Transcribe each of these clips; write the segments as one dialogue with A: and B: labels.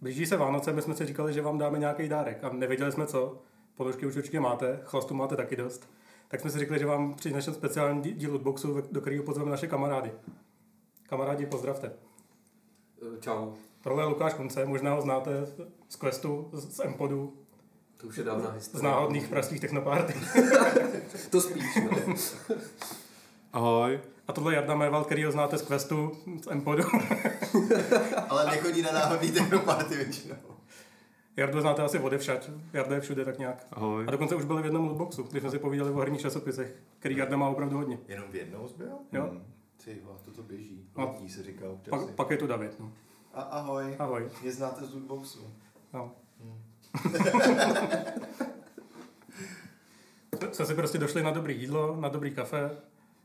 A: Blíží se Vánoce, my jsme si říkali, že vám dáme nějaký dárek a nevěděli jsme co. Ponožky už určitě máte, chlastu máte taky dost. Tak jsme si řekli, že vám přineseme speciální dí- díl od boxu, ve- do kterého pozveme naše kamarády. Kamarádi, pozdravte.
B: Eh, Čau,
A: Tohle je Lukáš Kunce, možná ho znáte z Questu, z z Empodu,
B: to už je dávná
A: z
B: historie.
A: náhodných pražských technoparty.
B: To spíš, no.
C: Ahoj.
A: A tohle je Jarda Merval, který ho znáte z Questu, z Empodu.
D: Ale nechodí na náhodný technoparty většinou.
A: Jardu znáte asi odevšať. Jarda je všude tak nějak.
C: Ahoj.
A: A dokonce už byl v jednom lootboxu, když jsme si povídali o herních časopisech, který Jarda má opravdu hodně.
D: Jenom v jednou zbyl? Hmm.
A: Jo?
D: Ty vole, toto běží.
A: No.
D: Letí se říká občas.
A: Pak, pak je tu David. No.
D: A ahoj.
A: Ahoj.
D: Mě znáte z Lootboxu.
A: No. jsme si prostě došli na dobrý jídlo, na dobrý kafe,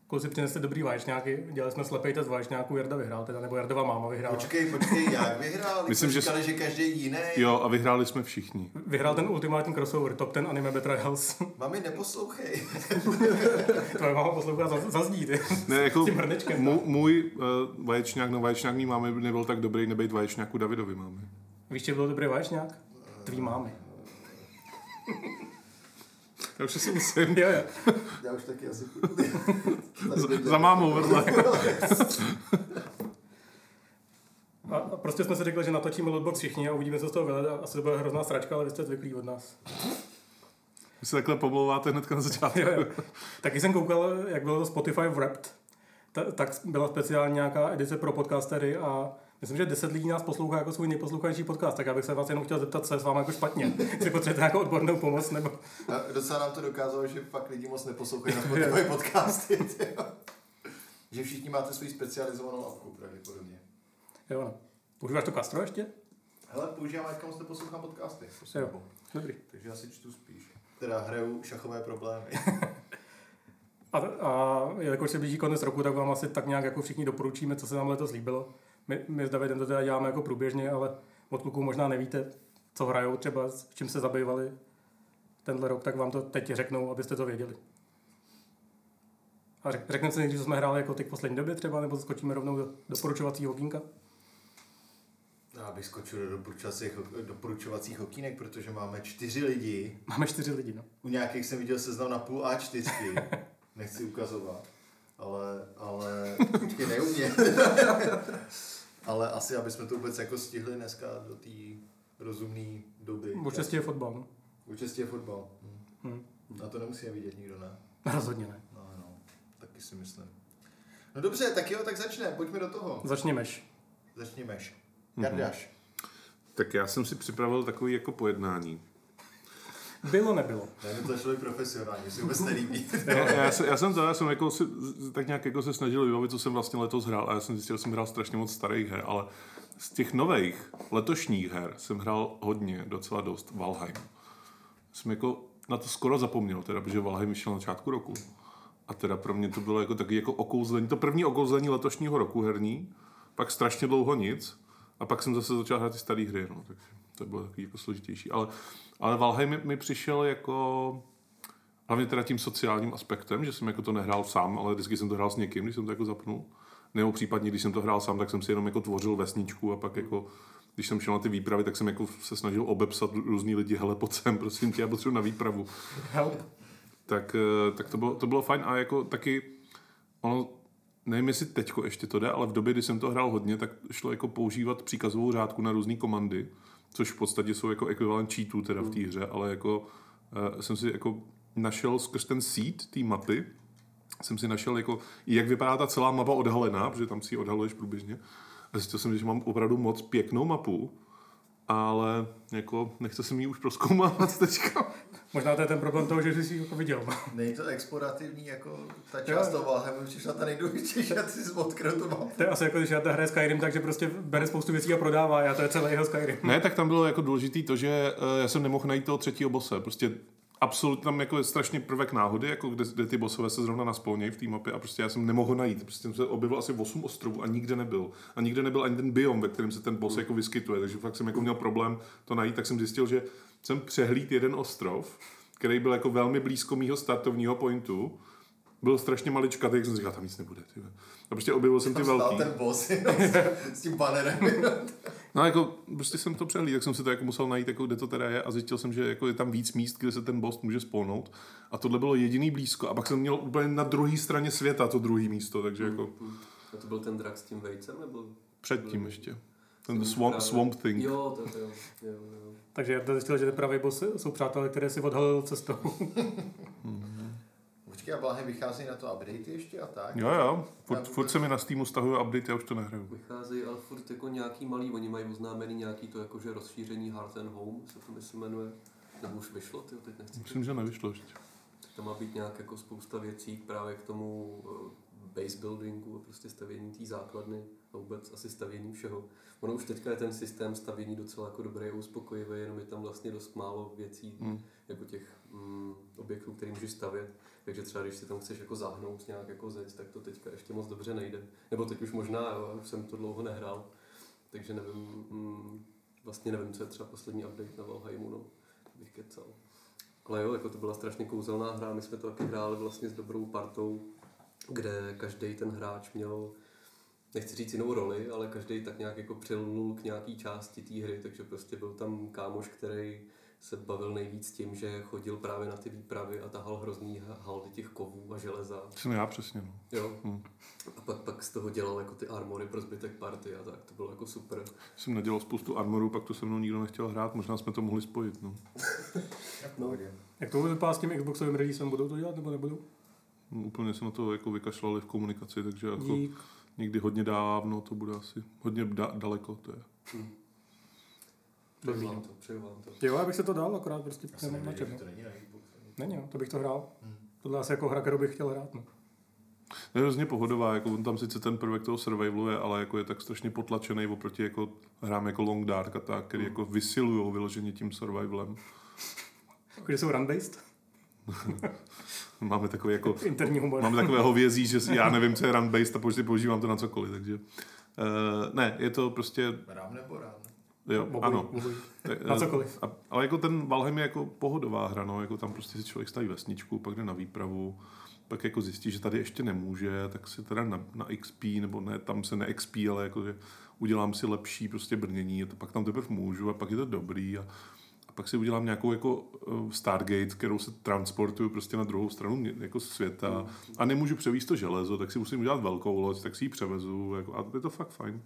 A: kluci přinesli dobrý vážňáky, dělali jsme slepej test vážňáků, Jarda vyhrál teda, nebo Jardova máma vyhrála.
D: Počkej, počkej, jak vyhrál?
C: Myslím,
D: Myslím,
C: že
D: že říkali, že každý jiný.
C: Jo, a vyhráli jsme všichni.
A: Vyhrál ten ultimátní crossover, top ten anime Betrayals.
D: Mami, neposlouchej.
A: Tvoje máma poslouchá za, za zdí, ty.
C: Ne, jako
A: S tím hrnečkem.
C: mu, můj uh, vaječňák, no vaječňák mý máme nebyl tak dobrý, nebejt vaječňáku Davidovi máme.
A: Víš, že byl dobrý vážňák? Tvý mámy.
C: Já už si musím
A: Jo, jo.
D: Já už taky asi
C: za- za mámou vedle.
A: A a prostě jsme si řekli, že natočíme lootbox všichni a uvidíme, co z toho vylede. Asi to bude hrozná sračka, ale vy jste zvyklí od nás.
C: Vy se takhle pomlouváte hnedka na začátku.
A: Jo, jo. Taky jsem koukal, jak bylo to Spotify Wrapped, ta, tak byla speciální nějaká edice pro podcastery a myslím, že 10 lidí nás poslouchá jako svůj nejposlouchanější podcast, tak já bych se vás jenom chtěl zeptat, co je s vámi jako špatně. Jestli potřebujete nějakou odbornou pomoc, nebo
D: A docela nám to dokázalo, že fakt lidi moc neposlouchají na Spotify podcasty. tyjo. že všichni máte svůj specializovanou apku pravděpodobně.
A: jo, no. Používáš to Castro ještě?
D: Hele, používám, jak moc neposlouchám podcasty. Prosím
A: Jo.
D: tebou.
A: Dobrý.
D: Takže já si čtu spíš. Teda hraju šachové problémy.
A: A, a jelikož se blíží konec roku, tak vám asi tak nějak jako všichni doporučíme, co se nám letos líbilo. My, my s Davidem to teda děláme jako průběžně, ale od kluků možná nevíte, co hrajou třeba, s čím se zabývali tenhle rok, tak vám to teď řeknou, abyste to věděli. A řek, řekneme si někdy, co jsme hráli jako teď v poslední době třeba, nebo skočíme rovnou do doporučovacího okýnka.
D: Já bych skočil do doporučovacích, doporučovacích okýnek, protože máme čtyři lidi.
A: Máme čtyři lidi, no.
D: U nějakých jsem viděl seznam na půl A4. Nechci ukazovat. Ale, ale, počkej, neuměl. ale asi, aby jsme to vůbec jako stihli dneska do té rozumné doby.
A: Určitě je fotbal, no.
D: Účastí je fotbal. Hm.
A: Hm.
D: Na to nemusíme vidět nikdo, ne?
A: Rozhodně ne.
D: No, no, taky si myslím. No dobře, tak jo, tak začne, pojďme do toho.
A: Začněmeš.
D: Začněmeš. Jardaš.
C: Tak já jsem si připravil takový jako pojednání.
A: Bylo, nebylo.
D: Ne, my to začali profesionálně, si vůbec nelíbí.
C: Já, No, já, jsem- já jsem, to, já jsem jako si, tak nějak jako se snažil vybavit, co jsem vlastně letos hrál a já jsem zjistil, že jsem hrál strašně moc starých her, ale z těch nových letošních her jsem hrál hodně, docela dost, Valheim. Jsem jako na to skoro zapomněl, teda, protože Valheim vyšel na začátku roku. A teda pro mě to bylo jako taky jako okouzlení, to první okouzlení letošního roku herní, pak strašně dlouho nic a pak jsem zase začal hrát ty staré hry, no, tak to bylo taky jako složitější. Ale, ale Valheim mi, mi přišel jako Hlavně teda tím sociálním aspektem, že jsem jako to nehrál sám, ale vždycky jsem to hrál s někým, když jsem to jako zapnul. Nebo případně, když jsem to hrál sám, tak jsem si jenom jako tvořil vesničku a pak jako, když jsem šel na ty výpravy, tak jsem jako se snažil obepsat různý lidi, hele, pojď sem, prosím tě, já potřebuji na výpravu
A: Help.
C: tak, eh, tak to, bylo, to bylo fajn a jako taky ono, nevím jestli teďko ještě to jde, ale v době, kdy jsem to hrál hodně, tak šlo jako používat příkazovou řádku na různé komandy, což v podstatě jsou jako ekvivalent cheatů teda v té hře, ale jako eh, jsem si jako našel skrz ten seed té mapy, jsem si našel jako, jak vypadá ta celá mapa odhalená, protože tam si ji odhaluješ průběžně. A zjistil jsem, že mám opravdu moc pěknou mapu, ale jako nechce se mi ji už proskoumávat teďka.
A: Možná to je ten problém toho, že jsi si jako viděl.
D: Není to explorativní, jako ta část
A: Jo.
D: toho Valheimu přišla ta nejdůležitější a ty jsi odkryl tu mapu.
A: To je asi jako, když Jarda hraje Skyrim, takže prostě bere spoustu věcí a prodává. Já to je celý jeho Skyrim.
C: Ne, tak tam bylo jako důležité to, že eh, já jsem nemohl najít toho třetího bose. Prostě absolutně tam jako je strašně prvek náhody, jako kde, kde ty bosové se zrovna naspolnějí v té mapě a prostě já jsem nemohl najít. Prostě jsem se objevil asi 8 ostrovů a nikde nebyl. A nikde nebyl ani ten biom, ve kterém se ten boss jako vyskytuje. Takže fakt jsem jako měl problém to najít, tak jsem zjistil, že jsem přehlíd jeden ostrov, který byl jako velmi blízko mýho startovního pointu byl strašně maličkatý, jak jsem si říkal, tam nic nebude. Ty. vole. A prostě objevil jsem ty
D: Tam stál
C: velký.
D: ten boss s tím banerem.
C: No jako, prostě jsem to přehlídl, tak jsem si to jako musel najít, jako, kde to teda je a zjistil jsem, že jako je tam víc míst, kde se ten boss může spolnout. A tohle bylo jediný blízko. A pak jsem měl úplně na druhé straně světa to druhé místo, takže jako
B: Hmm. A to byl ten drak s tím vejcem, nebo?
C: předtím ještě. Ten
B: Jsem
C: swamp,
B: právě-
C: swamp thing.
B: Jo, to to jo, jo, jo.
A: Takže Jarda zjistil, že ten pravý boss jsou přátelé, které si odhalil cestou.
D: Počkej, a Blahem vychází na to update ještě a tak?
C: Jo, jo,
D: Já
C: furt,
D: to
C: furt
D: vůbec-
C: se mi na Steamu stahuje update, já už to nehraju.
B: Vycházejí ale furt jako nějaký malý, oni mají oznámený nějaký to jakože rozšíření Heart and Home, se to myslím jmenuje. Nebo už vyšlo, ty teď nechci.
C: Myslím, že nevyšlo ještě.
B: Tam má být nějak jako spousta věcí právě k tomu eh, base buildingu a prostě stavění té základny a vůbec asi stavění všeho. Ono už teďka je ten systém stavění docela jako dobrý a uspokojivý, jenom je tam vlastně dost málo věcí,
C: Hmm.
B: jako těch mm, objektů, který můžeš stavět. Takže třeba když si tam chceš jako zahnout nějak jako zeď, tak to teďka ještě moc dobře nejde. Nebo teď už možná, jo, já už jsem to dlouho nehrál. Takže nevím, mm, vlastně nevím, co je třeba poslední update na Valheimu, no, to bych kecal. Ale jo, jako to byla strašně kouzelná hra, my jsme to taky hráli vlastně s dobrou partou, kde každý ten hráč měl nechci říct jinou roli, ale každý tak nějak jako přilnul k nějaký části té hry, takže prostě byl tam kámoš, který se bavil nejvíc tím, že chodil právě na ty výpravy a tahal hrozný ha- haldy těch kovů a železa.
C: Jsem já přesně. No.
B: Jo.
C: Hmm.
B: A pak, pak z toho dělal jako ty armory pro zbytek party a tak, to bylo jako super.
C: Jsem nadělal spoustu armorů, pak to se mnou nikdo nechtěl hrát, možná jsme to mohli spojit. No.
D: No.
A: Jak to bude vypadá s tím Xboxovým releasem? Budou to dělat nebo nebudou?
C: No, Úplně se na to jako vykašlali v komunikaci, takže jako
A: Dík.
C: někdy hodně dávno to bude asi. Hodně da- daleko to je.
B: Přeju vám to, přeju vám to.
A: Jo, já bych se to dal, akorát prostě
D: Já jsem
A: nemám na
D: nevěděl,
A: čem.
D: že to není na Xbox.
A: Není, jo, to bych to hrál.
D: Hmm.
A: Tohle asi jako hra, kterou bych chtěl hrát. No.
C: Je hrozně pohodová, jako on tam sice ten prvek toho survivalu je, ale jako je tak strašně potlačený oproti jako hrám jako Long Dark a tak, který jako vysilujou vyloženě tím survivalem.
A: Jako, že jsou run-based,
C: Máme takový jako
A: interní humor.
C: Mám takové hovězí, že si- já nevím, co je run based a prostě používám to na cokoliv, takže... Uh, ne, je to prostě,
D: Rám nebo rán?
C: jo,
A: Bobuj,
C: ano.
A: bobuj.
C: Tak,
A: Na
C: eh,
A: cokoliv.
C: A, ale jako ten Valheim je jako pohodová hra, no, jako tam prostě si člověk staví vesničku, pak jde na výpravu, pak jako zjistí, že tady ještě nemůže, tak si teda na, na XP, nebo ne, tam se ne XP, ale jako, že udělám si lepší prostě brnění, a to pak tam teprve můžu a pak je to dobrý a, a pak si udělám nějakou jako eh, Stargate, kterou se transportuju prostě na druhou stranu mě- jako
A: Hmm.
C: světa a nemůžu převíst to železo, tak si musím udělat velkou loď, tak si ji převezu jako, a je to fakt fajn.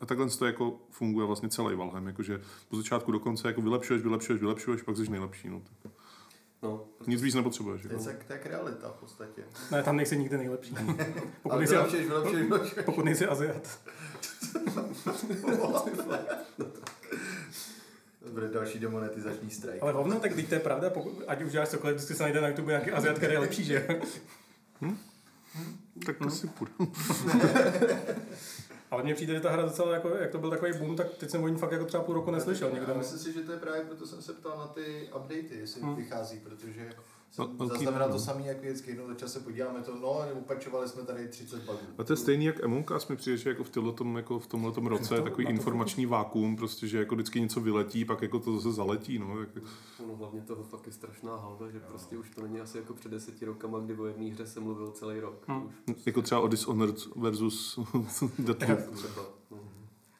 C: A takhle to jako funguje vlastně celý Valheim, jakože po začátku do konce jako vylepšuješ, vylepšuješ, vylepšuješ, pak jsi nejlepší. No. Tak
B: No,
C: Nic víc nepotřebuješ.
D: To
C: Jako.
D: je tak, tak realita v podstatě.
A: Ne, tam nejsi nikdy nejlepší. Pokud
D: Hmm. Ale
A: nejsi,
D: vylepšeš, vylepšeš, vylepšeš.
A: pokud nejsi Aziat.
D: To bude další demonetizační strike.
A: Ale hovno, tak teď to je pravda, pokud, ať už děláš cokoliv, vždycky se najde na YouTube nějaký Aziat, který je lepší, že?
C: Tak
A: No.
C: to si půjde.
A: Ale mně přijde, že ta hra docela, jako, jak to byl takový boom, tak teď jsem o ní fakt jako třeba půl roku neslyšel
D: Já
A: nikdo.
D: myslím si, že to je právě proto jsem se ptal na ty updaty, jestli
A: Hmm.
D: hmm. vychází, protože
C: No,
D: jsem
C: velký
D: zaznamenal to
C: problém.
D: samý, jak vždycky, jednou za čas se podíváme to, no, upačovali jsme tady 30 bugů.
C: A to je stejný jak Among Us, mi přijde, že jako v, tomhletom, jako v tomhletom roce je takový
A: na to-
C: informační vákuum, prostě, že jako vždycky něco vyletí, pak jako to zase zaletí. No. Jak,
B: ono hlavně toho fakt je strašná halda, že prostě už to není asi jako před deseti rokama, kdy o jedné hře se mluvil celý rok.
A: Hmm.
B: Už
C: jako třeba o Dishonored versus Deathloop.
B: třeba. No.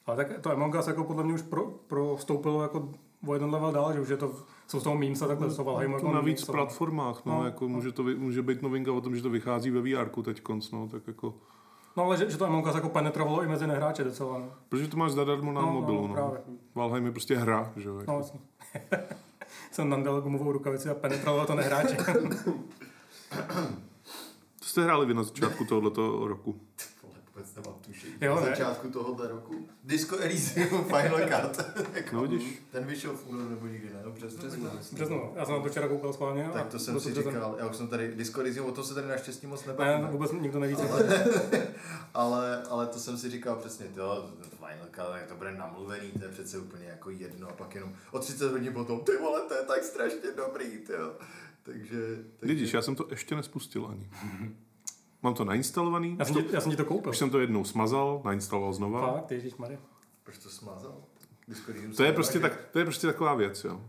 A: Ale tak to Among Us jako podle mě už pro, pro vstoupilo jako o jeden level dál, že už je to, jsou z toho memes a takhle, jsou Valheim.
C: To
A: jako
C: navíc
A: memes,
C: v platformách, no,
A: No,
C: jako
A: no.
C: může, to, vy- může být novinka o tom, že to vychází ve VR teď konc, no, tak jako,
A: No ale že, že to Among Us jako penetrovalo i mezi nehráče docela. No,
C: protože to máš zadarmo na
A: no,
C: mobilu,
A: no,
C: no.
A: právě.
C: Valheim je prostě hra, že jo, jako.
A: No, jasně. jsem nandal gumovou rukavici a penetrovalo to nehráče.
C: To jste hráli vy na začátku tohoto roku.
D: Vole, vůbec nemám tušení.
A: Jo,
D: Na
A: ne?
D: začátku tohohle roku. Disco Elysium Final Cut. Jako,
C: No vidíš.
D: Ten vyšel v únoru nebo nikdy, ne? No, přes
B: Březnu, myslím.
A: Březno, no. já jsem na to včera koukal schválně. a
D: Tak to jsem
A: byl
D: si
A: březen.
D: říkal, já už jsem tady, Disco Elysium, o tom se tady naštěstí moc nebavíme.
A: Ne, vůbec nikdo neví, co to je.
D: ale, ale, ale to jsem si říkal přesně, to Final Cut, tak to bude namluvený, to je přece úplně jako jedno a pak jenom o 30 hodin potom, ty vole, to je tak strašně dobrý, ty jo. Takže, takže
C: Vidíš, já jsem to ještě nespustil ani. Mám to nainstalovaný,
A: Já
C: už
A: jsem,
C: to,
A: ti, já jsem ti to koupil.
C: už jsem to jednou smazal, nainstaloval znova.
A: Fakt, ježišmarja.
D: proč to smazal? Disco Elysium
C: To je,
D: smazal,
C: prostě
D: že-
C: tak, to je prostě taková věc, jo.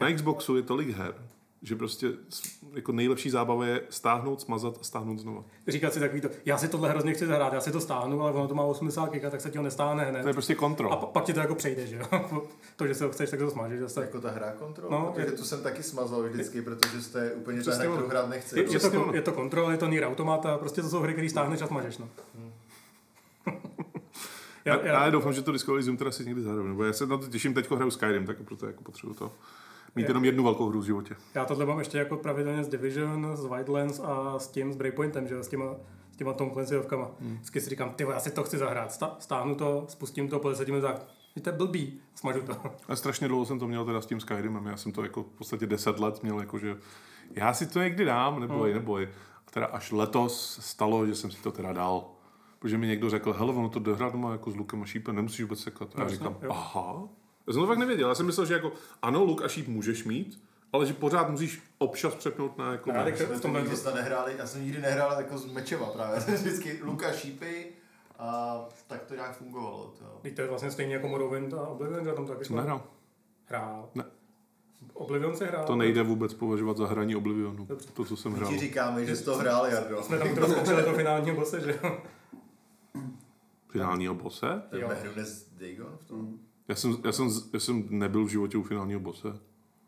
C: Na Xboxu je tolik her, Že prostě s- jako nejlepší zábava je stáhnout, smazat a stáhnout znova.
A: Říkat si takový to, já si tohle hrozně chci zahrát, já si to stáhnu, ale ono to má 80 giga, tak se ti ho nestáhne hned.
C: To je prostě
A: A
C: kontrol.
A: pa- pak ti to jako přejde, že jo? to, že se ho chceš, tak to smažeš
D: To je
A: zase.
D: jako ta hra kontrol,
A: No,
D: no, protože
A: je-
D: tu jsem taky smazal vždycky, protože to je úplně ta
A: Přesně
D: hra,
A: ono.
D: kterou hrát nechci. Prostě
A: Je, je, to,
C: Přesně prostě ono.
A: kon- je to kontrol, je to Nier Automata, prostě to jsou hry, které stáhneš a smažeš, no.
C: Já,
A: Já,
C: já, Hmm. já
A: já,
C: doufám, že to Disco Elysium teda si někdy zahraju, nebo já se na to těším, teď hraju Skyrim, tak proto jako potřebuju to. Mít
A: Já-
C: jenom jednu velkou hru v životě.
A: já tohle mám ještě jako pravidelně z Division, z Wildlands a s tím, s Breakpointem, že jo, s těma, s těma Tom Clancyovkama.
C: Hmm.
A: Vždycky si říkám, ty vole, já si to chci zahrát, Sta- stáhnu to, spustím to, po deseti minutách, "Ty, to je blbý, smažu to.
C: A strašně dlouho jsem to měl teda s tím Skyrimem, já jsem to jako v podstatě 10 let měl jako, že já si to někdy dám, neboj, hmm. neboj. A teda až letos se stalo, že jsem si to teda dal. Protože mi někdo řekl, hele, ono to dohrát má jako s lukem a šípem, nemusíš vůbec sekat. A já
A: Jasně,
C: říkám,
A: jo.
C: aha. Já jsem to fakt nevěděl, já jsem myslel, že jako ano, luk a šíp můžeš mít, ale že pořád musíš občas přepnout na jako...
A: Já tak
C: meč.
A: to-
D: Jsme
A: v
D: to
A: tomhle
D: nikdy snad nehráli, já jsem nikdy nehrál jako s mečema právě, vždycky Luka šípy a tak to nějak fungovalo. To.
A: Teď to je vlastně stejně jako Morrowind a Oblivion, že tam taky
C: Jsem nehrál.
A: hrál.
C: Ne.
A: Oblivion se hrál.
C: no, To nejde vůbec považovat za hraní Oblivionu,
A: Dobře.
C: to, co jsem
D: My
C: hrál.
D: ti říkáme, že jsi to hrál, Jardo.
A: Jsme tam trošku před toho finálního bose, že jo?
C: Finálního bose?
D: Ten
A: Jo.
D: Behrunes Dagon v tom?
C: Já jsem, já, jsem, z- já jsem nebyl v životě u finálního bose.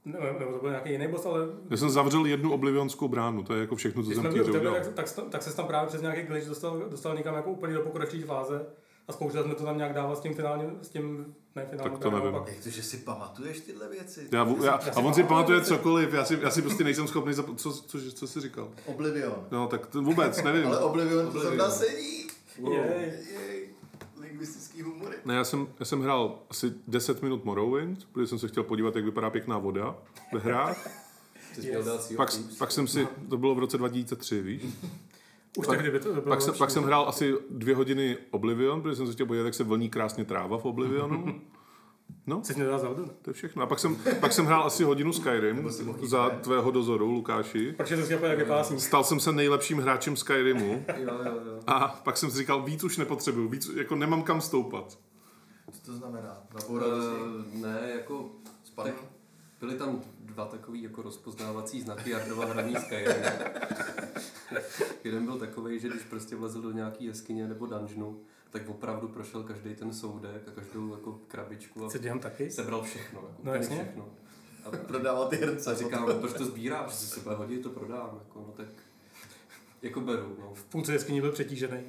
A: Ne- Nebo to byl nějaký jiný boss, ale
C: Já jsem zavřel jednu oblivionskou bránu, to je jako všechno, co
A: Když
C: jsem
A: jsme byli u
C: kdy
A: tebe,
C: udělal.
A: tak, tak, s- tak se tam právě přes nějaký glitch dostal, dostal někam jako úplně do pokročilé fáze a zkoušeli jsme to tam nějak dávat s tím finálním, s tím, ne finálním,
C: Tak to nevím.
A: Pak,
D: Jak to, že si pamatuješ tyhle věci?
C: Já, vů- já,
A: já
C: a
A: si
C: on si
A: pamatuju,
C: pamatuje
A: že-
C: cokoliv, já si, já si prostě nejsem schopný, zap- co, co, co, jsi říkal?
D: Oblivion.
C: No tak to vůbec, nevím.
D: Ale Oblivion, to tam
B: Oblivion.
D: dá sedí.
A: Jej.
D: Jej, lingvistický humory.
C: Ne, já jsem, já jsem hrál asi 10 minut Morrowind, protože jsem se chtěl podívat, jak vypadá pěkná voda ve hrách.
B: Ty jsi měl dát si
C: Pak, pak jsem si, to bylo v roce 2003, víš?
A: Už
C: Pak-
A: tehdy by to, to bylo
C: Pak jsem, pak jsem hrál asi dvě hodiny Oblivion, protože jsem se chtěl podívat, jak se vlní krásně tráva v Oblivionu.
A: Jsi nedal Zeldu?
C: To je všechno. A pak jsem, pak jsem hrál asi hodinu Skyrim
D: Nebo si mohl jít
C: za
D: ven.
C: tvého dozoru, Lukáši.
A: Proč je to skvělé, jak je pásník?
C: Stal jsem se nejlepším hráčem Skyrimu
B: Jo, jo, jo.
C: a pak jsem si říkal, víc už nepotřebuju, víc, jako nemám kam stoupat.
D: Co to znamená? Naboural jsi?
B: Eh, ne, jako
D: Spadl?
B: tak- Byly tam dva takový jako rozpoznávací znaky Jardova hraní Skyrim. Jeden byl takový, že když prostě vlezl do nějaký jeskyně nebo dungeonu, tak opravdu prošel každý ten soudek a každou jako krabičku a
A: Se dělám taky?
B: sebral všechno. Jako
A: No
B: úplně
A: jasně.
B: všechno. A
D: Prodával ty
B: a
D: hrnce.
B: říkám, "No, proč to sbíráš, se sebe hodí, to prodám. Jako, no tak jako beru. No.
A: V půlce jeskyně byl přetížený.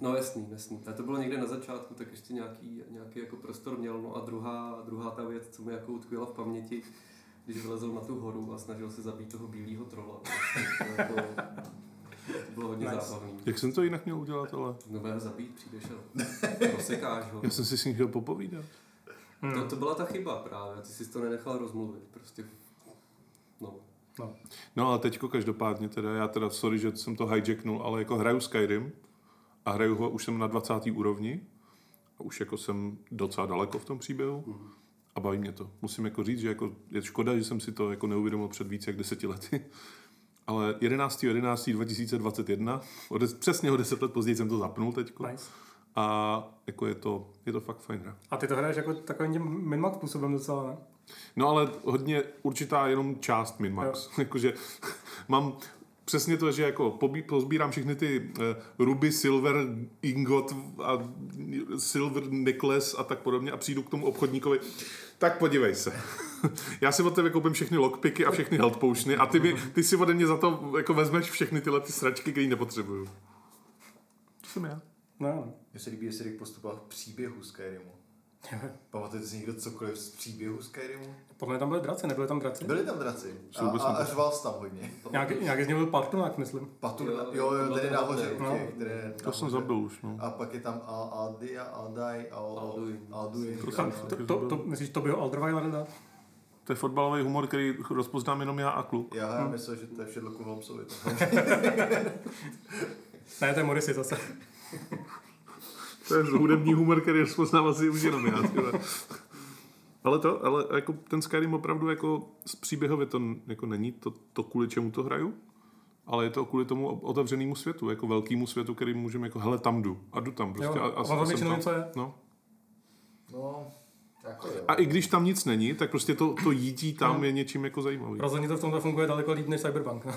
B: No jasný, jasný. A to bylo někde na začátku, tak ještě nějaký, nějaký jako prostor měl. No a druhá, druhá ta věc, co mi jako utkvěla v paměti, když vylezl na tu horu a snažil se zabít toho bílého trola. To, jako, to bylo hodně
A: Nice.
B: nice. zábavný.
C: Jak jsem to jinak měl udělat, ale
B: No bude ho zabít, přijdeš a rozsekáš ho.
C: já jsem si s ním chtěl popovídat.
A: Hmm.
B: To, to byla ta chyba právě, ty jsi to nenechal rozmluvit. Prostě, no.
C: No ale teďko každopádně teda, já teda sorry, že jsem to hijacknul, ale jako hraju Skyrim a hraju ho, už jsem na 20. úrovni a už jako jsem docela daleko v tom příběhu a baví mě to. Musím jako říct, že jako je škoda, že jsem si to jako neuvědomil před více jak deseti lety, ale 11.11.2021, o des, přesně o deset let později jsem to zapnul teďko
A: Nice.
C: a jako je to, je to fakt fajn hra.
A: A ty to hraješ jako takovým tím minmak způsobem docela, ne?
C: No ale hodně určitá jenom část minmax. Jakože mám přesně to, že jako pobí, pozbírám všechny ty eh, ruby, silver ingot a silver necklace a tak podobně a přijdu k tomu obchodníkovi. Tak podívej se. Já si od tebe koupím všechny lockpicky a všechny health potiony a ty, mi, ty si ode mě za to jako vezmeš všechny tyhle ty sračky, které nepotřebuju. To jsem já.
A: No, no.
D: Mně se líbí, jestli Rick postupoval v příběhu Skyrimu. Pamatujete si někdo cokoliv z příběhu Skyrimu?
A: Podle mě tam byly draci, nebyly tam draci?
D: Byli tam draci. A,
C: Jsou vůbec
D: a, a
C: nepoznal.
D: řval jsi tam hodně.
A: Nějaký, nějaký z nich byl Patrnák, myslím.
D: Patur,
B: Jo,
D: jo, jo,
B: to
D: jo
B: bylo
D: tady
B: to
D: nahoře.
B: hodně,
D: u
A: no.
D: těch, které
C: To jsem
D: nahoře.
C: zabil už. No.
D: A pak je tam Al- Aldi a Aldai, Al-
B: Alduin.
D: Alduin.
C: To
A: Tam,
C: jsem-
D: Al-
A: Prostě to, to, to, myslíš, to by ho Alderweirelda?
C: To je fotbalový humor, který rozpoznám jenom já a kluk.
D: Já
A: Hm.
D: já myslel, že to je Sherlocku Holmesovi.
A: Ne, to je Morrissey zase.
C: To je hudební humor, který rozpoznám asi už jenom já. Tyhle. Ale to, ale jako ten Skyrim opravdu jako z příběhově to n- jako není to, to kvůli čemu to hraju, ale je to kvůli tomu o- otevřenému světu, jako velkému světu, který můžeme jako, hele, tam jdu a jdu tam prostě.
A: Jo,
C: a, a,
A: a ono
C: jsem
A: většinou
C: tam.
A: něco je.
C: No,
D: No, jako jo. jo.
C: A i když tam nic není, tak prostě to, to jítí tam je něčím jako zajímavý.
A: Rozhodně to v tomto funguje daleko líp než Cyberpunk.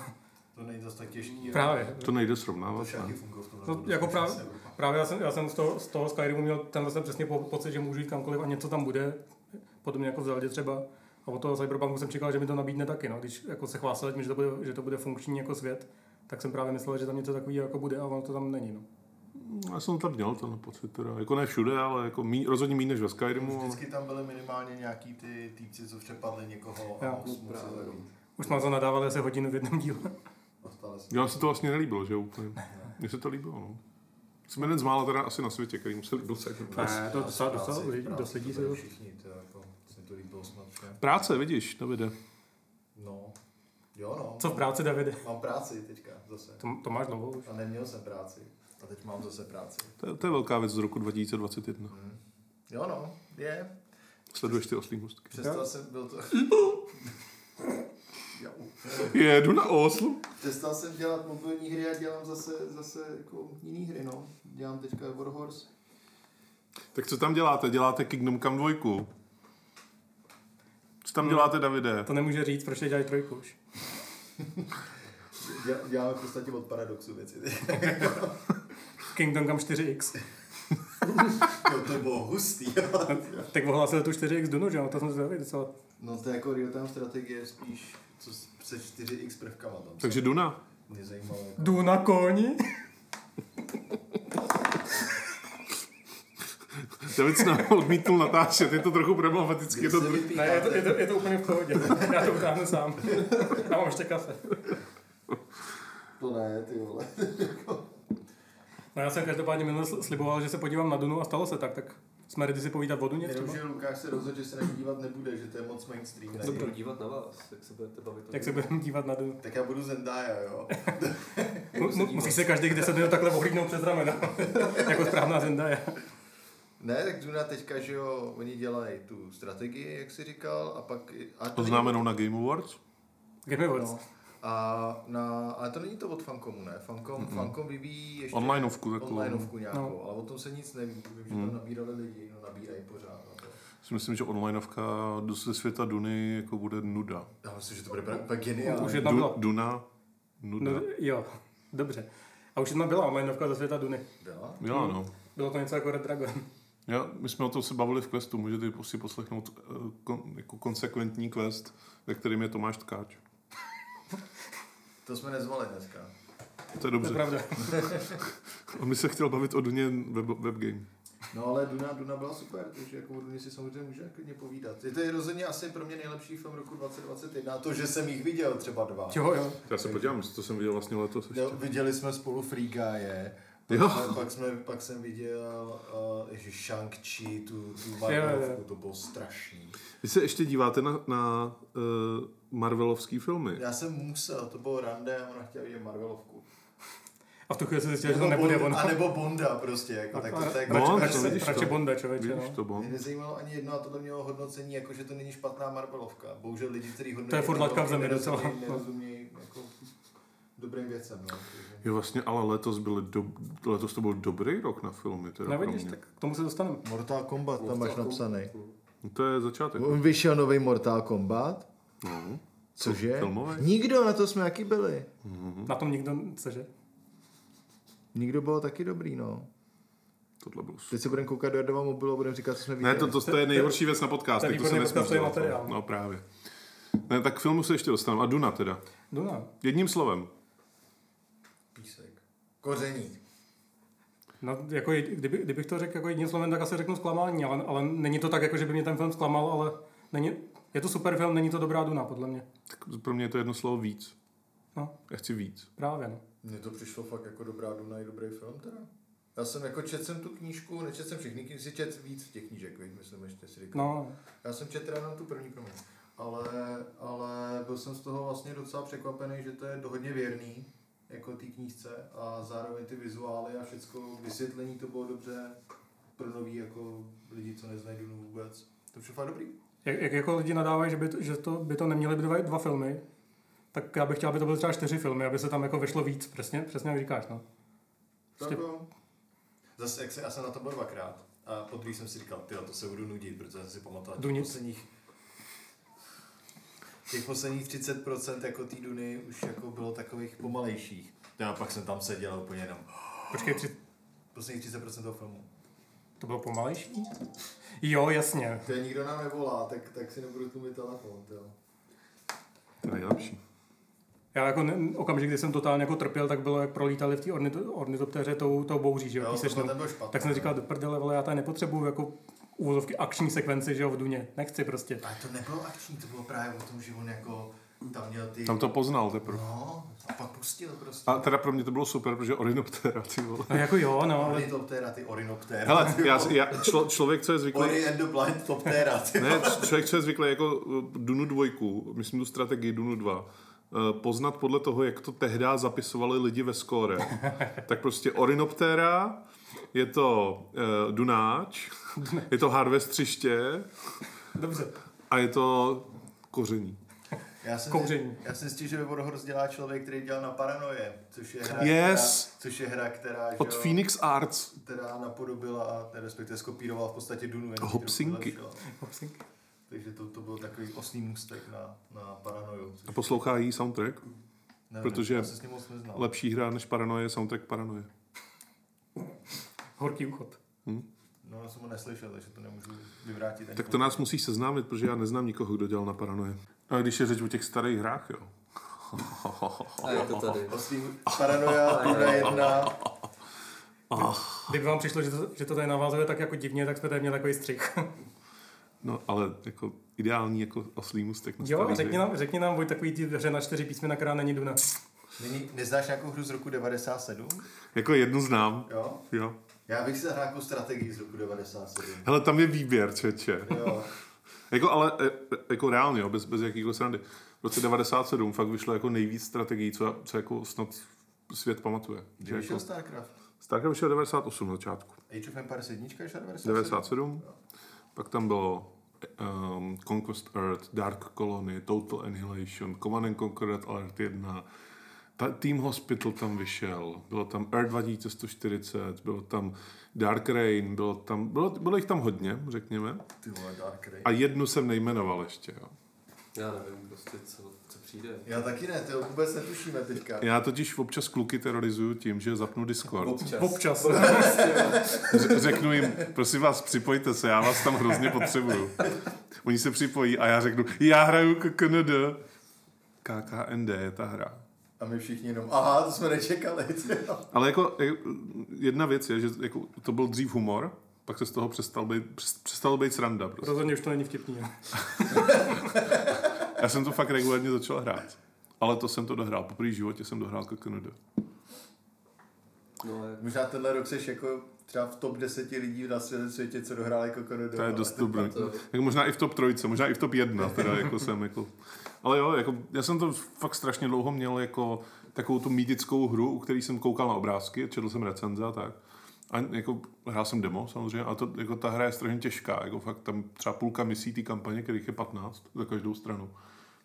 A: No.
D: To není zase tak těžký.
A: Právě.
C: To nejde
D: To
C: srovnávat.
D: všaky
C: ne?
D: fungují v tomhle.
A: No,
D: bodu,
A: jako
D: takže
A: právě,
D: se Evropa.
A: právě já jsem, já jsem z, toho, z toho Skyrimu měl tenhle jsem přesně po, pocit, že můžu jít kamkoliv a něco tam bude, podobně jako v Zeldě třeba. A od toho Cyberpunku jsem čekal, že mi to nabídne taky. No. Když jako se chvásili tím, že to, bude, že to bude funkční jako svět, tak jsem právě myslel, že tam něco takového jako bude a ono to tam není. No.
C: Já jsem tam měl ten pocit teda. Jako ne všude, ale jako mí, rozhodně méně než ve Skyrimu. Ale...
D: Vždycky tam byly minimálně nějaký ty týpci, co přepadli někoho
A: Jo.
D: a os museli
B: Právě.
D: jít.
A: Už jsme to nadávali asi hodinu v jednom díle.
D: Dostali No, se.
C: Já se to vlastně nelíbilo, že úplně. Mně se to líbilo, no. Jsem jeden z mála teda asi na světě, který mu se líbil Cyberpunk.
A: Ne, to
D: V
A: docela,
D: práci,
A: docela,
D: v práci
A: dost lidí
D: to
A: se
D: byli
A: to...
D: Všichni, to jako, se to líbilo snad všem.
C: Práce, vidíš, to jde.
D: No, jo no.
A: Co v práci, Davide?
D: Mám práci teďka zase.
A: To, to máš dlouho už.
D: A neměl jsem práci. A teď mám zase práci.
C: To, je- to je velká věc z roku 2021.
D: Hm. Jo no, je.
C: Sleduješ ty oslý mostky.
D: Přesto jsem byl to... Jo.
C: Jedu na Oslu.
D: Přestal jsem dělat mobilní hry a dělám zase, zase jako jiný hry, no. Dělám teďka Warhorse.
C: Tak co tam děláte? Děláte Kingdom Come 2. Co tam děláte, Davide?
A: To nemůže říct, proč je dělají trojku už.
D: Děl- Děláme v podstatě od paradoxu věci.
A: Kingdom Come 4X.
D: jo, No, to bylo hustý, jo.
A: Tak ohlásili tu 4X Dunu, že jo? To jsem zvědavý docela.
D: No to je jako real-time strategie spíš co s- se 4x prvkama tam.
C: Takže Duna.
D: Mě zajímalo. Jako.
A: Jdu na koni.
C: David se nám odmítnul natáčet, je to trochu problematické. Je to...
D: se
C: dru-
D: vypínáte-
A: Ne, je to, je, to, je to úplně v pohodě. Já to utáhnu sám. Já mám ještě kafe.
D: to ne, ty vole.
A: No já jsem každopádně minule sl- sliboval, že se podívám na Dunu a stalo se tak, tak jsme ready si povídat o Duně třeba.
D: Jenomže Lukáš se rozhodl, že se na ní dívat nebude, že to je moc mainstream.
B: Já
D: na
B: se
D: ní.
B: budu dívat na vás, jak se budete bavit. o
A: Jak se
B: tom.
A: budeme dívat na Dunu.
D: Tak já budu Zendaya, jo.
A: Mu- mu- Musíš se každých 10 minut takhle ohlídnout přes ramena. jako správná Zendaya.
D: Ne, tak Duna teďka, že jo, oni dělají tu strategii, jak jsi říkal, a pak... A to není-
C: Oznámenou na Game Awards.
A: Game Awards.
D: No. A na, ale to není to od Funkomu, ne? Funkom, mm-hmm. Funkom vyvíjí ještě
C: Onlineovku takovou.
D: onlineovku nějakou,
A: No.
D: no. ale o tom se nic neví. Vím, že tam nabírali lidi, no nabírají pořád. No. to.
C: Si myslím, že onlineovka do- ze světa Duny jako bude nuda.
D: Já myslím, že to bude pra- úplně geniální.
A: Už je tam byla.
C: Duna, nuda.
A: No, jo, dobře. A už jedna byla onlineovka ze světa Duny.
D: Byla?
C: Jo,
A: Hmm.
C: no.
A: Bylo to něco jako Red Dragon.
C: Já, my jsme o tom se bavili v questu, můžete si poslechnout eh, kon, jako konsekventní quest, ve kterým je Tomáš Tkáč.
D: To jsme nezvali dneska.
C: To je
A: To je
C: dobře.
A: pravda.
C: On by se chtěl bavit o Duně web, webgame.
D: No ale Duna, Duna byla super, takže jako o Duně si samozřejmě může klidně povídat. Je to je rozhodně asi pro mě nejlepší film roku 2021, a to, že jsem jich viděl třeba dva.
A: Jo, jo.
C: Já se podívám, to jsem viděl vlastně letos
D: Jo, viděli jsme spolu Free Guy, pak,
C: Jo.
D: jsme, pak, jsme, pak jsem viděl uh, ježiš, Shang-Chi, tu, tu
A: jo.
D: Marvelovku, to bylo strašný.
C: Vy se ještě díváte na, na uh, Marvelovský filmy.
D: Já jsem musel, to bylo rande a ona chtěla vidět Marvelovku.
A: A v tu chvíli jsem zjistil, že to nebude
D: Bonda,
A: ono.
D: Jako A nebo Bonda prostě, jako, tak to, to jako...
C: Bond,
A: radši,
C: to
A: radši,
C: vidíš
A: radši
C: to.
A: Bonda, člověče.
C: Vidíš
A: No.
C: to,
D: Mě
C: Bon?
D: nezajímalo ani jedno a tohle mělo hodnocení, jako že to není špatná Marvelovka. Bohužel lidi, kteří hodnotí...
A: To je furt laťka v zemi
D: Marvelovky,
A: docela.
D: nerozumějí- Nerozumějí jako dobrým věcem, no. takže-
C: Jo, vlastně, ale letos, byly do, letos to byl dobrý rok na filmy. Teda
A: No
C: pro
A: vidíš,
C: mě.
A: tak k tomu se dostaneme.
D: Mortal Kombat tam máš napsaný.
C: No, To je začátek.
D: Vyšel nový Mortal Kombat,
C: No.
D: cože?
C: Filmový?
D: Nikdo, na to jsme jaký byli.
C: Mhm.
A: Na tom nikdo cože?
D: Nikdo bylo taky dobrý, no.
C: Tohle byl super.
D: Teď se budeme koukat do Adama mobilu a budeme říkat, co jsme
C: Ne,
D: viděli.
C: to, to, to je nejhorší věc na podcast,
A: To je
C: tak to se
A: výborný
C: nesmí
A: podcastový
C: dělat, no.
A: materiál.
C: No právě. Ne, tak k filmu se ještě dostanu. A Duna teda.
A: Duna.
C: Jedním slovem.
D: Písek. Koření.
A: No, jako, je- kdyby, kdybych to řekl jako jedním slovem, tak asi řeknu zklamání, ale, ale není to tak, jako, že by mě ten film zklamal, ale není, je to super film, není to dobrá Duna, podle mě.
C: Tak pro mě je to jedno slovo víc.
A: No.
C: Já chci víc.
A: Právě, no.
D: Mně to přišlo fakt jako dobrá Duna i dobrý film teda. Já jsem jako četl jsem tu knížku, nečetl jsem všechny knížky, si čet víc těch knížek, víš, myslím, ještě si říkal.
A: No,
D: Já jsem četl jenom tu první promiň. Ale, ale byl jsem z toho vlastně docela překvapený, že to je hodně věrný, jako té knížce a zároveň ty vizuály a všecko vysvětlení to bylo dobře pro nový jako lidi, co neznají Dunu vůbec. To přišlo fakt dobrý.
A: jak, jak, jako lidi nadávají, že by to, že to, by to neměly být dva, dva filmy, tak já bych chtěl, aby to byly třeba čtyři filmy, aby se tam jako vyšlo víc, přesně, přesně jak říkáš, no.
D: Tak
A: Prostě-
D: jo. Zase, jak se, já jsem na to byl dvakrát. A po druhý jsem si říkal, ty to se budu nudit, protože jsem si pamatoval těch
A: Dunit.
D: posledních, těch posledních 30% jako té Duny už jako bylo takových pomalejších. Já pak jsem tam seděl a úplně jenom.
A: Počkej, tři,
D: Posledních 30% toho filmu.
A: to bylo pomalejší? Jo, jasně.
E: To je nikdo nám nevolá, tak, tak si nebudu tlumit telefon, jo.
C: To je nejlepší.
A: Já jako ne, okamžik, kdy jsem totálně jako trpěl, tak bylo, jak prolítali v té ornito, ornitoptéře tou, tou bouří, že jo,
D: Jo,
A: písečnou.
D: to byl špatný.
A: Tak jsem říkal, do prdele, vole, já tady nepotřebuju jako úvozovky akční sekvenci, že jo, v Duně. Nechci prostě.
D: Ale to nebylo akční, to bylo právě o tom, že on jako tam měl ty...
C: Tam to poznal teprve.
D: No, a pak pustil prostě.
C: A teda pro mě to bylo super, protože Orinoptera, ty vole.
A: No, jako jo, no, ale
D: Ornitoptera, ty orinoptera.
C: Hele, já, já, člo, člověk, co je zvyklý,
D: Ori and the blind toptera, ty.
C: Ne, č- člověk, co je zvyklý jako uh, Dunu 2, myslím tu strategii Dunu 2, eh, poznat podle toho, jak to tehdy zapisovali lidi ve skóre. tak prostě Orinoptera, je to uh, Dunáč, je to Harvestřiště
A: dobře.
C: a je to koření.
D: Já jsem,
A: Kouření.
D: Já jsem zjistil, že Warhorse dělá člověk, který dělal na Paranoje, což je hra,
C: Yes.
D: která, což je hra která, že
C: Od
D: jo,
C: Phoenix Arts.
D: která napodobila, ne, respektive skopírovala v podstatě Dunu. jenom
C: Hopsinky.
D: trochu vylepšila. Takže to, to byl takový osný můstek na, na Paranoju.
C: A
D: Což,
C: poslouchá jí soundtrack.
D: nevím,
C: protože-
D: já se s ním moc neznal.
C: Lepší hra než Paranoje je soundtrack Paranoje.
A: Horký uchod.
D: No, já jsem ho neslyšel, takže to nemůžu vyvrátit. Ani
C: Tak to nás musíš seznámit, protože já neznám nikoho, kdo dělal na Paranoje. A když je řeč o těch starých hrách, jo.
B: A je to tady.
D: Osný Paranoja, Duna 1.
A: Kdyby vám přišlo, že to, že to tady navázuje tak jako divně, tak jsme tady měli takový střih.
C: No, ale jako ideální jako oslý mustek na
A: Jo,
C: starý
A: řekni
C: hry.
A: nám, řekni nám, Vojt, takový ty hře na čtyři písmena, která není Duna.
D: Nyní, neznáš nějakou hru z roku 97?
C: Jako jednu znám.
D: Jo?
C: Jo.
D: Já bych si hrál nějakou strategii z roku 97.
C: Hele, tam je výběr, čeče.
D: Jo.
C: Jako, ale e, e, jako reálně, jo, bez, bez jakýkoliv srandy. V roce 97 fakt vyšlo jako nejvíc strategií, co, já- co jako snad svět pamatuje. Že
D: Kdy
C: jako,
D: vyšel Starcraft?
C: Starcraft vyšel 98 na začátku.
D: Age of Empires 1 vyšla 97?
C: 97. Pak tam bylo um, Conquest Earth, Dark Colony, Total Annihilation, Command and Conquer Red Alert 1, ta, Team Hospital tam vyšel, bylo tam Earth 2140, bylo tam Dark Rain, bylo, tam, bylo, bylo jich tam hodně, řekněme.
D: Ty vole, Dark Ray.
C: A jednu jsem nejmenoval ještě. Jo.
B: Já nevím prostě, co, co přijde.
E: Já taky ne, to vůbec netušíme teďka.
C: Já totiž občas kluky terorizuju tím, že zapnu Discord.
B: Občas.
A: Občas.
C: Ř- řeknu jim, prosím vás, připojte se, já vás tam hrozně potřebuju. Oni se připojí a já řeknu, já hraju KKND. KKND je ta hra.
E: A my všichni jenom, aha, to jsme nečekali. tyjo.
C: Ale jako eh, jedna věc je, že jako to byl dřív humor, pak se z toho přestal být, přes- přestalo být sranda. Prostě.
A: Rozhodně už to není vtipný. jo.
C: Já jsem to fakt regulárně začal hrát. Ale to jsem to dohrál. Po první životě jsem dohrál KKND.
B: No, je-
E: Možná tenhle rok jsi jako třeba v top 10 lidí na celém světě, co jako dohráli Kokono
C: To je dost dobrý.
B: to-
C: Jako možná i v top trojce, možná i v top jedna, teda jako jsem jako... Ale jo, jako, já jsem to fakt strašně dlouho měl jako takovou tu mýtickou hru, u který jsem koukal na obrázky, četl jsem recenze a tak. A jako hrál jsem demo samozřejmě, a to, jako ta hra je strašně těžká, jako fakt tam třeba půlka misí té kampaně, kterých je 15 za každou stranu.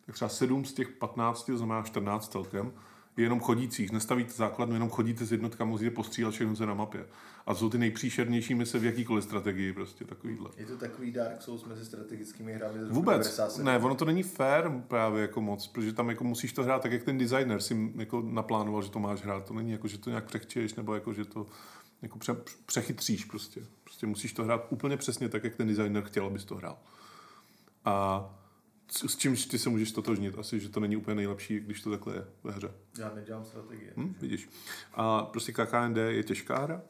C: Tak třeba 7 z těch 15, to znamená 14 celkem, je jenom chodících, nestavíte základnu, jenom chodíte s jednotkami, musíte postřílet všechno, co je na mapě. A to jsou ty nejpříšernější mise v jakýkoliv strategii, prostě takovýhle.
E: Je to takový Dark Souls mezi strategickými hrami z roku
C: Vůbec.
E: 97.
C: Ne, ono to není fair právě jako moc, protože tam jako musíš to hrát tak, jak ten designer si jako naplánoval, že to máš hrát. To není jako, že to nějak přechčíš nebo jako, že to jako pře- přechytříš prostě. Prostě musíš to hrát úplně přesně tak, jak ten designer chtěl, abys to hrál. A c- s čímž ty se můžeš totožnit asi, že to není úplně nejlepší, když to takhle je ve hře.
E: Já nedělám strategie.
C: Hm, vidíš. A prostě KKND je těžká hra,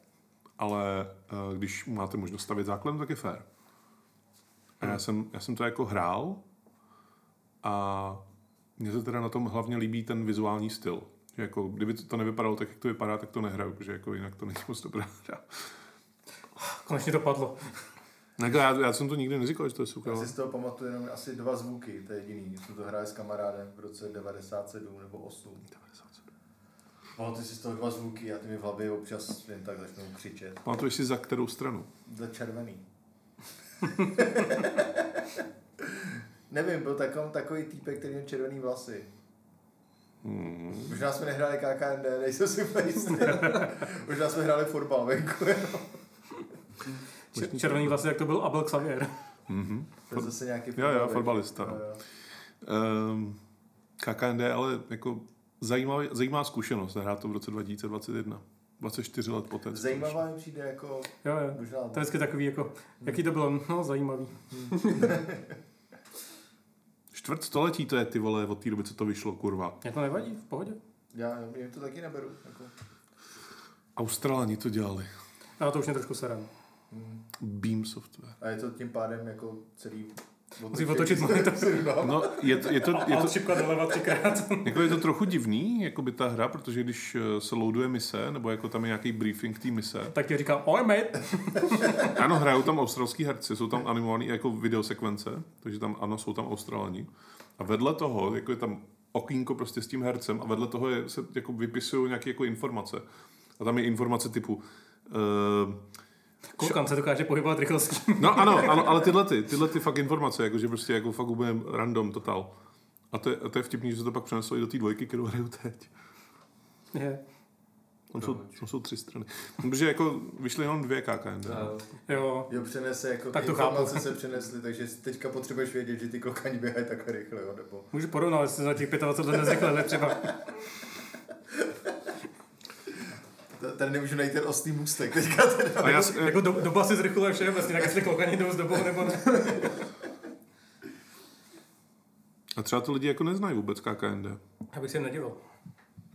C: ale eh, když máte možnost stavět základnu, tak je fair. A já jsem, já jsem to jako hrál a mně se teda na tom hlavně líbí ten vizuální styl. Že jako, kdyby to to nevypadalo tak, jak to vypadá, tak to nehraju, protože jako jinak to není moc dobrá hra.
A: Konečně to padlo.
C: Tak No jako já, já jsem to nikdy neříkal, že to je super.
E: Já si z toho pamatuju jenom asi dva zvuky, to je jediný. Jsme to hráli s kamarádem v roce 97 nebo 8. Pamatuju si z toho dva zvuky a ty mi v hlavě občas jen tak začnou křičet.
C: Pamatuješ si za kterou stranu?
E: Za červený. Nevím, byl takový, takový týpek, který měl červený vlasy.
C: Hmm.
E: Možná jsme nehráli KKND, nejsem si úplně jistý. Možná jsme hráli fotbal venku.
A: Če- Červený vlasy, jak to byl Abel Xavier.
C: Mm-hmm.
D: To je zase nějaký
C: Jo, jo,
D: fotbalový.
C: fotbalista. No.
D: Jo, jo.
C: Um, KKND, ale jako zajímavý, zajímavá zkušenost zahrát to v roce 2021. 24 let poté. co to
D: Zajímavá mi přijde jako
A: Jo, jo.
D: možná...
A: To je vždycky takový jako, jaký to bylo, no zajímavý.
C: vyšlo. Čtvrt století to je ty vole od té doby, co to vyšlo, kurva.
A: Mě to nevadí, v pohodě.
D: Já, já jim to taky neberu. Jako.
C: Australani to dělali.
A: A to už mě trošku serem.
D: Hmm.
C: Beam Software.
D: A je to tím pádem jako celý...
A: Musí otočit monitor.
D: no.
C: No, je to, je to, je to,
A: šipka doleva třikrát.
C: jako je to trochu divný, jako by ta hra, protože když eh, se loaduje mise, nebo jako tam je nějaký briefing té mise,
A: tak ti říkám, oj mate.
C: ano, hrajou tam australský herci, jsou tam animované jako videosekvence, takže tam ano, jsou tam australani. A vedle toho, jako je tam okýnko prostě s tím hercem a vedle toho je, se jako vypisují nějaké jako informace. A tam je informace typu eh,
A: Koukan se dokáže pohybovat rychlostí.
C: No ano, ano, ale tyhle ty, tyhle ty fakt informace, jakože prostě jako fakt úplně random total. A to je, a to je vtipný, že se to pak přeneslo i do té dvojky, kterou hraju teď.
A: Je.
C: Tam jsou, tam jsou tři strany. Protože jako vyšly jenom dvě KKND.
B: A
A: Jo.
D: Jo, přenese, jako
A: Tak
D: ty
A: to chápu.
D: informace se přenesly, takže teďka potřebuješ vědět, že ty kokani běhají takhle rychle, jo, nebo...
A: Můžu porovnat, jestli se za těch 25 let nezrychlili třeba.
D: T- Tady nemůžu najít ten ostý můstek teďka. Ten...
C: A já, s-
A: Jako do, doba si zrychluje vše, vlastně tak jestli koukani jdou s dobou nebo ne.
C: a třeba to lidi jako neznají vůbec KKND.
A: Já bych se jim nedivil.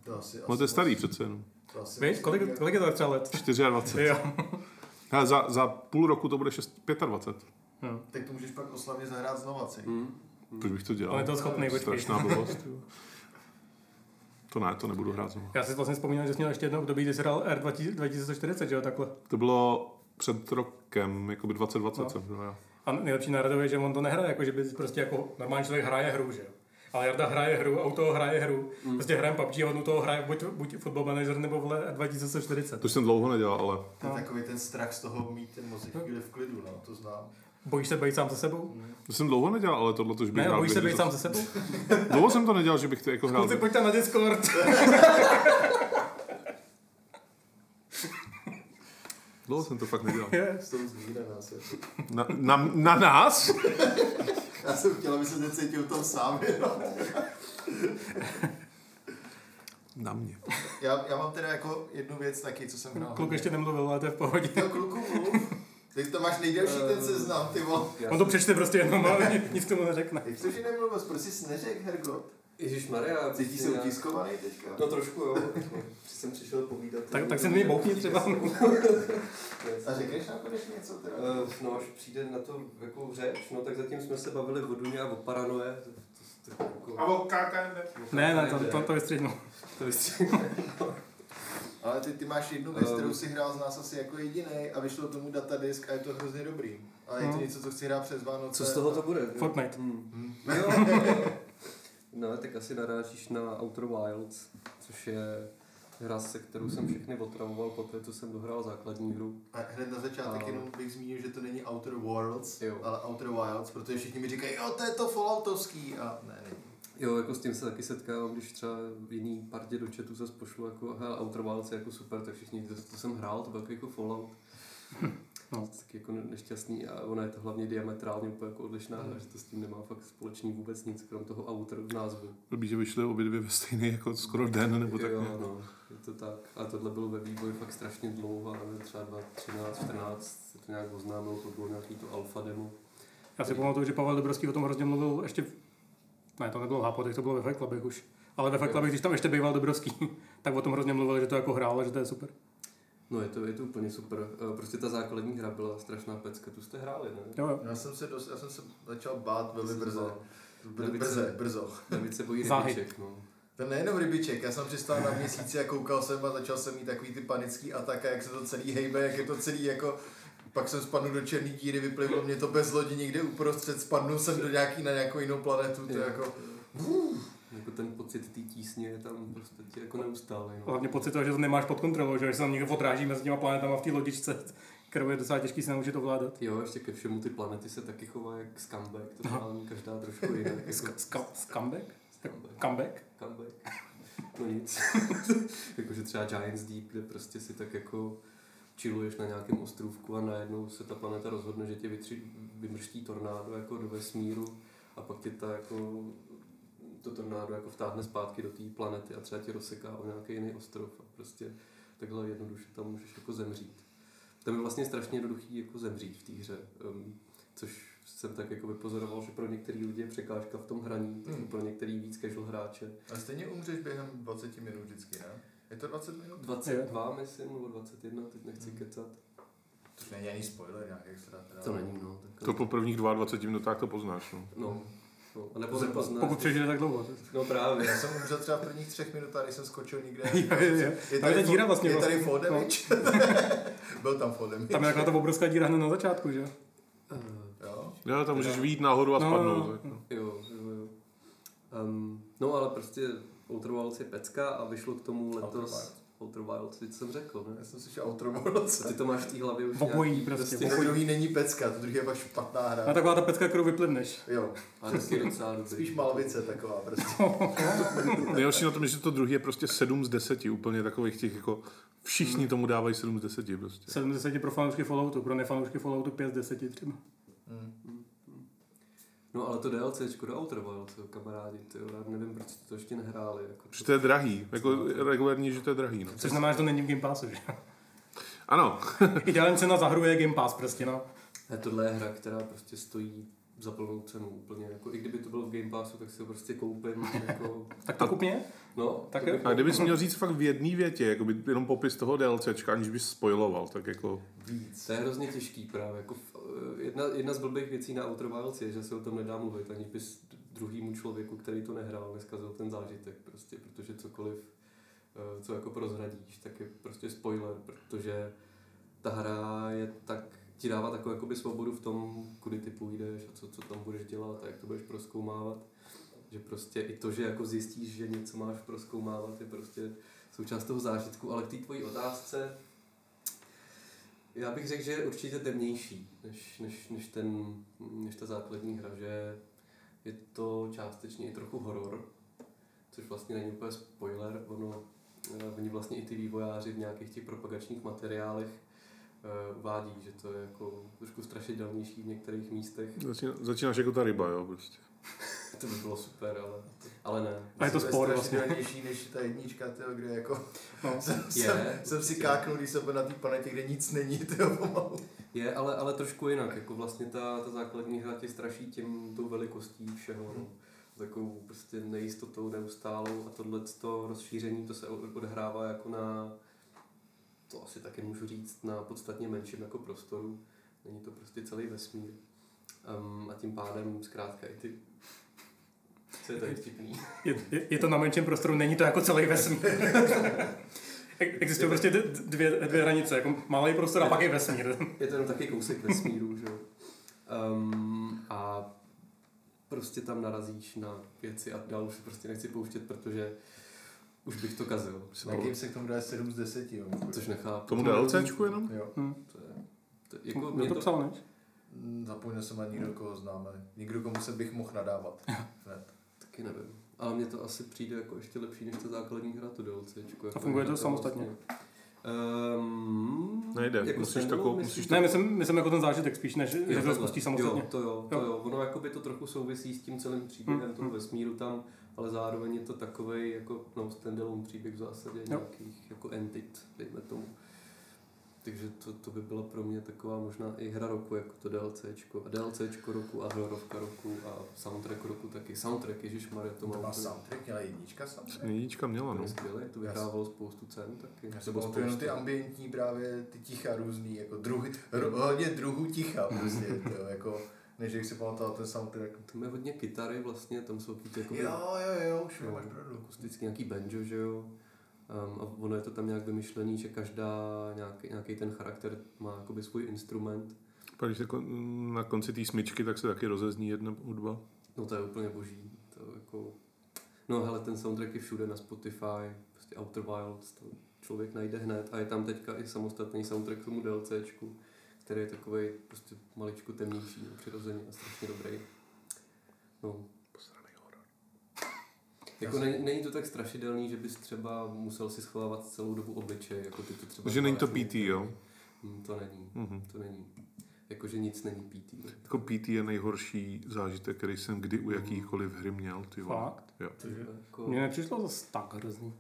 D: To asi,
C: No to je starý přece jenom.
D: To asi
A: Víš, kolik, kolik je to třeba let?
C: 24.
A: Jo.
C: Hele, za, za půl roku to bude 6, 25.
A: Hm.
D: Tak to můžeš pak oslavně zahrát znova
C: No.
D: celý.
B: hm,
C: Proč bych to
A: On je
C: dělal?
A: toho schopný, počkej.
C: Strašná blbost. jo. To ne, to nebudu hrát znovu.
A: Já si vlastně vzpomínám, že jsi měl ještě jedno období, kdy jsi hrál R2040, že jo, takhle.
C: To bylo před rokem, jako by 2020
A: No.
C: jsem byl já.
A: A nejlepší na Radovi je, že on to nehraje, jako že by prostě jako normální člověk hraje hru, že jo. Ale Jarda hraje hru, auto hraje hru, mm. prostě hrajem PUBG a on u toho hraje buď, buď Football Manager nebo vle 2040.
C: To už jsem dlouho nedělal, ale
D: To je
A: No.
D: takový ten strach z toho mít ten mozek chvíli v klidu, no, to znám.
A: Bojíš se být sám se sebou?
C: To jsem dlouho nedělal, ale tohle to už bych
A: Ne,
C: rád
A: bojíš se
C: bych
A: být
C: to-
A: sám se sebou?
C: Dlouho jsem to nedělal, že bych to jako hrál.
A: Kluci, pojďte na Discord.
C: Dlouho jsem to fakt nedělal.
A: Je.
B: z toho zlí na nás. Jako.
C: Na, na, na nás?
D: Já jsem chtěl, aby se necítil tam sám, no.
C: Na mě.
D: Já, já mám teda jako jednu věc taky, co jsem hrál.
A: Kluk ještě nemluvil, ale to je v pohodě.
D: Jo, kluku, mluv. Teď to máš nejdelší
A: Eh.
D: ten seznam, ty vole.
B: Já
A: On to přečte prostě jenom, ale ni- nic k tomu neřekne.
D: Jak to, že nemluvil, proč jsi neřekl, Hergot?
B: Ježíš Maria,
D: Cítí se utiskovaný teďka?
B: No trošku jo, jsem přišel povídat. jako
A: Tak, tak se mi bouchni třeba.
D: A řekneš nám konečně něco teda?
B: Eh, No, až přijde na to jako řeč, no tak zatím jsme se bavili o Duně a o paranoje. To- to- to- jako-
C: o KKND.
A: Ne, ne, to, to, to vystřihnu.
B: to jistě.
D: Ale ty, ty máš jednu věc,
B: Ehm.
D: kterou si hrál z nás asi jako jediný a vyšlo tomu datadisk a je to hrozně dobrý. Ale je to
A: Hmm.
D: něco, co chci hrát přes Vánoce.
B: No. Co z toho to bude? no?
A: Fortnite.
B: Hmm. Jo, jo, jo. No, tak asi narážíš na Outer Wilds, což je hra, se kterou jsem všechny otravoval po té, co jsem dohrál základní hru.
D: A hned na začátek
B: A-
D: jenom bych zmínil, že to není Outer Worlds,
B: Jo.
D: ale Outer Wilds, protože všichni mi říkají, jo, to je to Falloutovský a ne, není.
B: Jo, jako s tím se taky setkávám, když třeba v jiný partě do chatu zase pošlu jako hele, Outer Wilds je jako super, tak všichni, to, to jsem hrál, to byl takový jako Fallout.
A: No.
B: No. Tak jako ne- nešťastný a ona je to hlavně diametrálně úplně jako odlišná,
C: Mhm.
B: hra, že to s tím nemá fakt společný vůbec nic, krom toho Outer v názvu.
C: Dobrý, že vyšly obě dvě ve stejný jako skoro den, nebo tak
B: jo,
C: nějak.
B: no, je to tak. A tohle bylo ve vývoji fakt strašně dlouho, ale třeba 2013, 14 se to nějak oznámilo, to bylo nějaký to alfa demo.
A: Já si pamatuju, že Pavel Dobrovský o tom hrozně mluvil ještě... v- Ne, to nebylo v Hápodech, to bylo ve Fight Clubech už. Ale ve Fight Clubech, když tam ještě býval Dobrovský, tak o tom hrozně mluvil, že to jako hrál a že to je super.
B: No je to, je to úplně super. Eh, Prostě ta základní hra byla strašná pecka, tu jste hráli, ne?
A: Jo, jo.
D: Já jsem se, dost, já jsem se začal bát velmi
B: Jsem
D: brzo.
B: znal.
D: Br- brze, brzo.
B: David se bojí
A: Záhy.
B: rybiček, no.
D: To nejenom rybiček, já jsem přistál na měsíci a koukal jsem a začal jsem mít takový ty panický ataky, jak se to celý hejbe, jak je to celý jako... Pak jsem spadnul do černé díry, vyplivlo mě to bez lodi někde uprostřed, spadnul jsem do nějaký, na nějakou jinou planetu, to
B: Jo.
D: je jako...
B: Jako ten pocit té tísně je tam prostě tě jako neustále, no.
A: Hlavně pocit toho, že to nemáš pod kontrolou, že, že se tam někde odráží mezi těma planetama v té lodičce, kterou je docela těžký se naučit ovládat.
B: Jo, ještě ke všemu ty planety se taky chová jak scumbag, to má
A: No.
B: každá trošku jinak.
A: Sk-
B: Jako
A: ska- Scumbag?
B: Scumbag.
A: Comeback?
B: comeback. No nic. Jakože třeba Giants Deep, kde prostě si tak jako čiluješ na nějakém ostrůvku a najednou se ta planeta rozhodne, že tě vytři, vymrští tornádo jako do vesmíru a pak tě ta jako to tornádo jako vtáhne zpátky do té planety a třeba tě rozseká o nějaký jiný ostrov a prostě takhle jednoduše tam můžeš jako zemřít. Tam je vlastně strašně jednoduchý jako zemřít v té hře, um, což jsem tak jako vypozoroval, že pro některý lidi je překážka v tom hraní,
E: Hmm.
B: mm. pro některý víc casual hráče.
E: A stejně umřeš během 20 minut vždycky, ne? Je to 20 minut?
B: 22, myslím, nebo 21, teď nechci kecat.
E: To není ani spoiler nějak extra. Teda.
B: To není, no. Tak,
C: To po prvních 22 minutách to poznáš. No.
B: No, no. A nebo nepoznáš.
A: Pokud přežije tak dlouho.
B: No právě.
E: Já jsem umřel třeba v prvních třech minutách, když jsem skočil někde.
A: Jo, jo, jo. Tam je ta
E: fo-
A: díra vlastně,
E: Je tady
A: vlastně. No.
E: fall damage? Byl tam fall damage.
A: Tam je taková ta obrovská díra hned na začátku, že?
B: Eh,
E: Jo.
C: Já tam můžeš vyjít nahoru a
A: No,
C: spadnout.
A: no,
C: tak, no.
B: Jo, jo, jo. Um, no ale prostě Outer Wilds je pecka a vyšlo k tomu
E: Outer
B: letos
E: Wilds.
B: Outer Wilds, teď jsem řekl,
E: Já
B: ne?
E: jsem slyšel outro Worlds.
B: A ty to máš v té hlavě už
A: V obojí
B: nějaký
A: prostě,
E: To druhý není pecka, to druhý je fakt špatná
A: A
E: hra.
A: taková ta pecka, kterou vyplivneš.
E: Jo,
B: A taky docela dobrý.
E: spíš malvice taková prostě.
C: No, Nejhorší na tom je, že to druhý je prostě 7 z 10, úplně takových těch jako všichni tomu dávají 7 z 10 prostě.
A: 7 z 10 pro fanoušky Falloutu, pro nefanoušky Falloutu 5 z 10 třeba.
B: No ale to DLCčko do Outer Wilds, jo, kamarádi, ty jo, já nevím, proč jste to ještě nehráli. Jako
C: Že to je drahý, jako regulárně, že to je drahý. No.
A: Což znamená, že to není v Game Passu, že?
C: Ano,
A: Ideální cena za hru je Game Pass prostě, no.
B: Ne, tohle je hra, která prostě stojí za plnou cenu úplně. Jako, I kdyby to bylo v Game Passu, tak si ho prostě koupím. jako,
A: Tak to kupně?
B: no,
A: Tak
B: to
A: jo.
B: bych-
C: a kdybys měl říct fakt v jedné větě, jako by jenom popis toho DLCčka, aniž bys spoiloval, tak jako...
E: Víc.
B: To je hrozně těžký právě. Jako, f- eh, jedna, jedna z blbých věcí na Outer Wilds je, že se o tom nedá mluvit, aniž bys d- druhému člověku, který to nehrál, neskazil ten zážitek prostě, protože cokoliv, eh, co jako prozradíš, tak je prostě spoiler, protože ta hra je tak, ti dává takovou jakoby svobodu v tom, kudy ty půjdeš a co, co tam budeš dělat a jak to budeš proskoumávat. Že prostě i to, že jako zjistíš, že něco máš proskoumávat, je prostě součást toho zážitku, ale k té tvojí otázce, já bych řekl, že je určitě temnější než, než, než, ten, než ta základní hra, že je to částečně i trochu horor, což vlastně není úplně spoiler, ono, eh, oni vlastně i ty vývojáři v nějakých těch propagačních materiálech eh, uvádí, že to je jako trošku strašidelnější v některých místech.
C: Začíná, začínáš jako ta ryba, jo, prostě.
B: To by bylo super, ale, ale ne.
A: A je to
E: Jsem
A: spor vlastně.
E: strašidelnější než ta jednička, tyjo, kde jako
A: No.
E: jsem,
B: Je,
E: jsem, jsem si
B: určitě.
E: káknul, když jsem byl na té planetě, kde nic není, tyjo, pomalu.
B: Je, ale, ale trošku jinak. Jako vlastně ta, ta základní hra tě straší tím, tou velikostí všeho. No. Takovou prostě nejistotou neustálou a tohle to rozšíření, to se o- odehrává jako na, to asi taky můžu říct, na podstatně menším jako prostoru. Není to prostě celý vesmír. Um, a tím pádem zkrátka i ty... Co je tady vtipný?
A: Je, je, je, to na menším prostoru, není to jako celý vesmír. Ex- Existují prostě d- dvě, dvě hranice, jako malý prostor a pak je vesmír.
B: Je to jenom taky kousek vesmíru, že jo. Um, a prostě tam narazíš na věci a dál už se prostě nechci pouštět, protože už bych to kazil.
E: Na
A: No.
E: game se k tomu dá 7 z 10, jo.
B: Což nechápu.
C: Tomu DLCčku jenom?
E: Jo.
B: To je, to, jako
A: Kdo
B: mě
A: No to
B: to,
A: psal, než?
E: Mm, Zapomněl jsem na někdo, koho známe. Někdo, komu se bych mohl nadávat. Hned.
B: taky nevím. Ale mně to asi přijde jako ještě lepší než ta základní hra, to DLCčko. Jako
A: funguje to
B: je
A: samostatně?
B: Vlastně. Um,
C: Nejde, musíš takovou- musíš
A: Ne, myslím, myslím jako ten zážitek spíš, než že to
B: takhle.
A: spustíš samostatně.
B: Jo, to jo, to
A: Jo.
B: jo. Ono jakoby to trochu souvisí s tím celým
E: Hmm,
B: příběhem toho vesmíru tam, ale zároveň je to takový jako no, standalone příběh v zásadě nějakých jako entit, dejme tomu. Takže to, to by byla pro mě taková možná i hra roku, jako to DLCčko. A DLCčko roku a hororovka roku a soundtrack roku taky. Soundtrack, ježišmarja, to
E: To
B: mám.
E: má
B: úplně-
E: soundtrack, měla jednička soundtrack.
C: Jednička měla,
B: to
C: no.
B: je skvělé, to vyhrávalo spoustu cen taky.
E: Já si pamatuju jenom ty ambientní právě, ty ticha různý, jako druhy, ro, hodně druhů ticha prostě, to, jako, než jak si pamatoval ten soundtrack.
B: Tam je hodně kytary vlastně, tam jsou ty jako
E: Jo, jo, jo, už jo, máš pravdu.
B: akusticky nějaký banjo, že jo. Um, a ono je to tam nějak vymyšlený, že každá nějaký, nějaký ten charakter má jakoby svůj instrument.
C: Pak když se kon- na konci té smyčky, tak se taky rozezní jedna hudba.
B: No to je úplně boží. To jako... No hele, ten soundtrack je všude na Spotify, prostě Outer Wilds, to člověk najde hned. A je tam teďka i samostatný soundtrack k tomu DLCčku, který je takový prostě maličku temnější, no, přirozeně a strašně dobrý. No, jako ne, není to tak strašidelný, že bys třeba musel si schovávat celou dobu obličej, jako ty to třeba...
C: Že není to
B: děláš
C: PT, jo?
B: Hm, To není,
C: Mhm.
B: to není. Jakože nic není PT.
C: Jako PT je nejhorší zážitek, který jsem kdy u jakýchkoliv hry měl. Ty vole.
A: Fakt?
C: Jo.
A: Cože?
B: Jako,
A: Mně nepřišlo zase tak hrozný.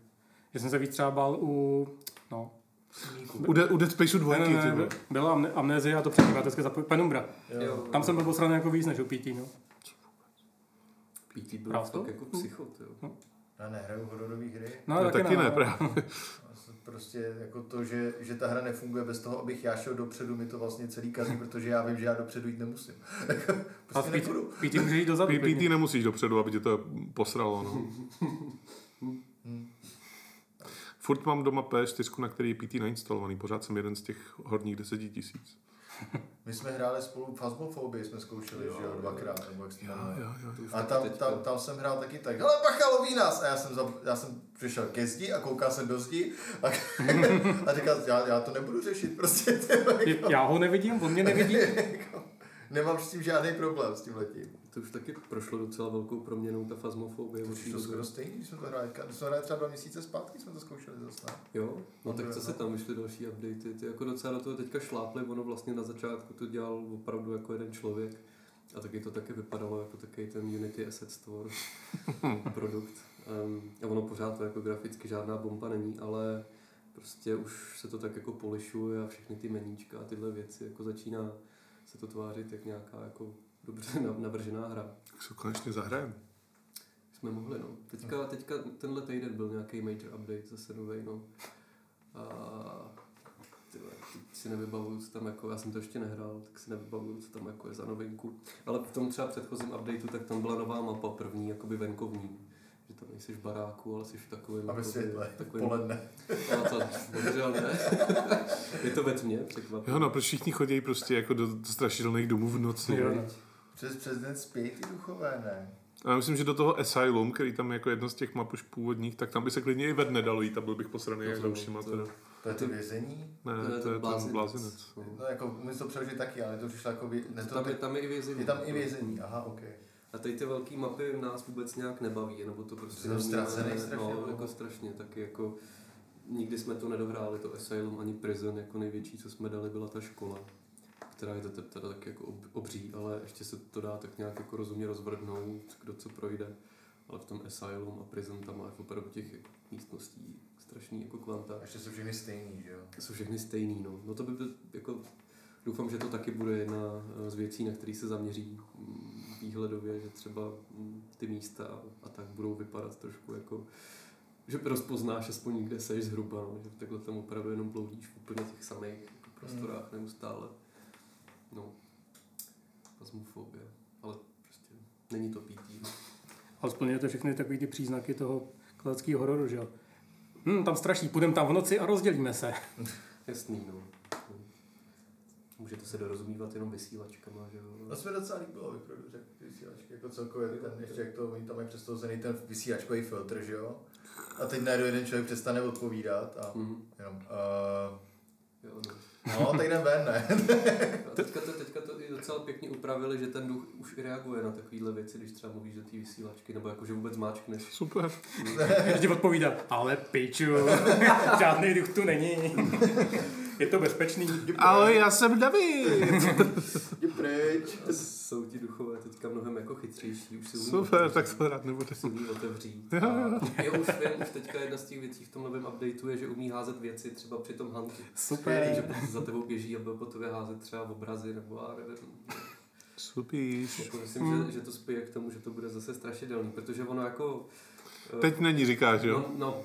A: Že jsem se víc třeba bál u... No.
C: U, De- u Dead Spaceu
A: Ne, ne,
C: dvojky, ty
A: ne,
C: vole.
A: ne, byla amne- amnézie a to předkladatelské zapo- Penumbra.
B: jo,
A: Tam jsem byl posraný jako víc než u PT, no.
B: PT byl
A: Pravda?
B: fakt jako psychot, jo.
D: Já nehraju hororové hry.
A: No,
C: No, taky ne, právě.
D: Prostě jako to, že, že ta hra nefunguje bez toho, abych já šel dopředu, mi to vlastně celý kazí, protože já vím, že já dopředu jít nemusím.
A: A
D: prostě
A: v PT,
D: nebudu.
A: PT může jít dozadu.
C: PT
A: klidně.
C: nemusíš dopředu, aby tě to posralo. No. Furt mám doma PS4, na který je PT nainstalovaný. Pořád jsem jeden z těch horních 10 tisíc.
D: My jsme hráli spolu Phasmophobii, jsme zkoušeli,
B: Jo,
D: že jo,
B: jo.
D: dvakrát, nebo jak se to jmenuje.
B: To už
D: A
B: taky
D: tam,
B: teďka.
D: tam, tam, jsem hrál taky tak, hele bacha, loví nás! A já jsem, za, já jsem přišel ke zdi a koukal jsem do zdi a, a říkal, já, já to nebudu řešit, prostě ty vole,
A: Je- Já ho nevidím, on mě nevidí.
D: nemám s tím žádný problém s tím letím.
B: To už taky prošlo docela velkou proměnou, ta fazmofobie.
D: Už to skoro stejný, když jsme to hráli, když jsme to hráli třeba dva měsíce zpátky, jsme to zkoušeli zase. ne?
B: Jo, no tak
D: Dobré,
B: co
D: no.
B: se tam vyšly další updaty, ty jako docela do toho teďka šlápli, ono vlastně na začátku to dělal opravdu jako jeden člověk a taky to taky vypadalo jako takový ten Unity Asset Store produkt. Um, a ono pořád to jako graficky žádná bomba není, ale prostě už se to tak jako polišuje a všechny ty meníčka a tyhle věci jako začíná se to tvářit jak nějaká jako dobře nav- navržená hra.
C: Tak se konečně zahrajeme.
B: Jsme mohli, no. Teďka, teďka tenhle týden byl nějaký major update, zase novej, no. A tyhle, teď si nevybavuju, co tam jako, já jsem to ještě nehrál, tak si nevybavuju, co tam jako je za novinku. Ale v tom třeba předchozím updateu, tak tam byla nová mapa, první, jakoby venkovní. Že tam nejsi v baráku, ale jsi v takovém...
D: A ve
B: jakoby,
D: světle,
B: takovém,
D: poledne.
B: Ale to, dobře, ale ne. je to ve tmě, překvapivě.
C: Jo, no, proč všichni chodí prostě jako do, do strašidelných domů v noci.
A: Jo, no.
D: Přes, přes den spějí ty duchové, ne?
C: A já myslím, že do toho Asylum, který tam je jako jedno z těch map už původních, tak tam by se klidně i ve dne dalo jít a byl bych posraný
B: To
C: jak
B: jsem-
C: za ušima.
B: to-
C: Teda.
D: To je to
B: Ty-
D: vězení?
C: Ne, to je ten blázinec.
B: No.
D: No jako, my jsme to přeložili taky, ale to přišlo jako... vě- Ne, to,
B: Tam je, tam je i vězení.
D: je tam i vězení, aha, ok.
B: A tady ty velké mapy nás vůbec nějak nebaví, nebo to prostě
D: Jsou
B: nevnímáme,
D: ztracený strašně,
B: no,
D: no.
B: jako strašně, taky jako nikdy jsme to nedohráli, to Asylum ani Prison, jako největší, co jsme dali, byla ta škola, která je to te- teda tak jako ob- obří, ale ještě se to dá tak nějak jako rozumně rozvrhnout, kdo co projde. Ale v tom Asylum a Prison tam máš opravdu těch místností strašný jako kvanta.
D: A Ještě jsou všechny stejný, že jo?
B: Jsou všechny stejný, no. No to by byl, jako, doufám, že to taky bude jedna eh, z věcí, na který se zaměří mm, výhledově, že třeba mm, ty místa a tak budou vypadat trošku jako, že rozpoznáš aspoň kde seš zhruba, no. že takhle tam opravdu jenom bloudíš v úplně těch samých jako prostorách neustále. No, pasmofobie, ale prostě není to pítí.
A: Ale splňujete všechny takové ty příznaky toho klasického hororu, že jo? Hm, tam straší, půjdeme tam v noci a rozdělíme se.
B: Jasný, no. No. Můžete se dorozumívat jenom vysílačkama, že jo.
D: No se mi docela líbilo vyprodu, řekl ty vysílačky, jako celkově ten, ještě jak to, oni tam mají přestouzený ten vysílačkový filtr, že jo? A teď najednou jeden člověk přestane odpovídat a
B: Mhm.
D: jenom, uh,
B: Jo, no.
D: no, tak jdem ven, ne?
B: A Jako teďka to, teďka to i docela pěkně upravili, že ten duch už i reaguje na takovéhle věci, když třeba mluvíš do té vysílačky, nebo jako, že vůbec máčkneš.
C: Super.
A: Ještě odpovídá, ale piču, žádný duch tu není. Je to bezpečný.
C: Ahoj, já jsem David.
D: Jdi pryč.
B: A jsou ti duchové teďka mnohem jako chytřejší, už si umí
C: Super,
B: otevřít-
C: tak to rád nebude.
B: si umí otevřít. A jo, už vím, už teďka jedna z těch věcí v tom novém updateu je, že umí házet věci třeba při tom hantu. Že
A: Super.
B: prostě za tebou běží a byl po tobě házet třeba obrazy nebo já nevím.
C: Supíš.
B: Jako myslím, že, že to spěje k tomu, že to bude zase strašidelný, protože ono jako... eh,
C: Teď není, říkáš, jo?
B: No, no,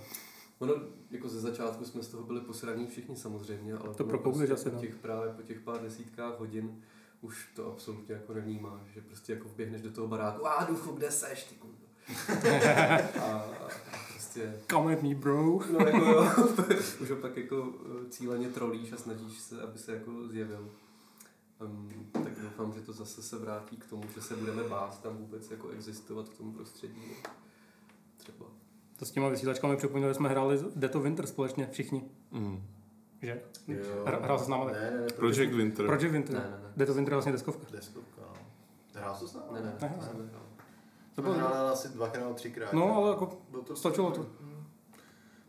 B: ono, jako ze začátku jsme z toho byli posraní všichni samozřejmě, ale
A: To
B: ono
A: prokoukneš
B: prostě
A: asi,
B: po
A: no.
B: těch, právě po těch pár desítkách hodin už to absolutně jako nevnímáš, že prostě jako vběhneš do toho baráku, a duchu, kde seš, ty kurdo. a prostě,
A: Come at me, bro.
B: no jako jo, už ho pak jako eh, cíleně trolíš a snažíš se, aby se jako zjevil. Um, tak doufám, že to zase se vrátí k tomu, že se budeme bát tam vůbec jako existovat v tom prostředí. no. Třeba.
A: To s těma vysílačkami připomněl, že jsme hráli Death of Winter společně všichni,
C: Mm.
A: že?
D: Jo.
A: Hra- Hrál se s náma
D: Ne,
A: tak.
D: ne, ne,
C: Project Winter.
A: Proč je
B: Ne,
A: Winter?
B: ne, ne.
A: Death of Winter je vlastně deskovka.
D: Deskovka, no. Hrál jsi to s námi?
B: Ne, ne,
A: Ne,
B: ne,
A: ne.
B: to jsem nehrál.
A: To
D: To
A: bylo-
D: bylo hrál asi dvakrát, třikrát.
A: No, ale jako
D: Bylo
A: stačilo to.
D: Mm.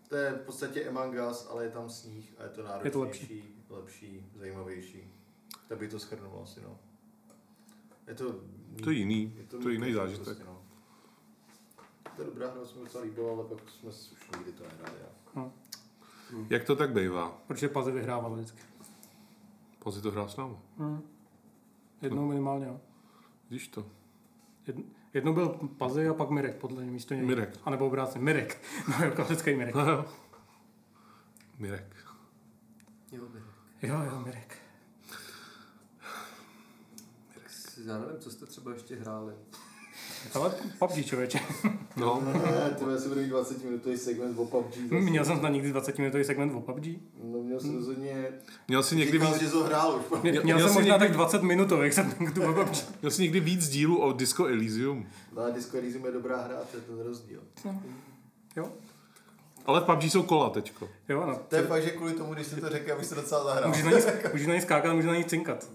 D: To je v podstatě Among Us, ale je tam sníh a je to náročnější,
A: Je to
D: lepší. lepší, zajímavější. Tak by to shrnulo asi, no. Je to...
C: To je jiný.
D: je
C: to je jiný
D: mít-
C: zážitek.
D: no. To je dobrá hra, se mi docela líbila, ale pak jsme s- už nikdy to nehráli. Já.
B: Hm.
C: Jak to tak bývá?
A: Protože Pazi vyhrával vždycky.
C: Pazi to hrál s námi.
A: Hmm. Jednou minimálně, jo.
C: Vidíš to?
A: Jedn- Jednou byl Pazi a pak Mirek, podle mě místo něj.
C: Mirek.
A: A nebo obráceně, Mirek. No jo, klasický Mirek.
C: Mirek.
B: Jo, ne.
A: Jo, jo, Mirek.
B: Já nevím, co jste třeba ještě hráli.
A: Ale PUBG člověče.
C: No,
D: Ne, to asi bude mít 20 minutový segment o PUBG. zase.
A: Měl jsem na nikdy 20 minutový segment o PUBG.
D: No, měl jsem rozhodně...
C: měl jsi někdy
D: Říkal,
C: víc,
D: že jsi ho hrál už.
A: Mě, měl,
C: měl
A: měl jsem
C: jsi
A: možná
C: někdy-
A: tak 20 minutových segmentů o PUBG.
C: měl jsi někdy víc dílů o Disco Elysium.
D: No, Ale Disco Elysium je dobrá hra a to je ten rozdíl.
A: Jo,
C: Ale v PUBG jsou kola teďko.
A: jo, no.
E: To je fakt, že kvůli tomu, když jsi to řekl, abych se docela zahrál.
A: Můžeš na ní, můžeš na ní skákat, můžeš na ní cinkat.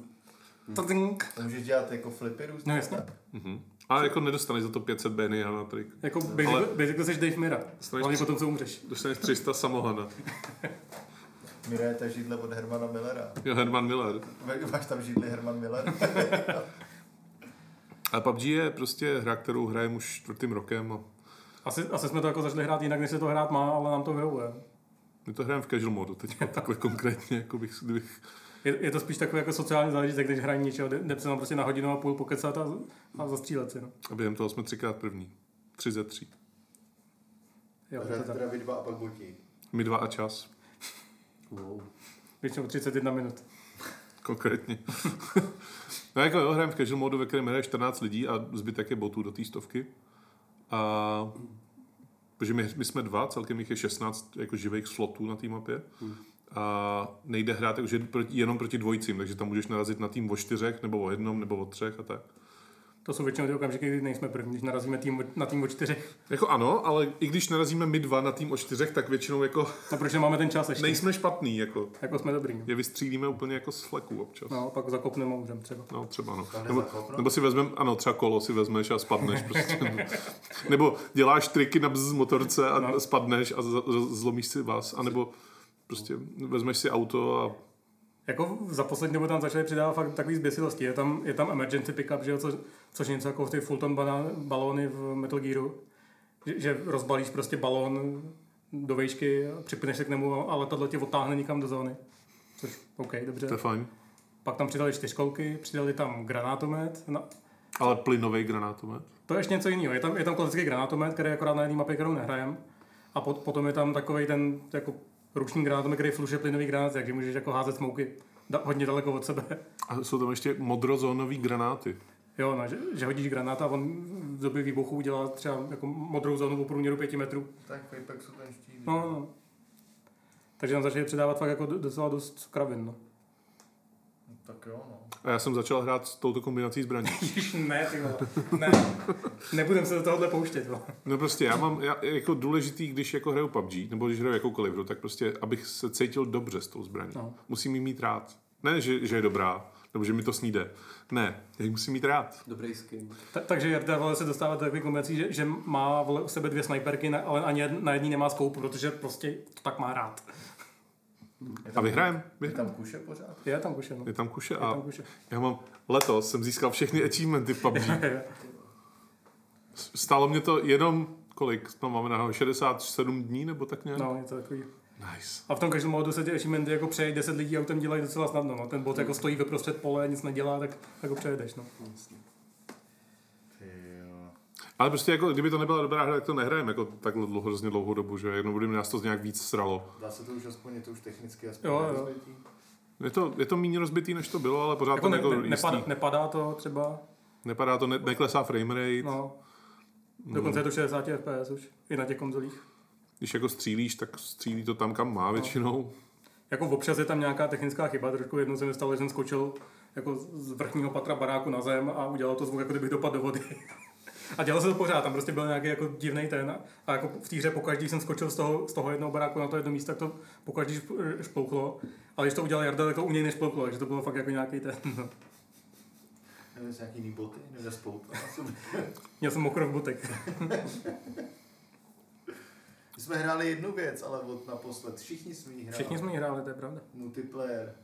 C: Hmm.
A: Tadink.
E: A Můžeš dělat jako flipy různé.
A: No jasně.
C: Mhm. A jako nedostaneš za to 500 Benny a na trik.
A: Jako basic,
C: Ale-
A: Ale... basic jsi Dave Mira.
C: Stojíš-
A: Hlavně potom, co umřeš.
C: Dostaneš 300 samohana.
E: Mira je ta židle od Hermana Millera.
C: Jo, Herman Miller.
E: Ve- Máš tam židli Herman Miller?
C: A PUBG je prostě hra, kterou hrajem už čtvrtým rokem a
A: Asi, asi jsme to jako začali hrát jinak, než se to hrát má, ale nám to vyhovuje.
C: my to hrajeme v casual modu teď, takhle konkrétně, jako bych, kdybych...
A: Je, je to spíš takový jako sociální zážitek, když hraní něčeho, jde jde se tam prostě na hodinu a půl pokecat a, a zastřílet si. No.
C: A během toho jsme třikrát první. Tři ze tří.
A: Jo, je
D: Hra,
A: to tak.
D: která vy dva a pak botí.
C: My dva a čas,
B: Wow.
A: Většinou 31 minut.
C: konkrétně. no jako jo, hrajeme v casual modu, ve kterém hraje 14 lidí a zbytek je botů do té stovky. A protože my, my, jsme dva, celkem jich je 16 jako živých slotů na té mapě. A nejde hrát takže proti, jenom proti dvojicím, takže tam můžeš narazit na tým o čtyřech, nebo o jednom, nebo o třech a tak.
A: To jsou většinou ty okamžiky, kdy nejsme první, když narazíme tým, o- na tým o čtyřech.
C: Jako ano, ale i když narazíme my dva na tým o čtyřech, tak většinou jako
A: A No, proč nemáme ten čas ještě?
C: nejsme špatný, jako
A: Jako jsme dobrý. no.
C: je vystřílíme úplně jako z fleku občas. No.
A: No, pak zakopneme a umřem třeba.
C: No, třeba no.
D: Tam
C: Nebo,
D: nezakopnou?
C: nebo si vezmeme, ano, třeba kolo si vezmeš a spadneš prostě. nebo děláš triky na bzz motorce a no.
A: No.
C: spadneš a z- z- zlomíš si vás. A nebo prostě vezmeš si auto a
A: Jako za poslední dobu tam začaly přidávat fakt takový zběsilosti. Je tam, je tam emergency pickup, že jo, co, což je něco jako ty Fulton bana, balóny v Metal Gearu. Že, že rozbalíš prostě balón do vejšky, připneš se k němu a- a letadlo tě otáhne nikam do zóny. Což, OK, dobře.
C: to je fajn.
A: Pak tam přidali čtyřkolky, přidali tam granátomet. No,
C: Ale plynový granátomet.
A: to je ještě něco jiného. Je tam, je tam klasický granátomet, který je akorát na jedné mapě, kterou nehrajem. A pot, potom je tam takový ten jako ruční granátomet, který fluše plynový granát, takže můžeš jako házet smoky da, hodně daleko od sebe.
C: A jsou tam ještě modrozónový granáty.
A: Jo, no, že, že hodíš granát a on v době výbuchu udělá třeba jako modrou zónu o průměru 5 metrů.
E: tak v Apexu ten štít.
A: No, no, no. Takže nám začali předávat fakt jako do- docela dost kravin, no. Hm.
E: Tak jo, no.
C: A já jsem začal hrát s touto kombinací zbraní.
A: Ježiš, ne, ty vole, ne. Nebudem se do tohohle pouštět, vole.
C: No prostě já mám já, jako důležitý, když jako hraju PUBG, nebo když hraju jakoukoliv hru, tak prostě, abych se cítil dobře s tou zbraní. No.
A: No.
C: Musím ji mít rád. Ne, že, že je dobrá, nebo že mi to sníde. Ne, já ji musím mít rád.
B: Dobrý skin.
A: Ta, takže Jarda vole, se dostává do takových kombinací, že, že má vole, u sebe dvě snajperky, na, ale ani jed- na jedný nemá skoup, protože prostě to tak má rád.
E: Je
C: A
E: tam,
C: vyhrajem.
E: je
C: vyhrajem.
E: tam kuše pořád?
A: Je tam kuše, no.
C: Je tam kuše
A: Je tam
C: a
A: kuše.
C: já mám, letos jsem získal všechny achievementy v PUBG. S- Stálo mě to jenom, kolik, tam máme na 67 dní, nebo tak nějak?
A: No, je to takový.
C: Nice.
A: A v tom každém modu se ty achievementy jako přeje 10 lidí a autem dělají docela snadno. No. Ten bot jako
C: Hmm.
A: stojí ve prostřed pole, nic nedělá, tak, tak ho přejedeš. No.
E: Ty jo.
C: Ale prostě jako, kdyby to nebyla dobrá hra, tak to nehrajem jako takhle dlouho, hrozně dlouhou dobu, že jednou bude nás to nějak víc sralo.
D: Dá se to už aspoň, je to už technicky aspoň
A: Jo, jo.
D: rozbitý.
C: Je to, je to méně rozbitý, než to bylo, ale pořád
A: Jako
C: jako
A: ne,
C: tam
A: ne,
C: jako ne,
A: nepadá, nepadá, to třeba,
C: Nepadá to, ne, neklesá frame rate. No.
A: no.
C: Hmm.
A: Dokonce je to 60 fps už, i na těch konzolích.
C: Když jako střílíš, tak střílí to tam, kam
A: No.
C: má většinou.
A: Jako občas je tam nějaká technická chyba, trošku jednou se mi stalo, že jsem skočil jako z vrchního patra baráku na zem a udělal to zvuk, jako kdybych dopadl do vody. A dělalo se to pořád, tam prostě byl nějaký jako divný ten a- a jako v té hře pokaždý jsem skočil z toho, z toho jednoho baráku na to jedno místo, tak to pokaždý šp- šplouchlo. Ale když to udělal Jarda, tak to u něj nešplouchlo, takže to bylo fakt jako nějaký ten. No.
D: Nevím, jestli nějaký jiný boty, nevím, jestli spolu.
A: Měl jsem mokro v botek.
D: My jsme jsme hráli jednu věc, ale od naposled. Všichni jsme ji hráli.
A: Všichni jsme ji hráli, to je pravda.
D: Multiplayer.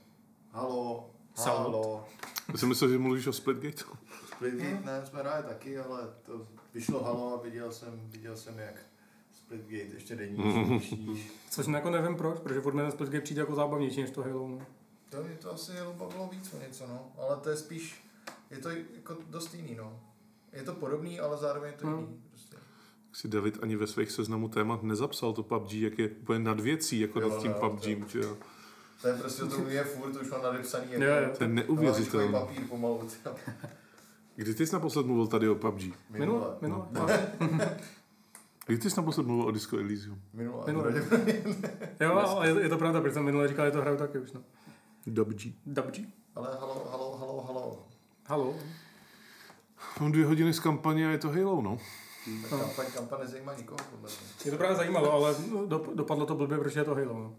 D: Halo.
A: Salut.
D: Halo.
C: Já jsem myslel, že mluvíš o Splitgate.
E: No.
D: Splitgate, ne, jsme hráli taky, ale to vyšlo halo a viděl jsem, viděl jsem jak Splitgate ještě není. Mm.
A: Což jako nevím proč, protože Woodman Splitgate přijde jako zábavnější než to Halo. No.
E: To je to asi Halo bavilo víc o něco, no. Ale to je spíš, je to jako dost jiný, no. Je to podobný, ale zároveň je to
A: Hmm.
E: jiný. Prostě.
C: Jak si David ani ve svých seznamu témat nezapsal to PUBG, jak je úplně nad věcí, jako
E: Jo,
C: nad tím
E: jo,
C: PUBG. že jo.
E: To je prostě to je furt, už mám nadepsaný jako,
A: Jo, jo.
C: To je
E: naváčkový
C: neuvěřitelné.
E: papír pomalu. teda.
C: Kdy ty jsi naposled mluvil tady o PUBG?
A: Minule,
E: Minule.
A: minule.
C: Kdy ty jsi naposled mluvil o Disco Elysium?
E: Minule.
A: Minule.
E: Minule.
A: Jo, ale je, je to pravda, protože jsem minule říkal, že to hraju taky už. No.
C: PUBG.
A: Dubg?
E: Ale halo, halo, halo, halo.
A: Halo.
C: Mám dvě hodiny z kampaně a je to Halo, no.
E: Ta kampaň, kampaň nezajímá nikoho, podle mě.
A: Je to právě zajímalo, ale do, dopadlo to blbě, protože je to Halo. No.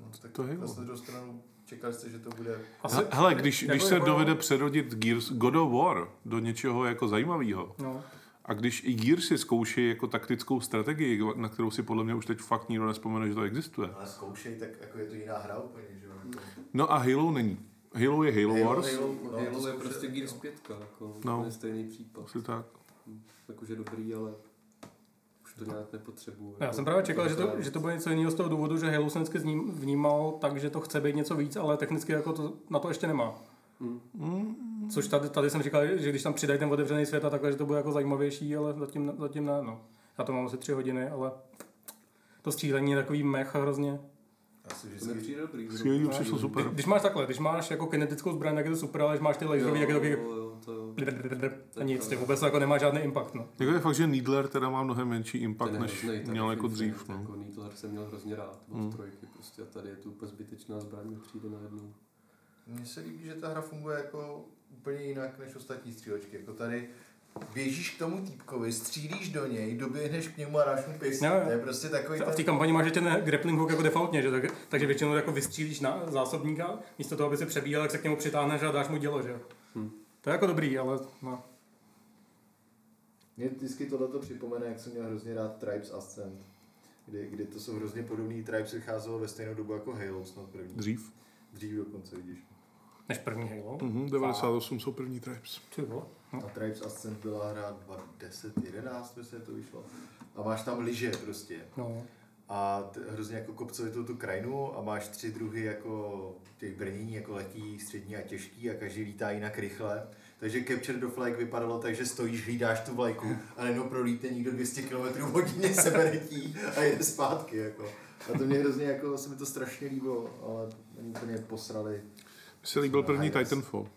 E: No, tak
C: To je
E: na
C: ono.
E: druhou stranu čekali jste, že to bude...
C: He- Hele, když,
A: jako
C: když se
A: jako-
C: dovede přerodit Gears, God of War do něčeho jako zajímavého,
A: No.
C: a když i Gearsy zkouší jako taktickou strategii, na kterou si podle mě už teď fakt nikdo nespomene, že to existuje.
D: Ale zkoušej, tak jako je to jiná hra úplně, že jo.
E: jako.
C: No a Halo není. Halo je Halo, Wars.
B: No,
D: no,
B: Halo
D: to
B: je prostě
D: zkoušej.
B: Gears 5, jako,
C: No.
B: no. to je stejný případ.
C: Asi tak.
B: Tak už je dobrý, ale už to nějak nepotřebuju.
A: No, Já
B: jako.
A: jsem právě čekal, že to,
B: právě-
A: že to bude něco jiného z toho důvodu, že Halo jsem vždycky zním- vnímal tak, že to chce být něco víc, ale technicky jako to, na to ještě nemá.
B: Hm,
C: Hmm.
A: Což tady, tady jsem říkal, že když tam přidají ten otevřený svět a takhle, že to bude jako zajímavější, ale zatím, ne- zatím ne, no. Já to mám asi tři hodiny, ale to střílení je takový mech hrozně.
B: To
D: Asi
B: mi
D: vždycky
B: přijde dobrý.
C: Skvělý, přišlo super.
A: Když máš takhle, když máš jako kinetickou zbraň, tak je to super, ale když máš ty laserový, tak je to
B: jo,
A: taky
B: jo, to jo.
A: a nic, ty vůbec jako nemá žádný impact, no.
C: Jako je fakt, že Needler teda má mnohem menší
B: Ten
C: impact,
B: je
C: než
B: hroznej, ten
C: měl jako
B: Infinite,
C: dřív. No.
B: Jako Needler jsem měl hrozně rád
A: Hm.
B: od trojky prostě a tady je to úplně zbytečná zbraň, mi přijde najednou.
E: Mně se líbí, že ta hra funguje jako úplně jinak než ostatní střílečky. Jako tady běžíš k tomu týpkovi, střílíš do něj, doběhneš k němu a dáš mu pěstí.
A: Jo, jo.
E: To je prostě takový
A: A v té
E: ten...
A: kampani máš ještě ten grappling hook jako defaultně, že? Tak, takže většinou jako vystřílíš na zásobníka, místo toho, aby se přebíjel, tak se k němu přitáhneš a dáš mu dělo, že? jo. To je jako dobrý, ale no.
D: Mě vždycky tohleto připomene, jak jsem měl hrozně rád Tribes Ascent. Kdy, kdy to jsou hrozně podobný, Tribes vycházelo ve stejnou dobu jako Halo, snad první.
C: Dřív.
D: Dřív dokonce, vidíš.
A: Než první Halo.
C: Mhm, 98 jsou první Tribes.
A: Ty vole. No.
D: A Tribes Ascent byla hra 2010, 11, myslím, že to vyšlo. A máš tam liže prostě.
A: No.
D: A t- hrozně jako kopcovitou tu krajinu a máš tři druhy jako těch brnění, jako lehký, střední a těžký a každý lítá jinak rychle. Takže Capture the Flag vypadalo tak, že stojíš, hlídáš tu vlajku a najednou prolítne někdo 200 km v hodině seberetí a jede zpátky. Jako. A to mě hrozně jako, se mi to strašně líbilo, ale oni úplně posrali.
C: Mně se líbil první
D: Nice.
C: Titanfall.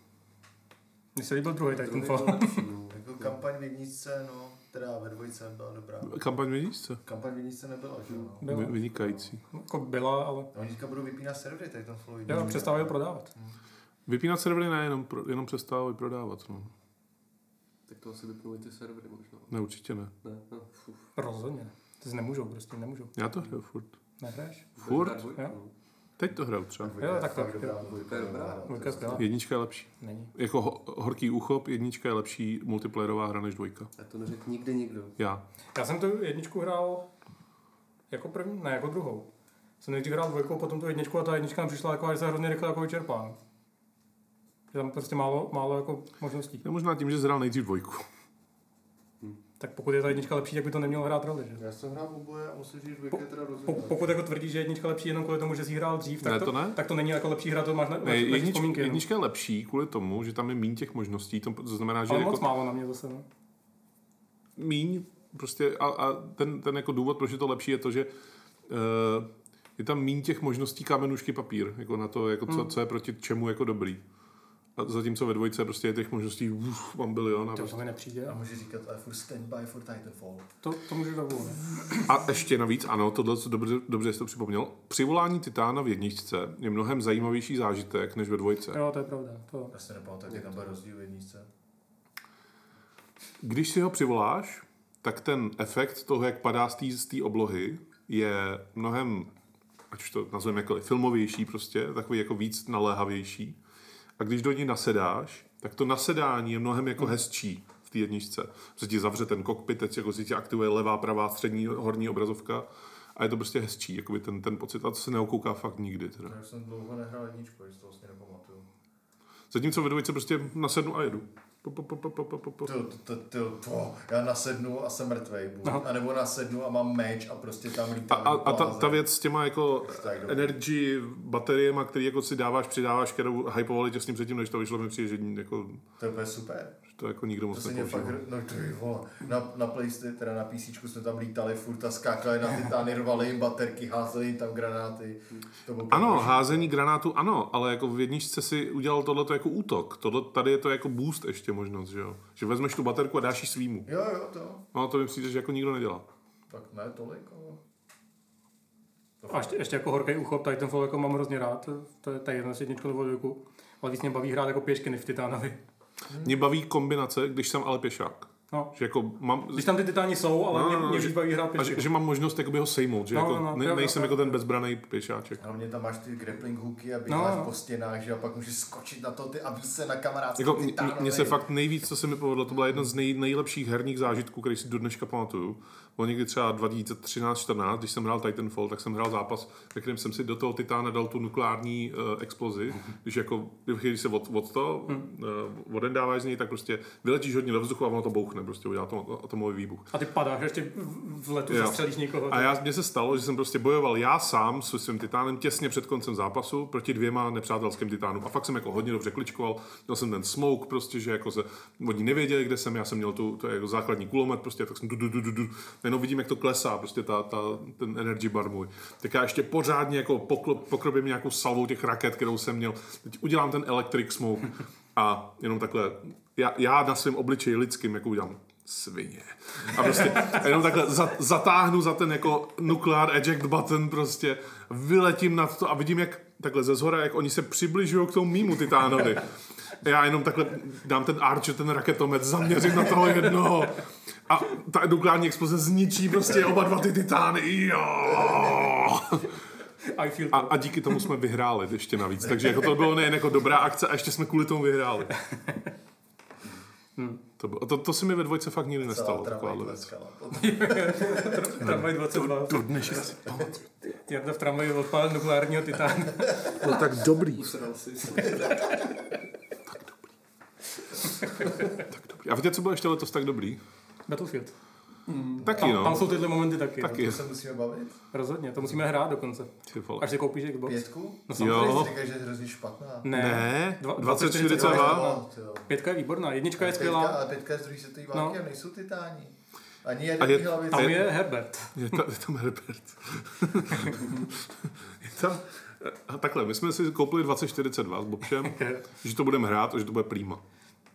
A: Mně se líbil druhý Titanfall.
B: no.
D: Jako kampaň v jedničce, no, teda ve dvojce byla dobrá.
C: Kampaň v jedničce.
D: Kampaň v jedničce nebyla, že jo? no.
A: Byla.
C: Vy- Vynikající.
A: Jako byla, ale
D: A Oni teďka budou vypínat servery, tak tam flow
A: jo, přestávají ho prodávat.
C: Vypínat servery ne, jenom, pro, jenom přestávají prodávat. No.
B: Tak to asi vypnuli ty servery možná.
C: Ne, určitě ne.
B: Ne, no, fuf.
A: Rozhodně. ne. Ty si nemůžou, prostě nemůžou.
C: Já to hraju furt.
A: Nehraješ?
C: Furt?
B: Dobrá dvojka,
A: Jo.
B: no.
C: Teď to hraju třeba.
A: Jo, tak to-
B: To je dobrá.
E: No,
A: Dvojka je skvělá.
C: Jednička je lepší.
A: Není.
C: Jako ho, horký úchop, jednička je lepší multiplayerová hra než dvojka.
B: A to neřekl nikdy nikdo.
C: Já.
A: Já jsem tu jedničku hrál jako první, ne, jako druhou. Jsem nejdřív hrál dvojkou, potom tu jedničku a ta jednička mi přišla taková, že se hrozně rychle jako vyčerpá. no. Že tam prostě málo, málo jako možností.
C: To je možná tím, že zhrál nejdřív dvojku.
A: Tak pokud je ta jednička lepší, tak by to nemělo hrát roli, že?
D: Já jsem hrál oboje a musím říct, že
A: Po-
D: dvojka je teda
A: Po,
D: rozhodná.
A: pokud jako tvrdí, že jednička lepší jenom kvůli tomu, že jsi ji hrál dřív, tak,
C: Ne, to ne.
A: tak to není jako lepší hra, to máš na,
C: Ne,
A: ne, jednič,
C: jednič,
A: vzpomínky. no. Jednička,
C: jednička je lepší kvůli tomu, že tam je míň těch možností, to, to znamená, že
A: ale
C: jako
A: moc málo na mě zase. No.
C: míň prostě a, a ten, ten jako důvod, proč je to lepší, je to, že uh, je tam míň těch možností kamenušky papír, jako na to, jako co,
A: Hmm.
C: co je proti čemu jako dobrý. A zatímco ve dvojce prostě je těch možností uf, mám bilion. A, prostě-
A: To, to mi nepřijde.
E: A
A: A
E: může říkat, ale furt standby for Titanfall.
A: to, to můžu dovolit.
C: a ještě navíc, ano, tohle, co dobře, dobře jsi to připomněl, přivolání Titána v jedničce je mnohem zajímavější zážitek než ve dvojce.
A: Jo, to je pravda. To.
E: Já se nepamatuju, jaký tam byl rozdíl v jedničce.
C: Když si ho přivoláš, tak ten efekt toho, jak padá z té- z té oblohy, je mnohem, ať už to nazveme jakkoliv, filmovější prostě, takový jako víc naléhavější. A když do ní nasedáš, tak to nasedání je mnohem jako hezčí v té té jedničce. Prostě ti zavře ten kokpit, teď jako si tě aktivuje levá, pravá, střední, horní obrazovka a je to prostě hezčí, jakoby ten, ten pocit a to se neokouká fakt nikdy. Teda.
E: Já jsem dlouho nehrál jedničku, že si to vlastně nepamatuju.
C: Zatímco ve dvojce prostě nasednu a jedu. Po, po, po, po, po, po, po, po.
E: Tyjo, to- to- tyjo, po, já nasednu a jsem mrtvej, buď.
A: Aha.
E: A nebo nasednu a mám meč No. a prostě tam
C: A,
E: lítám.
C: a, a ta, ta, věc s těma jako
E: Tak dobrý.
C: energy bateriema, který jako si dáváš, přidáváš, kterou hypovali těsně předtím, než to vyšlo, mi přijde, že jako,
E: To je úplně super.
C: že to jako nikdo
E: To
C: moc
E: se mě fakt,
C: nepoužívá.
E: no to je, vole. na, na PlayStation, teda na PC jsme tam lítali furt a skákali na titány, rvali jim baterky, házeli jim tam granáty. To bylo
C: Ano,
E: pěkný.
C: házení granátu, ano, ale jako v jedničce si udělal tohleto jako útok. Tohle, tady je to jako boost ještě možnost, že jo? Že vezmeš tu baterku a dáš ji svýmu.
E: Jo, jo, to.
C: No to mi přijde, že jako nikdo nedělá.
E: Tak ne, tolik. Ale... To
A: A ještě, ještě jako horký uchop, tady ten jako mám hrozně rád, to je ta jedna z jedničku nebo dvojku, ale víc mě baví hrát jako pěšky než v Titánovi.
C: Mě baví kombinace, když jsem ale pěšák.
A: No.
C: Že jako mám,
A: Když tam ty Titáni jsou, ale
C: No,
A: no, mě,
C: no, no,
A: mě
C: že-
A: víc baví hrát
C: a že,
A: pěšky.
C: že mám možnost jakoby ho sejmout, že
A: No,
C: jako
A: no, no,
C: ne,
A: jo, jo,
C: nejsem
A: jo.
C: jako ten bezbraný pěšáček.
E: Hlavně tam máš ty grappling hooky a
A: No,
E: běháš
A: no.
E: po stěnách, že jo, a pak můžeš skočit na to ty a víc se na kamarádský
C: Jako, mě-
E: titánovej.
C: mně se fakt nejvíc, co se mi povedlo, to byla jedna z nej, nejlepších herních zážitků, který si do dneška pamatuju. Bylo někdy třeba 2013-14, když jsem hrál Titanfall, tak jsem hrál zápas, ve kterém jsem si do toho Titána dal tu nukleární uh, explozi.
A: Mhm.
C: Když jako, když se od, od to uh, odendáváš z něj, tak prostě vyletíš hodně do vzduchu a ono to bouchne, prostě udělá to atomový výbuch.
A: A ty padáš, ještě v- v letu
C: Jo.
A: zastřelíš někoho.
C: A já, mně se stalo, že jsem prostě bojoval já sám se svým titánem těsně před koncem zápasu proti dvěma nepřátelským titánům. A fakt jsem jako hodně dobře kličkoval. Měl jsem ten smoke prostě, že jako se oni nevěděli, kde jsem. Já jsem měl tu, to jako základní kulomet prostě, tak jsem du, du, du, du, du. Jenom vidím, jak to klesá, prostě ta, ta, ten energy bar můj. Tak já ještě pořádně jako poklop, pokropím nějakou salvou těch raket, kterou jsem měl. Teď udělám ten electric smoke. A jenom takhle, já, já na svém obličeji lidským jako udělám svině. A prostě a jenom takhle za, zatáhnu za ten jako nukleár eject button prostě, vyletím nad to a vidím, jak takhle ze zhora, jak oni se přibližují k tomu mýmu titánovi. Já jenom takhle dám ten archer, ten raketomet, zaměřím na toho jednoho. A ta nukleární exploze zničí prostě oba dva ty titány. Jo!
A: I feel
C: A, a díky tomu jsme vyhráli ještě navíc. Takže jako to bylo nejen jako dobrá akce, a ještě jsme kvůli tomu vyhráli.
A: Hmm.
C: To, bylo, to, to se mi ve dvojce fakt nikdy nestalo.
E: Celá
C: takováhle
E: tramvaj
C: věc.
E: tleskala.
A: Tramvaj 22.
C: To dnešek.
A: Jarda v tramvaji odpálil nukleárního titána.
F: Byl tak dobrý.
B: Usral si.
C: A víte, co bylo ještě letos tak dobrý?
A: Battlefield.
C: Taky,
A: Tam, tam
C: no.
A: jsou tyhle momenty taky.
C: Taky.
E: To se musíme bavit?
A: Rozhodně, to musíme hrát dokonce.
C: Ty vole.
A: Až si koupíš Xbox.
E: Pětku?
A: No
C: Jo.
E: Ty jsi říkáš, že je hrozně špatná.
C: Ne,
A: Dva-
C: 2042.
E: Jo, no, jo.
A: Pětka je výborná, jednička je
E: Pětka,
A: skvělá.
E: ale pětka z druhé světové
A: No.
E: války a nejsou titáni. Ani
C: A
E: jeden
C: je-
E: je, hlavě.
A: Tam je Herbert.
C: Je, ta, je tam Herbert. je tam, a takhle, my jsme si koupili 2042 s Bobšem, že to budeme hrát a že to bude prima.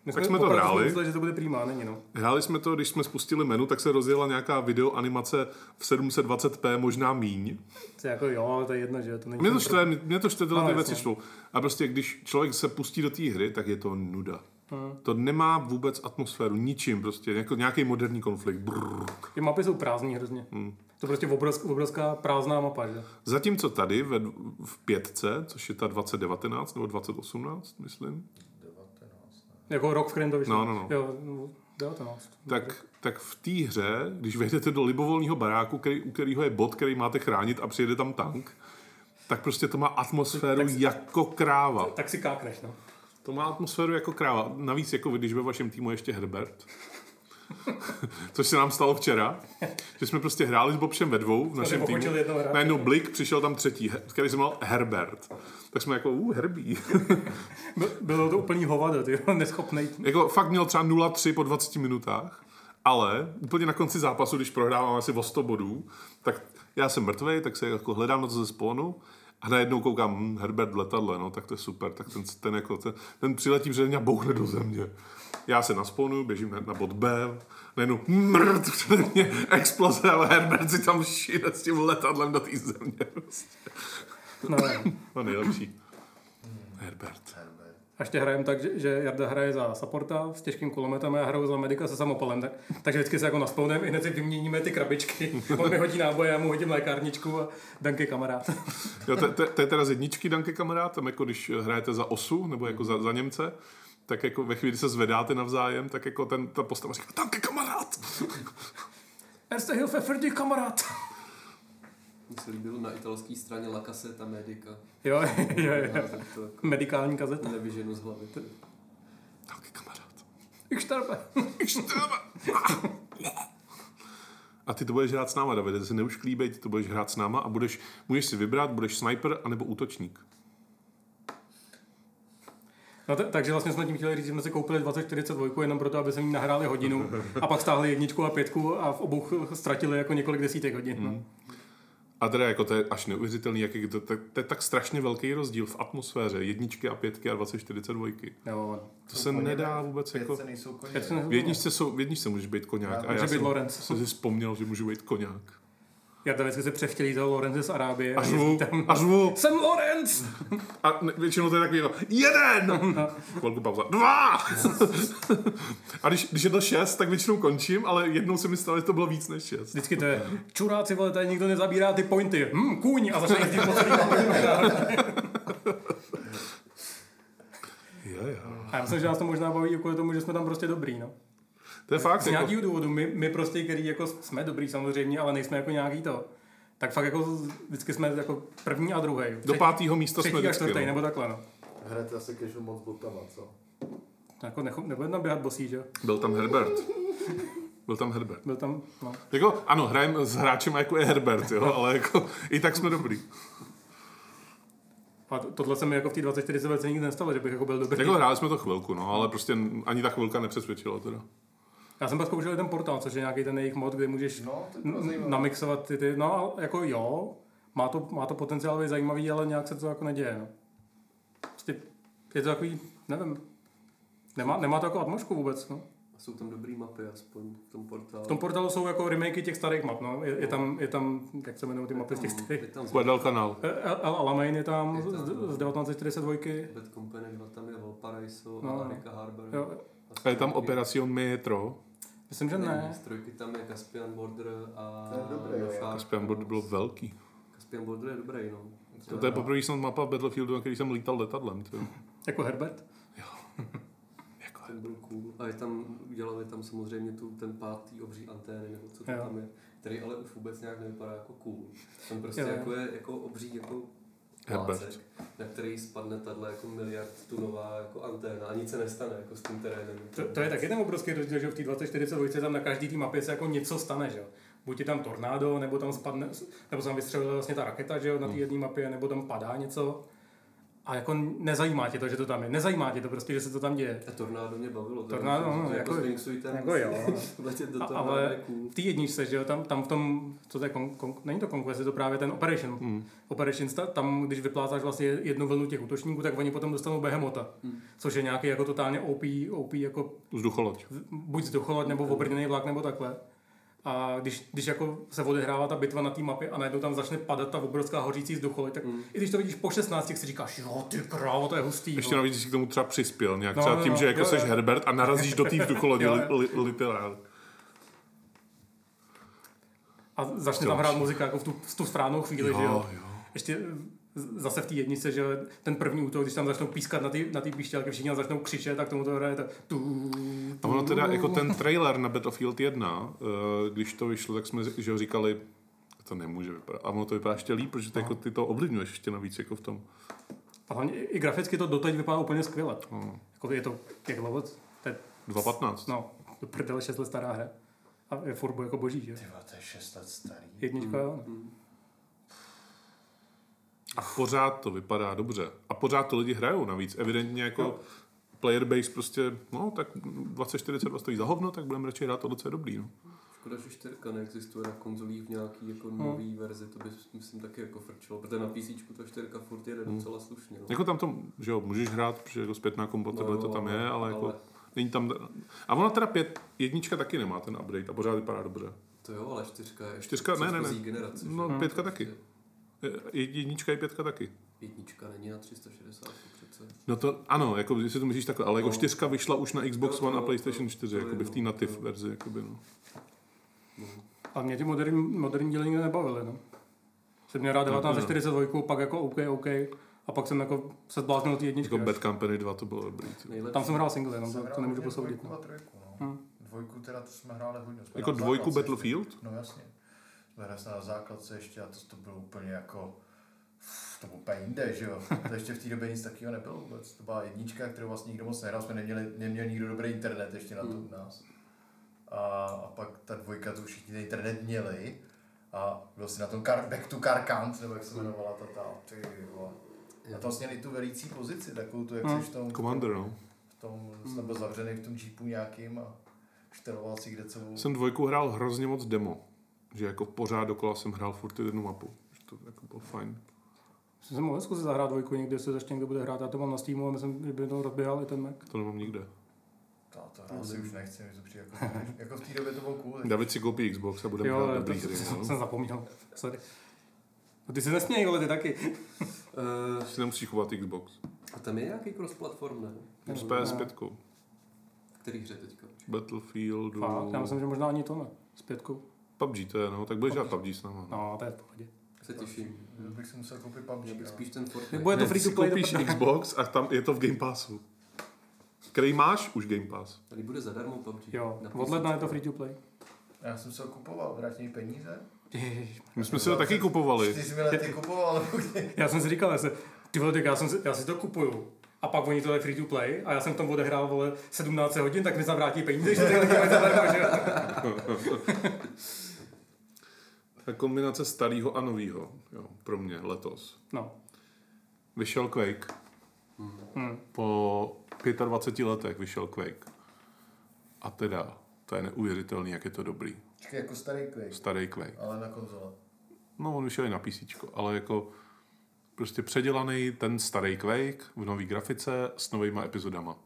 A: My
C: Tak jsme to
A: opravdu
C: hráli.
A: mysleli, že to bude prýmá, není no.
C: Hráli jsme to, když jsme spustili menu, tak se rozjela nějaká video animace v 720p, možná míň.
A: To je jako jo, to je jedno, že jo, to není.
C: Mě to štve, mě to štve tyhle
A: No,
C: ty
A: jasně.
C: věci štvou. A prostě, když člověk se pustí do té hry, tak je to nuda.
A: Hmm.
C: To nemá vůbec atmosféru, ničím prostě, jako nějaký moderní konflikt. Brrr.
A: Ty mapy jsou prázdní hrozně.
C: Hmm.
A: To je prostě obrovská, obrovská prázdná mapa, že?
C: Zatímco tady ve, dv- v pětce, což je ta 2019 nebo 2018, myslím,
A: Jako rok v kterém to vyšlo.
C: No, no, no.
A: Jo, no, 19.
C: tak, tak v té hře, když vejdete do libovolného baráku, který, u kterého je bod, který máte chránit a přijede tam tank, tak prostě to má atmosféru jako kráva.
A: Tak si kákneš, no.
C: To má atmosféru jako kráva. Navíc, jako když ve vašem týmu ještě Herbert. Což se nám stalo včera, že jsme prostě hráli s Bobšem ve dvou v našem týmu.
A: pokočili jednoho hráče. no.
C: Najednou Blik, přišel tam třetí, he- který se jmenoval Herbert. Tak jsme jako, uh, Herbí.
A: By- Bylo to úplný hovado, ty jo, neschopnej.
C: jako fakt měl třeba 0-3 po 20 minutách, ale úplně na konci zápasu, když prohrávám asi o 100 bodů, tak já jsem mrtvej, tak se jako hledám na to ze spawnu a najednou koukám, hm, Herbert v letadle, no tak to je super, tak ten, ten, jako, ten, ten přiletí přede mě a bouchne do země. Já se naspawnu, běžím na, na bod B, najednou mrt přede mě, exploze, ale Herbert si tam šíre s tím letadlem do té země.
A: No, no.
C: No nejlepší. Herbert.
A: A ještě hrajeme tak, že, že Jarda hraje za supporta s těžkým kulometem a já hraju za medika se samopalem. Tak, takže vždycky se jako naspounem, i hned si vyměníme ty krabičky. On mi hodí náboje, já mu hodím lékárničku a Danky kamarád.
C: Jo, to, to, to je teda z jedničky, Danke kamarád, tam jako když hrajete za osu, nebo jako za, za Němce, tak jako ve chvíli, kdy se zvedáte navzájem, tak jako ten, ta postava říká, tanky kamarád!
A: Erste Hilfe Ferdi, kamarád!
B: Mně se líbilo na italské straně La Caseta Medica.
A: Jo, jo,
B: Já
A: jo.
B: tak to jako
A: Medikální kazeta.
B: nevyženu z hlavy.
C: Tanky kamarád.
A: Ich sterbe.
C: A ty to budeš hrát s náma, Davide, ty se neuž klíbej, ty to budeš hrát s náma a budeš, můžeš si vybrat, budeš sniper anebo útočník.
A: No t- takže vlastně jsme tím chtěli říct, že jsme si koupili 2042 jenom proto, aby jsme jí nahráli hodinu a pak stáhli jedničku a pětku a v obou ztratili jako několik desítek hodin. No.
C: A teda jako to je až neuvěřitelný, jak je to, to, to je tak strašně velký rozdíl v atmosféře jedničky a pětky a 2042.
A: Jo,
C: To se nedá vůbec jako...
D: Pětce nejsou koně.
A: Pětce ne-
C: V jedničce, jsou, v jedničce můžeš být koňák. A
A: Může
C: já
A: být
C: jsem,
A: Lorenz.
C: jsem si vzpomněl, že můžu být koňák.
A: Já tam vždycky se převtělí toho Lorenze z Arábie.
C: A řvu,
A: tam...
C: a řvu.
A: Jsem Lorenz!
C: A ne- většinou to je takový, no, jeden!
A: No.
C: Chvilku pauza. Dva! A když, když je to šest, tak většinou končím, ale jednou se mi stalo, že to bylo víc než šest.
A: Vždycky to je, čuráci, vole, tady nikdo nezabírá ty pointy. Hm, kůň! A začne jezdit po celý
C: Je, je.
A: A já myslím, že nás to možná baví i kvůli tomu, že jsme tam prostě dobrý, no.
C: To je fakt.
A: Z
C: Jako,
A: nějakého důvodu, my, my prostě, který jako jsme dobrý samozřejmě, ale nejsme jako nějaký to, tak fakt jako z- vždycky jsme jako první a druhý.
C: do pátého místa jsme
A: Třetí a
C: vždycky.
A: čtvrtý,
C: no.
A: nebo takhle, no.
E: Hrajete asi kežu moc botama, co?
A: Jako necho, nebude tam běhat bosí, že jo?
C: Byl tam Herbert. Byl tam Herbert.
A: Byl tam, no.
C: Jako, ano, hrajeme s hráčem jako je Herbert, jo, ale jako, i tak jsme dobrý.
A: A to- tohle se mi jako v té 24 velice nikdy nestalo, že bych jako byl dobrý.
C: Jako hráli jsme to chvilku, no, ale prostě ani ta chvilka nepřesvědčila teda.
A: Já jsem pak zkoušel i ten portál, což je nějaký ten jejich mod, kde můžeš
D: No, to bylo
A: n-
D: zajímavé.
A: namixovat ty, ty, no ale jako jo, má to, má to potenciál být zajímavý, ale nějak se to jako neděje, no. Prostě je to takový, nevím, nemá, nemá to jako atmosféru vůbec, no.
B: A jsou tam dobrý mapy aspoň v tom portálu.
A: V tom portálu jsou jako remakey těch starých map, no. Je, je tam, je tam, jak se jmenují ty mapy z těch starých. E-
B: Je tam
C: Guadal kanál.
A: El, El Alamein je tam
B: Je tam,
A: z,
B: no.
A: z 1942.
B: Bad Company 2, tam je Valparaiso,
A: No,
B: no,
A: no.
B: Arica Harbor.
A: Jo,
C: A je tam Operacion Metro.
A: myslím, že ne.
B: Z trojky tam je Caspian Border a...
E: To je dobré, jo.
B: Nafar.
C: Caspian Border byl velký.
B: Caspian Border je dobrý, no.
C: To, to je poprvé snad mapa v Battlefieldu, na který jsem lítal letadlem. Tě.
A: Jako Herbert?
C: Jako,
B: Ten byl cool. A je tam, udělali tam samozřejmě tu, ten pátý obří antény, nebo co to
A: Jo.
B: tam je, který ale už vůbec nějak nevypadá jako cool. Tam prostě
A: Jo.
B: jako je jako obří jako
C: Herbert.
B: plácek, na který spadne tahle jako miliard tunová jako anténa a nic se nestane jako s tím terénem.
A: To, to je taky ten obrovský rozdíl, že v té 2042 tam na každý té mapě se jako něco stane, že jo. Buď je tam tornádo, nebo tam spadne, nebo se tam vystřelila vlastně ta raketa, že jo, na té jedné mapě, nebo tam padá něco. A jako nezajímá tě to, že to tam je. Nezajímá tě to prostě, že se to tam děje.
B: a tornádo mě bavilo. to je
A: Tornádo,
B: jako,
A: no,
B: že
A: jako-
B: zwingsujte,
A: jako jo.
B: Letět do
A: A-
B: toho,
A: ale-
B: ale... je cool.
A: V té jedničce, že jo, tam, tam v tom, co to je, kon, kon, není to Conquest, je to právě ten Operation.
C: Hmm.
A: Operation, sta- tam, když vyplácáš vlastně jednu vlnu těch útočníků, tak oni potom dostanou behemota,
B: Hmm.
A: což je nějaký jako totálně OP, OP jako
C: Vzducholoď.
A: v- buď vzducholod nebo obrněný vlak nebo takhle. A když, když jako se odehrává ta bitva na té mapě a najednou tam začne padat ta obrovská hořící vzducholoď, tak
B: Mm.
A: i když to vidíš po 16, tak si říkáš, jo, ty krávo, to je hustý.
C: Ještě
A: no.
C: navíc, že jsi k tomu třeba přispěl nějak.
A: No,
C: Třeba
A: no,
C: tím,
A: no,
C: že jako
A: jo,
C: seš
A: jo.
C: Herbert a narazíš do té vzducholodi
A: Jo,
C: li,
A: jo.
C: li, literál.
A: A začne tam hrát muzika jako v tu, v tu správnou chvíli, že jo.
C: Jo, jo.
A: Ještě z- zase v té jednice, že jo, ten první útok, když tam začnou pískat na ty, na ty píšťalky, všichni tam začnou křičet, tak tomu to hraje tak tu,
C: A ono teda, jako ten trailer na Battlefield 1, eh, když to vyšlo, tak jsme že jo, říkali, to nemůže vypadat. A ono to vypadá ještě líp,
A: No.
C: protože to, jako, ty to ovlivňuješ ještě navíc jako v tom.
A: A hlavně i i graficky to doteď vypadá úplně skvěle.
C: No,
A: Jako je to, jak dlouho, to je,
C: 2.15.
A: no, do prdele 6 let stará hra. A je furt jako boží, že jo.
D: Ty vole, to je 6 let starý.
A: Jednička, jo.
B: Hmm,
A: no.
C: A pořád to vypadá dobře. A pořád to lidi hrajou navíc. Evidentně jako no. player base prostě, no tak 2042 stojí za hovno, tak budeme radši hrát tohle, co je dobrý. No.
B: Škoda, že čtyřka neexistuje na konzolích v nějaký jako
A: Hmm.
B: nový verzi, to by myslím taky jako frčelo, protože na PC ta čtyřka furt jede docela slušně. No.
C: Hmm. Jako tam to, že jo, můžeš hrát, protože jako zpětná kompatibilita
B: No,
C: to tam je, ale jako
B: ale-
C: není tam... A ona teda pět, jednička taky nemá ten update a pořád vypadá dobře.
B: To jo, ale čtyřka je
C: Čtyřka? Ne, ne, ne.
B: předchozí generace. že?
C: No, pětka taky.
B: Prostě
C: Je- Jednička i pětka taky.
B: Jednička není na 360 přece.
C: No to, ano, jako jestli to myslíš takhle, ale jako
B: No.
C: čtyřka vyšla už na Xbox
B: Jo,
C: One a
B: jo,
C: PlayStation
B: jo,
C: 4,
B: to je
C: jakoby v té
B: jedno,
C: native
B: jo.
C: verzi, jakoby, no.
A: A mě ty
C: Mm,
A: moderní, moderní díly nikdy nebavily, no. Jsem měl rád 1942, pak jako OK, OK. A pak jsem jako se zbláznil ty jedničky.
C: Jako
A: až.
C: Bad Company 2 to bylo dobrý. ty.
B: Nejlepší.
A: Tam jsem hrál single jenom, no, to,
D: Jsem hrál
A: to nemůžu
D: hodně
A: posoudit.
D: dvojku
A: No.
D: a trojku, no.
A: Hm.
D: Dvojku teda to jsme hráli hodně. Jsme
C: Jako
D: na
C: dvojku
D: základce
C: Battlefield?
D: ještě. No jasně. Jsme hráli jsme na základce ještě a to, to bylo úplně jako... Uf, To bylo úplně jinde, že jo. To ještě v té době nic takového nebylo vůbec. To byla jednička, kterou vlastně nikdo moc nehrál, jsme neměli, neměl nikdo dobrý internet ještě na to u nás. A, a pak ta dvojka, to už všichni ten internet měli. A byl si na tom car, Back to Car Count, nebo jak se jmenovala ta ta. Ty vole. A tam směli tu velící pozici, takovou tu, jak
A: Hmm.
D: seš v tom...
C: Commander, no.
D: V tom jsem byl zavřený v tom jeepu nějakým a šteloval si kde co.
C: Jsem dvojku hrál hrozně moc demo. Že jako pořád dokola jsem hrál furt tu jednu mapu. Že to jako bylo fajn.
A: Jsem se mohl zkusit zahrát dvojku někdy, jestli to ještě někdo bude hrát. Já to mám na Steamu a myslím, že by to rozběhal i ten Mac.
C: To nemám nikde.
D: Já to hrát si už nechci, mi to přijde jako, jako v té době to bylo cool.
C: David si koupí Xbox a budeme
A: jo,
C: hrát
A: ale
C: dobrý
A: to,
C: hry.
A: jsem,
C: no.
A: jsem zapomněl. Sorry. No ty se nesměj, ale ty taky.
B: Eh,
C: Si nemusíš chovat Xbox.
B: a tam je nějaký cross-platform, ne?
C: S PS5.
B: Který hře teďka?
C: Battlefieldu.
A: Fakt, já myslím, že možná ani to ne. S pětkou.
C: PUBG to je, no. Tak budeš hrát PUBG s náma. No.
A: No, to je v pohodě.
B: Se těším.
D: jako Já bych si musel koupit
B: Já
D: PUBG.
B: bych
D: no.
B: spíš ten Fortnite.
A: Nebo je to
C: Ne, ty
A: free to
C: si
A: play.
C: koupíš Xbox a tam je to v Game Passu. Který máš už Game Pass.
B: Tady bude zadarmo PUBG.
A: Jo,
B: Na
A: od ledna je to
B: PC.
A: free to play.
D: Já jsem se ho kupoval, vrátí mi peníze.
A: Ježiš.
C: My jsme si to taky kupovali.
D: Čtyřmi lety kupoval.
A: Já jsem si říkal, já, se, ty vole, tak já, jsem si, já si to kupuju. A pak oni to je free to play a já jsem tam odehrál vole 17 hodin, tak mi zavrátí peníze, že to je zadarmo, že jo.
C: Ta kombinace starého a nového, jo, pro mě letos.
A: No.
C: Vyšel Quake.
A: Hm.
C: Po 25 letech vyšel Quake. A teda, to je neuvěřitelný, jak je to dobrý.
D: Čekaj, jako starý Quake,
C: Starý Quake.
D: ale na konzole.
C: No, on vyšel i na PC, ale jako prostě předělaný ten starý Quake v nový grafice s novýma epizodama.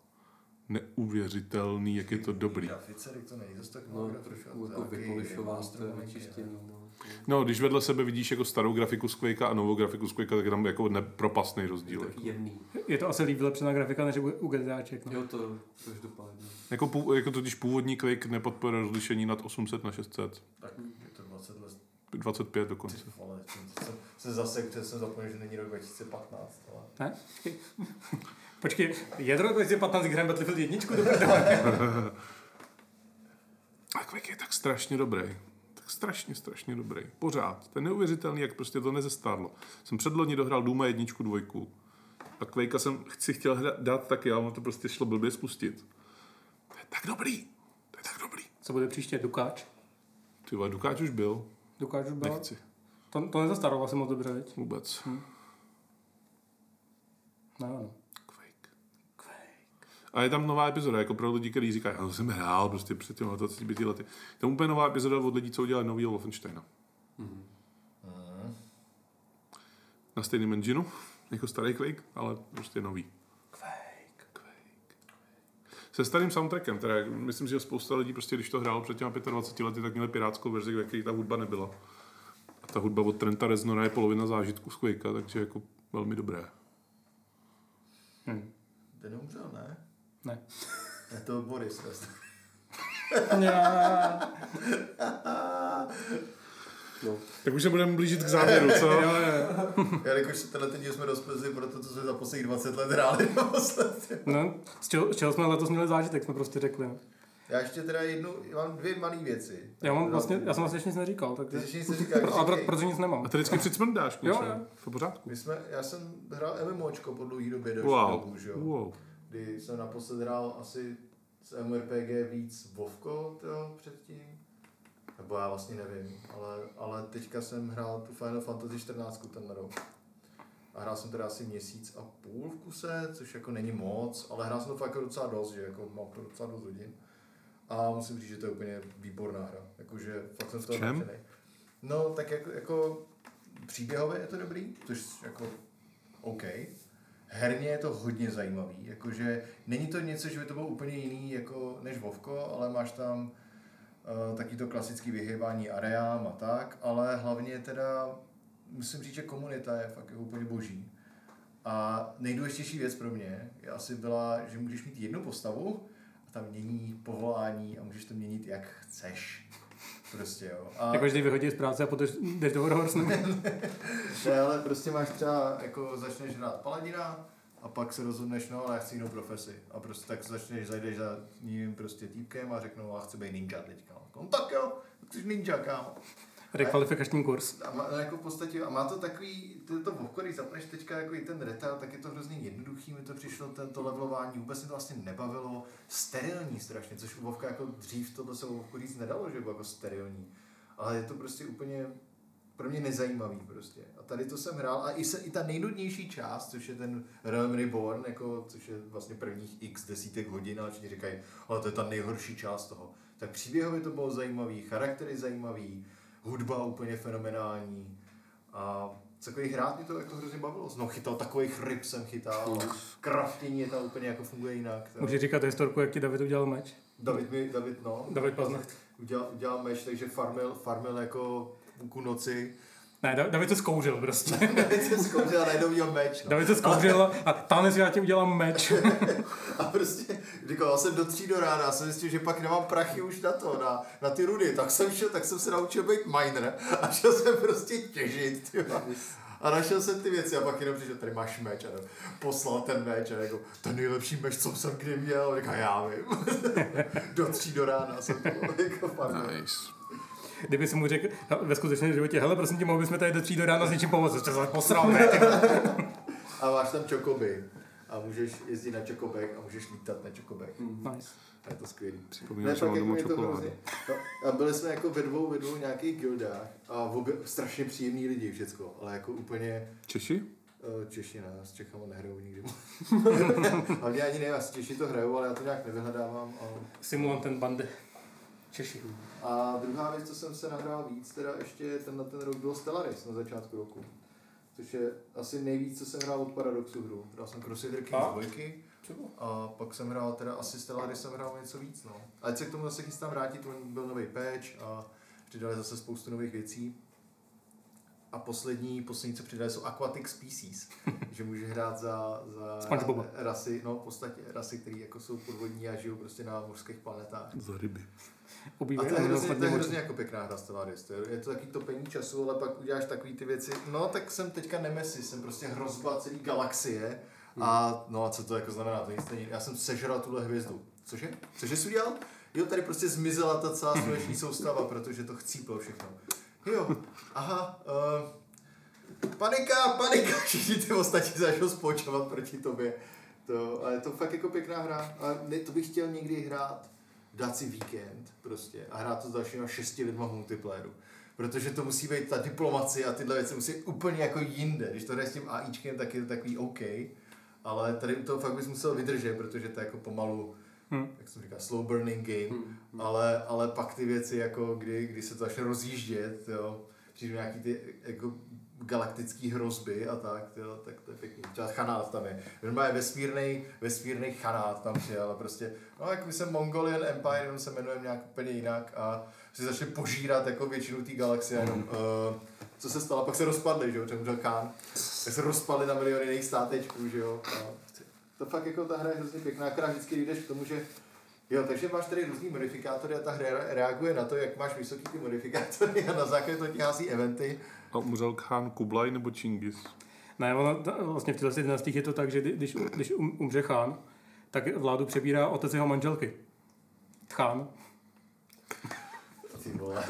C: Neuvěřitelný, jak je to dobrý.
D: Grafice, tak to není zase tak
B: No,
D: mnoho grafice,
B: trošku
D: to
B: jako
D: je taky
B: vypolišován, to je
D: monstrum,
B: vyčištěný. no.
C: No, když vedle sebe vidíš jako starou grafiku z Quakea a novou grafiku z Quakea, tak je tam jako nepropastný
B: Je
C: rozdíl.
B: to taky jemný.
A: Je to asi líp vylepšená grafika než u u GTAček. No.
B: Jo, to každopádně.
C: Jako, pů- jako totiž původní Quake nepodporuje rozlišení nad 800 na 600.
D: Tak je to 20 let.
C: 25
D: Ty
C: dokonce.
D: vole, jsem- jsem se zase, protože jsem zapomněl, že není rok 2015, ale...
A: Ne? Počkej, je to rok 2015, kdy hrajeme Battlefield 1? Dobrý,
C: A Quake je tak strašně dobrý. Tak strašně, strašně dobrý. Pořád. To je neuvěřitelný, jak prostě to nezestárlo. Jsem předloni dohrál Duma jedničku, dvojku. Pak Quakea jsem chci chtěl hra- dát taky, ale ono to prostě šlo blbě spustit. To je tak dobrý. To je tak dobrý.
A: Co bude příště? Dukáč?
C: Ty vole, Dukáč už byl.
A: Dukáč už byl?
C: Nechci.
A: To, to nezastarlo asi moc dobře, viď?
C: Vůbec.
A: Ne, ano.
C: Quake. A je tam nová epizoda, jako pro lidi, kteří říkají, já jsem hrál prostě před těmi 25 lety. Je Tam úplně nová epizoda od lidí, co udělali novýho Wolfensteina. Na stejném engineu, jako starý Quake, ale prostě nový. Quake. Quake. Se starým soundtrackem, teda myslím, že spousta lidí prostě, když to hrál před těmi 25 lety, tak měli pirátskou verzi, ve které ta hudba nebyla. A ta hudba od Trenta Reznora je polovina zážitku z Quakea, takže jako velmi dobré.
A: Hm.
D: Ten umřel, ne?
A: Ne.
D: Ne, to Boris. vlastně.
B: No,
C: Tak už se budeme blížit k závěru, co?
D: Jelikož se tenhle ten díl jsme rozpězli pro to, co jsme za posledních 20 let hráli naposledy.
A: No, z čeho, z čeho jsme letos měli zážitek, jsme prostě řekli. no.
D: Já ještě teda jednu, mám dvě malé věci.
A: Já, mám vlastně, já jsem vlastně ještě nic neříkal,
D: Ty
A: takže...
D: jsi nic neříkal,
A: Pro, a pro,
D: říkej.
A: protože nic nemám.
C: A ty vždycky přicmrdáš,
A: Jo,
C: kluče.
A: jo.
C: V pořádku.
D: My jsme, já jsem hrál MMOčko po dlouhý době další dobu,
C: Wow.
D: že jo.
C: wow.
D: Kdy jsem naposled hrál asi z MRPG víc Vovko, jo, předtím. Nebo já vlastně nevím, ale, ale teďka jsem hrál tu Final Fantasy 14 ten rok. A hrál jsem teda asi měsíc a půl v kuse, což jako není moc, ale hrál jsem to fakt jako docela dost, že jako mám to docela dost hodin. A musím říct, že to je úplně výborná hra. Jakože fakt jsem z toho
C: V čem?
D: nadšenej. No, tak jako, jako příběhově je to dobrý, což jako OK. Herně je to hodně zajímavý, jakože není to něco, že by to bylo úplně jiný jako než Vovko, ale máš tam eh, taky to klasické vyhýbání areám a tak, ale hlavně teda musím říct, že komunita je fakt jako úplně boží. A nejdůležitější věc pro mě je asi byla, že můžeš mít jednu postavu a tam mění povolání a můžeš to měnit jak chceš. prostě, jo. A
A: Jakože Jako, ty vyhodí z práce a potom jdeš do Warhorse, nebo
D: ne, ale prostě máš třeba, jako začneš hrát paladina a pak se rozhodneš, no, ale já chci jinou profesi. A prostě tak začneš, zajdeš za ním prostě týpkem a řeknou, a chci být ninja teďka. No tak jo, tak jsi ninja, kámo.
A: rekvalifikační kurz.
D: A má, no jako v podstatě, a má to takový, to je to vovko, když zapneš teďka jako i ten retail, tak je to hrozně jednoduchý, mi to přišlo tento levelování, vůbec mě to vlastně nebavilo, sterilní strašně, což u vovka jako dřív tohle se u vovku říct nedalo, že bylo jako sterilní, ale je to prostě úplně pro mě nezajímavý prostě. A tady to jsem hrál a i, se, i ta nejnudnější část, což je ten Realm Reborn, jako, což je vlastně prvních x desítek hodin a všichni říkají, ale to je ta nejhorší část toho. Tak příběhově to bylo zajímavý, charaktery zajímavý, hudba úplně fenomenální. A takových hrát mě to jako hrozně bavilo. No chytal takových ryb jsem chytal, kraftění je tam úplně jako funguje jinak. To-
A: Můžeš říkat historku, jak ti David udělal meč.
D: David mi, David no,
A: David Paznacht.
D: udělal, udělal meč, takže farmil, farmil jako půlku noci.
A: Ne, Da- David se zkouřil prostě.
D: David se zkoušel a najednou měl meč. No.
A: David se zkouřil a Tanes, já ti udělám meč.
D: A prostě říkal, já jsem do tří do rána, já jsem zjistil, že pak nemám prachy už na to, na, na ty rudy. Tak jsem šel, tak jsem se naučil být miner a šel jsem prostě těžit. Ty vole. a našel jsem ty věci a pak jenom přišel, tady máš meč a poslal ten meč a jako, ten nejlepší meč, co jsem kdy měl. A říkal, já vím. do tří do rána jsem to jako farmil.
C: Nice.
A: Kdyby si mu řekl no, ve skutečném životě, hele, prosím tě, mohl bys mi tady do tří do rána s něčím pomoct, jste se posral, ne? ty vole.
D: A máš tam čokoby a můžeš jezdit na čokobek a můžeš lítat na čokobek.
A: Hmm. Nice.
D: A je to skvělý.
C: Připomíná, že mám
D: fakt,
C: doma
D: jako je to
C: čokoládu.
D: hrozně. No, a byli jsme jako ve dvou, ve dvou nějakých gildách a obě, strašně příjemný lidi všecko, ale jako úplně
C: Češi?
D: eh, Češi na nás, Čechama nehrajou nikdy. a mě ani nevím, asi Češi to hrajou, ale já to nějak nevyhledávám. A,
A: Simulant ten bandy. Češi.
D: a druhá věc, co jsem se nahrál víc, teda ještě ten na ten rok byl Stellaris na začátku roku. Což je asi nejvíc, co jsem hrál od Paradoxu hru. Hrál jsem Crusader Kings
A: A?
D: 2 a pak jsem hrál teda asi Stellaris jsem hrál něco víc, no. Ale se k tomu zase chystám vrátit, on byl nový patch a přidali zase spoustu nových věcí. A poslední, poslední, co přidali, jsou Aquatic Species, že může hrát za, za
A: SpongeBoba.
D: rasy, no v podstatě rasy, které jako jsou podvodní a žijou prostě na mořských planetách.
C: Za ryby.
D: A
A: Obývají
D: to je hrozně, to je
A: moře.
D: hrozně jako pěkná hra Stellaris. To je, je to taky topení času, ale pak uděláš takový ty věci. No, tak jsem teďka Nemesis, jsem prostě hrozba celý galaxie. A no a co to jako znamená? To nic není. Já jsem sežral tuhle hvězdu. Cože? Cože jsi udělal? Jo, tady prostě zmizela ta celá sluneční soustava, protože to chcíplo všechno. Jo, aha, uh, panika, panika, všichni ty ostatní začnou spolčovat proti tobě. To, ale je to fakt jako pěkná hra. A ne, to bych chtěl někdy hrát dát si víkend prostě a hrát to s dalšíma šesti lidma v multiplayeru. Protože to musí být ta diplomacie a tyhle věci musí být úplně jako jinde. Když to hraje s tím AIčkem, tak je to takový OK. Ale tady u toho fakt bys musel vydržet, protože to je jako pomalu,
A: Hm.
D: hmm. jak jsem říkal, slow burning game. Hmm. Ale, ale pak ty věci, jako kdy, kdy se to začne rozjíždět, jo, přijdou nějaký ty jako galaktický hrozby a tak, jo, tak to je pěkný. Třeba chanát tam je. Normálně vesmírný, vesmírný chanát tam přijel a prostě, no jak my jsme Mongolian Empire, jenom se jmenujeme nějak úplně jinak a si začali požírat jako většinu té galaxie. Jenom,
C: Mhm.
D: uh, co se stalo, pak se rozpadli, že jo, ten byl Khan. Tak se rozpadli na miliony jiných státečků, že jo. A to fakt jako ta hra je hrozně pěkná, akorát vždycky jdeš k tomu, že Jo, takže máš tady různý modifikátory a ta hra reaguje na to, jak máš vysoký ty modifikátory a na základě toho ti hází eventy.
C: A umřel Khan Kublai nebo Čingis?
A: Ne, ono, ta- vlastně v těchto dynastích je to tak, že kdy- když, když um- umře chán, tak vládu přebírá otec jeho manželky. Chán.
D: Ty vole.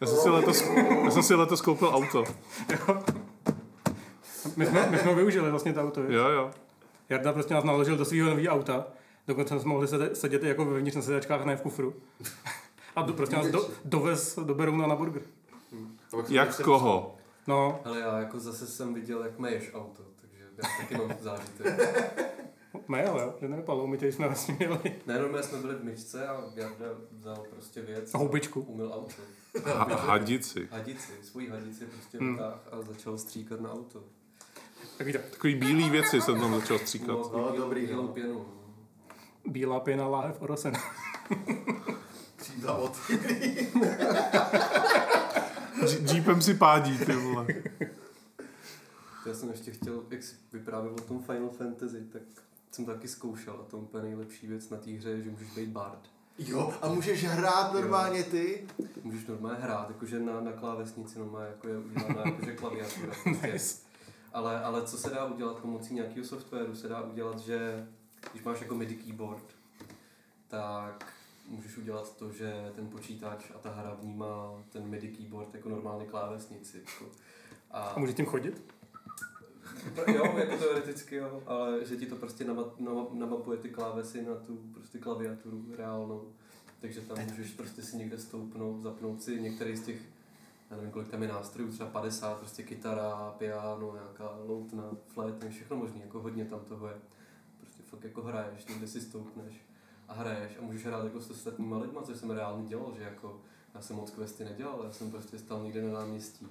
C: Já jsem si letos, já jsem si letos koupil auto.
A: My jsme, my jsme ho využili vlastně to auto. Jo.
C: Jo, jo.
A: Jarda prostě nás naložil do svého nového auta. Dokonce jsme mohli sedět, sedět jako vevnitř na sedačkách, ne v kufru. A do, prostě nás do, dovez do Berouna na burger.
B: A pak jsem
C: Jak
B: zase-
C: koho?
A: No,
B: Ale já jako zase jsem viděl, jak meješ auto, takže já taky mám zážitek.
A: ne, ale jo, že nevypadlo, my tady jsme vlastně měli
B: Nejenom my jsme byli v myčce a Jarda vzal prostě věc.
A: houbičku.
B: Umyl auto.
C: Ha- hadici.
B: Hadici, svůj hadici prostě
A: Hmm.
B: hmm. a začal stříkat na auto.
A: Taky tak,
C: Takový bílý věci jsem tam začal stříkat.
D: no,
B: bílou-
D: dobrý,
B: Bílou
D: no.
B: pěnu.
A: bílá pěna láhev orosen.
D: Křídla od.
C: Dž- Jeepem si pádí, ty vole.
B: To Já jsem ještě chtěl, jak jsi vyprávěl o tom Final Fantasy, tak jsem to taky zkoušel a to úplně nejlepší věc na té hře je, že můžeš být bard.
D: Jo, a můžeš hrát normálně ty.
B: můžeš normálně hrát, jakože na, na klávesnici normálně jako je udělaná jakože prostě. klaviatura. nice. ale, ale co se dá udělat pomocí nějakého softwaru, se dá udělat, že když máš jako MIDI keyboard, tak můžeš udělat to, že ten počítač a ta hra vnímá ten MIDI keyboard jako normální klávesnici. Jako.
A: A může tím chodit?
B: Pr- Jo, jako teoreticky jo, ale že ti to prostě nama- nama- namapuje ty klávesy na tu prostě klaviaturu reálnou. Takže tam můžeš prostě si někde stoupnout, zapnout si některý z těch, já nevím kolik tam je nástrojů, třeba 50, prostě kytara, piano, nějaká loutna, flétna, všechno možný, jako hodně tam toho je. Prostě fakt jako hraješ, někde si stoupneš a hraješ a můžeš hrát jako s ostatníma lidma, což jsem reálně dělal, že jako já jsem moc questy nedělal, já jsem prostě stal někde na náměstí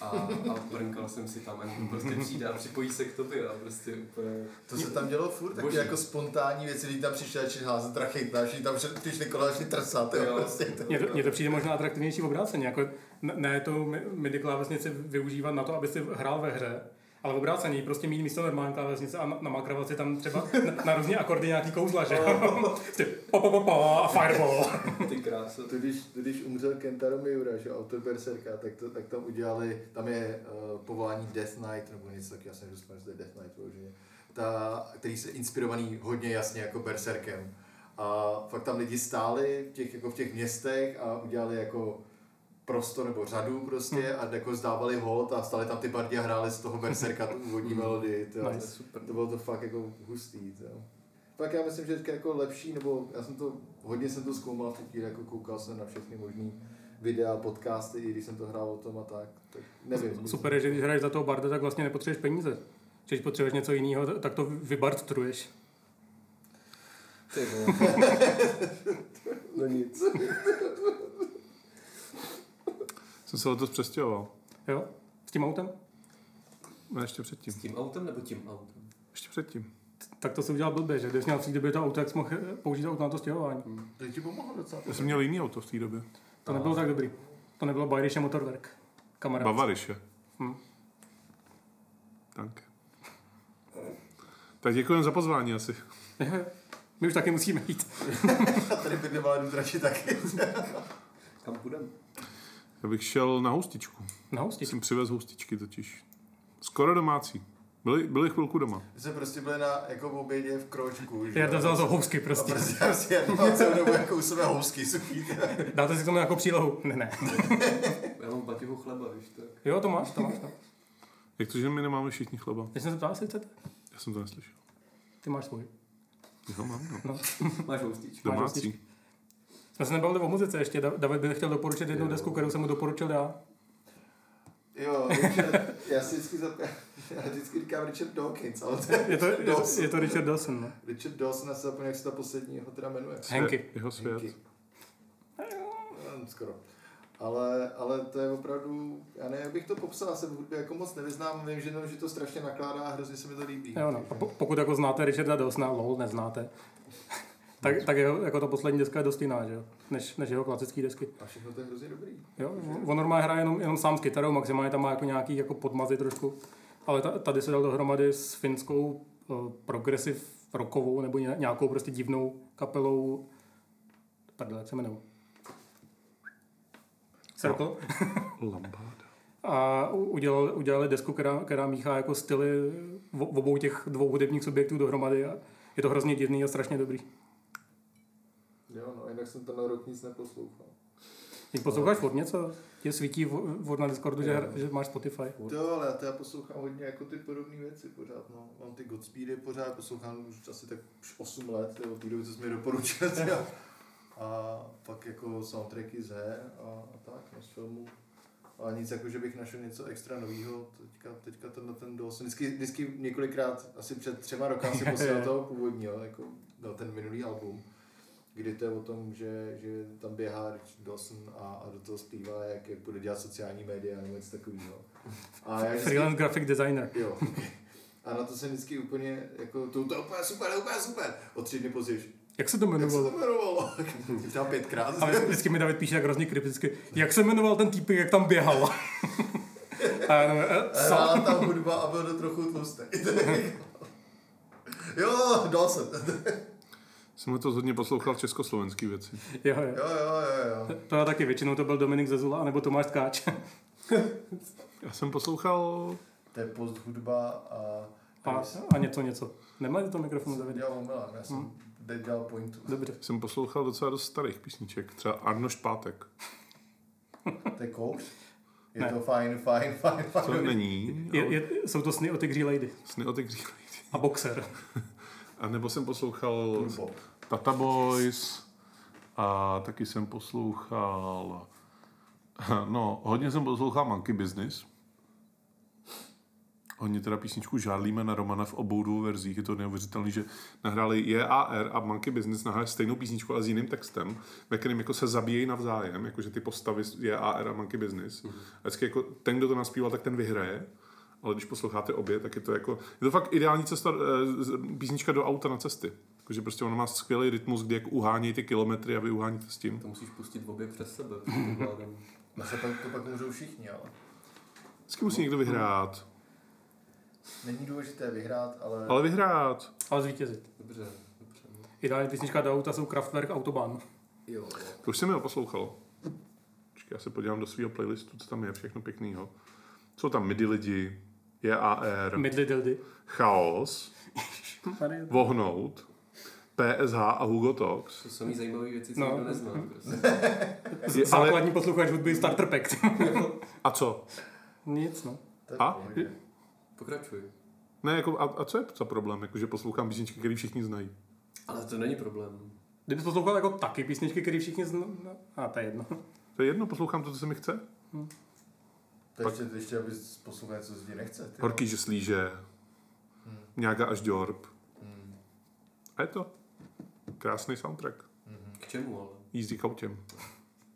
B: a, a brnkal jsem si tam a někdo prostě přijde a připojí se k tobě a prostě úplně...
E: To se tam dělo furt, taky
B: Boží.
E: jako spontánní věci, když tam přišli a šli házet rachy, šli tam šli- přišli kola, šli trsat, jo,
B: Jo.
E: prostě to.
A: Mně to, mně to přijde možná atraktivnější v obráceně. Jako ne- ne tu mi- MIDI klávesnici využívat na to, aby si hrál ve hře, ale v obráceně jí prostě mít místo normální klávesnice a na- namakrovat si tam třeba na, na různé akordy nějaký kouzla, že jo? Prostě pa, pa, pa, pa, a fireball.
B: Ty krása.
D: No To když, když umřel Kentaro Miura, že autor Berserka, tak, to, tak tam udělali, tam je uh, povolání Death Knight, nebo něco taky, já jsem říkal, že to je Death Knight, vyloženě, ta, který se inspirovaný hodně jasně jako Berserkem. A fakt tam lidi stáli v těch, jako v těch městech a udělali jako prostor nebo řadu prostě a jako zdávali hod a stali tam ty bardi a hráli z toho Berserka tu úvodní melodii. To,
B: To je super.
D: to bylo to fakt jako hustý, jo. Tak já myslím, že teďka jako lepší, nebo já jsem to, hodně jsem to zkoumal v té chvíli, jako koukal jsem na všechny možný videa, podcasty, i když jsem to hrál o tom a tak, tak nevím.
A: Super je, že když hraješ za toho barda, tak vlastně nepotřebuješ peníze. Že Když potřebuješ něco jiného, tak to vybardtruješ.
B: Ty vole.
D: No nic.
C: Jsem se letos přestěhoval.
A: Jo? S tím autem?
C: Ne, ještě předtím.
B: S tím autem nebo tím autem?
C: Ještě předtím.
A: Tak to se udělal blbě, že když měl v té době to auto, tak jsi mohl eh, použít auto na to stěhování.
D: To ti pomohlo docela.
C: Já jsem měl jiný auto v té době.
A: To nebylo tak dobrý. To nebylo Bayerische Motorwerk. Kamarád.
C: Bavariše.
A: Hm.
C: Tak. Tak děkujeme za pozvání asi.
A: My už taky musíme jít.
E: A tady by nevala jdu drači taky.
B: Kam půjdem?
C: Já bych šel na houstičku.
A: Na hosti.
C: Jsem přivez houstičky totiž. Skoro domácí. Byli, byli chvilku doma.
E: My jsme prostě byli na jako v obědě v kročku, že
A: Já
E: jo.
A: to vzal za housky
E: a
A: prostě.
E: prostě já si jednou celou dobu jako u sebe housky suchý.
A: Dáte si k tomu nějakou přílohu? Ne, ne.
B: Já mám batihu chleba, víš tak.
A: Jo, to máš, to máš. No.
C: Jak to, že my nemáme všichni chleba?
A: Teď jsem se ptal, jestli chcete.
C: Já jsem to neslyšel.
A: Ty máš svůj.
C: Jo, mám, no.
B: Máš houstičku.
C: Domácí.
A: Jsme se nebavili o muzice ještě. Da- David by chtěl doporučit jednu
B: Jo.
A: desku, kterou jsem mu doporučil já.
D: Jo, Richard, já si vždycky, zap... já vždycky říkám Richard Dawkins, ale to je
A: Je to, je to,
D: Dawson.
A: je to Richard Dawson. No.
D: Richard Dawson, já se zapomněl, jak se ta poslední jeho teda jmenuje.
A: Henky.
C: Jeho svět.
D: Henky. Ehm, Skoro. Ale, ale to je opravdu, já nevím, jak bych to popsal, já se v hudbě jako moc nevyznám, vím, že, jenom, že to strašně nakládá a hrozně se mi to líbí.
A: Jo, no. A po, pokud jako znáte Richarda Dawsona, lol, neznáte, tak, tak jeho, jako ta poslední deska je dost jiná, že jo? Než, než jeho klasické desky.
D: A všechno to je hrozně dobrý.
A: Jo, on normálně hraje jenom, jenom sám s kytarou, maximálně tam má jako nějaký jako podmazy trošku, ale ta, tady se dal dohromady s finskou eh, progresiv rokovou nebo ně- nějakou prostě divnou kapelou, pardon, jak se jmenou. Circle.
C: Lambáda.
A: A u- udělali, udělali desku, která, která míchá jako styly v, obou těch dvou hudebních subjektů dohromady a je to hrozně divný a strašně dobrý.
D: Jo, no, jinak jsem ten rok nic neposlouchal.
A: Ty posloucháš furt něco? Tě svítí v, v, na Discordu, že, že máš Spotify.
D: Jo, ale já to já poslouchám hodně jako ty podobné věci pořád, no. Mám ty Godspeedy pořád, poslouchám už asi tak už 8 let, to je od té doby, co jsi mi doporučil. jo. A pak jako soundtracky z her a, a tak, no, z filmů. Ale nic jako, že bych našel něco extra nového. Teďka, teďka tenhle ten dos. Vždycky, vždycky několikrát, asi před třema rokama si posílal toho původního, jako no, ten minulý album kdy to je o tom, že, že tam běhá Richard Dawson a, a do toho zpívá, jak, jak bude dělat sociální média nebo něco takového. A já vždycky,
A: Freelance graphic designer.
D: Jo. A na to jsem vždycky úplně, jako, to, to je úplně super, to je úplně super. O tři dny později,
A: Jak se to
D: jak se
A: jmenovalo?
D: to jmenovalo? Třeba pětkrát.
A: A vždy- vždycky mi David píše tak hrozně kriticky, jak se jmenoval ten týpek, jak tam běhal. A já nevím, eh, sám.
E: Hrála tam hudba a byl to trochu tlustý. Jo, Dawson.
C: Jsem letos hodně poslouchal československý věci.
A: Jo, jo.
D: Jo, jo, jo, jo.
A: To já taky většinou to byl Dominik Zezula, anebo Tomáš Tkáč.
C: Já jsem poslouchal...
D: To je post hudba a...
A: A, a něco, něco. Nemáte to mikrofon zavedený?
D: Dělal omylem, já jsem teď dělal pointu.
A: Dobře.
C: Jsem poslouchal docela dost starých písniček, třeba Arnošt Pátek.
D: To je kouř? Je
A: Ne.
D: to fajn, fajn, fajn, fajn.
C: To není.
A: Je,
C: ale
A: je, jsou to sny o tygří lady
C: Sny o těch lidi.
A: a boxer.
C: A nebo jsem poslouchal
D: Turbo.
C: Tata Boys a taky jsem poslouchal... No, hodně jsem poslouchal Monkey Business. Oni teda písničku žárlíme na Romana v obou dvou verzích. Je to neuvěřitelné, že nahráli JAR a Monkey Business nahráli stejnou písničku, ale s jiným textem, ve kterém jako se zabíjejí navzájem, jakože ty postavy z JAR a Monkey Business. A vždycky jako ten, kdo to naspíval, tak ten vyhraje. Ale když posloucháte obě, tak je to jako, je to fakt ideální cesta, eh, z- písnička do auta na cesty. Jakože prostě ona má skvělý rytmus, kdy jako uhánějí ty kilometry a vy uháníte s tím.
B: To musíš pustit obě přes sebe, předpokládám.
D: No se pak, to pak můžou všichni, ale.
C: Vždycky musí někdo vyhrát.
D: Není důležité vyhrát, ale...
C: Ale vyhrát.
A: Ale zvítězit.
B: Dobře, dobře. no.
A: Ideální písnička do auta jsou Kraftwerk Autobahn.
B: Jo.
C: To už jsem je poslouchal. Počkej, já se podívám do svého playlistu, co tam je, všechno pěknýho. Jsou tam midi lidi, JAR,
A: Midly Dildy.
C: Chaos,
A: Tady-
C: Vohnout, PSH a Hugo Tox.
B: To jsou mi zajímavé věci, co
A: No.
B: no. nikdo nezná. Prostě.
C: Je, ale,
A: Základní posluchač hudby Starter Pack.
C: a co?
A: Nic, no.
D: To je
C: A?
D: v pohodě.
B: Pokračuj.
C: Ne, jako, a, a co je za problém, jako, že poslouchám písničky, které všichni znají?
B: Ale to není problém.
A: Kdyby poslouchal jako taky písničky, které všichni znají. A to je jedno.
C: To je jedno, poslouchám to, co se mi chce.
D: To ještě, to ještě aby poslouchal něco zdi nechce. Ty.
C: Horký, že slíže, nějaká až Djorb. Hmm. A je to. Krásný soundtrack.
B: K čemu ale?
C: Jízdí kautěm.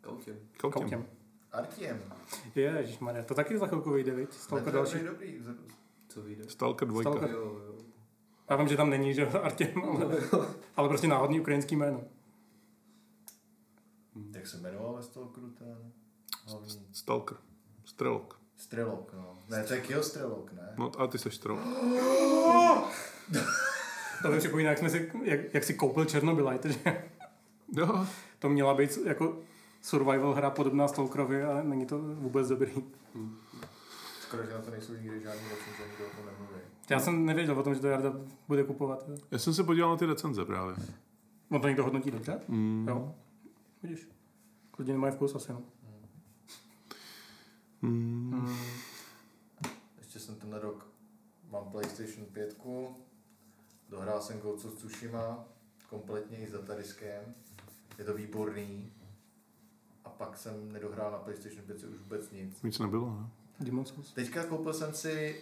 B: K autě.
C: Kautěm.
A: Kautěm.
D: Artiem.
A: Ježišmarja, to taky za chvilku vyjde, viď? Z toho
D: To je
A: další.
D: dobrý, dobrý.
B: Co vyjde?
C: Stalker dvojka.
A: Stalker.
B: Jo, jo.
A: Já vím, že tam není, že jo, Artem, ale, ale prostě náhodný ukrajinský jméno.
D: Jak se jmenoval z toho kruta? Hlavní.
C: Stalker. Strelok.
D: Strelok, no. Ne, to je Kyostrelok, ne?
C: No a ty seš strelok.
A: To mi připomíná, jak, jsme si, jak, jak si koupil Černobylite, že
C: Jo.
A: to měla být jako survival hra podobná Stalkerovi, ale není to vůbec dobrý.
D: Skoro, že na to nejsou nikdy žádný ročník, že nikdo o tom nemluví.
A: Já jsem nevěděl o tom, že to Jarda bude kupovat.
C: Já jsem se podíval na ty recenze právě.
A: On to někdo hodnotí dobře? Mm. Jo. Vidíš, klidně nemají vkus asi, no.
C: Hmm.
A: Mm.
D: Ještě jsem tenhle rok, mám PlayStation 5, dohrál jsem Ghost of Tsushima, kompletně i s datariskem, je to výborný. A pak jsem nedohrál na PlayStation 5 už vůbec nic.
C: Nic nebylo, no. ne?
A: Demon Souls.
D: Teďka koupil jsem si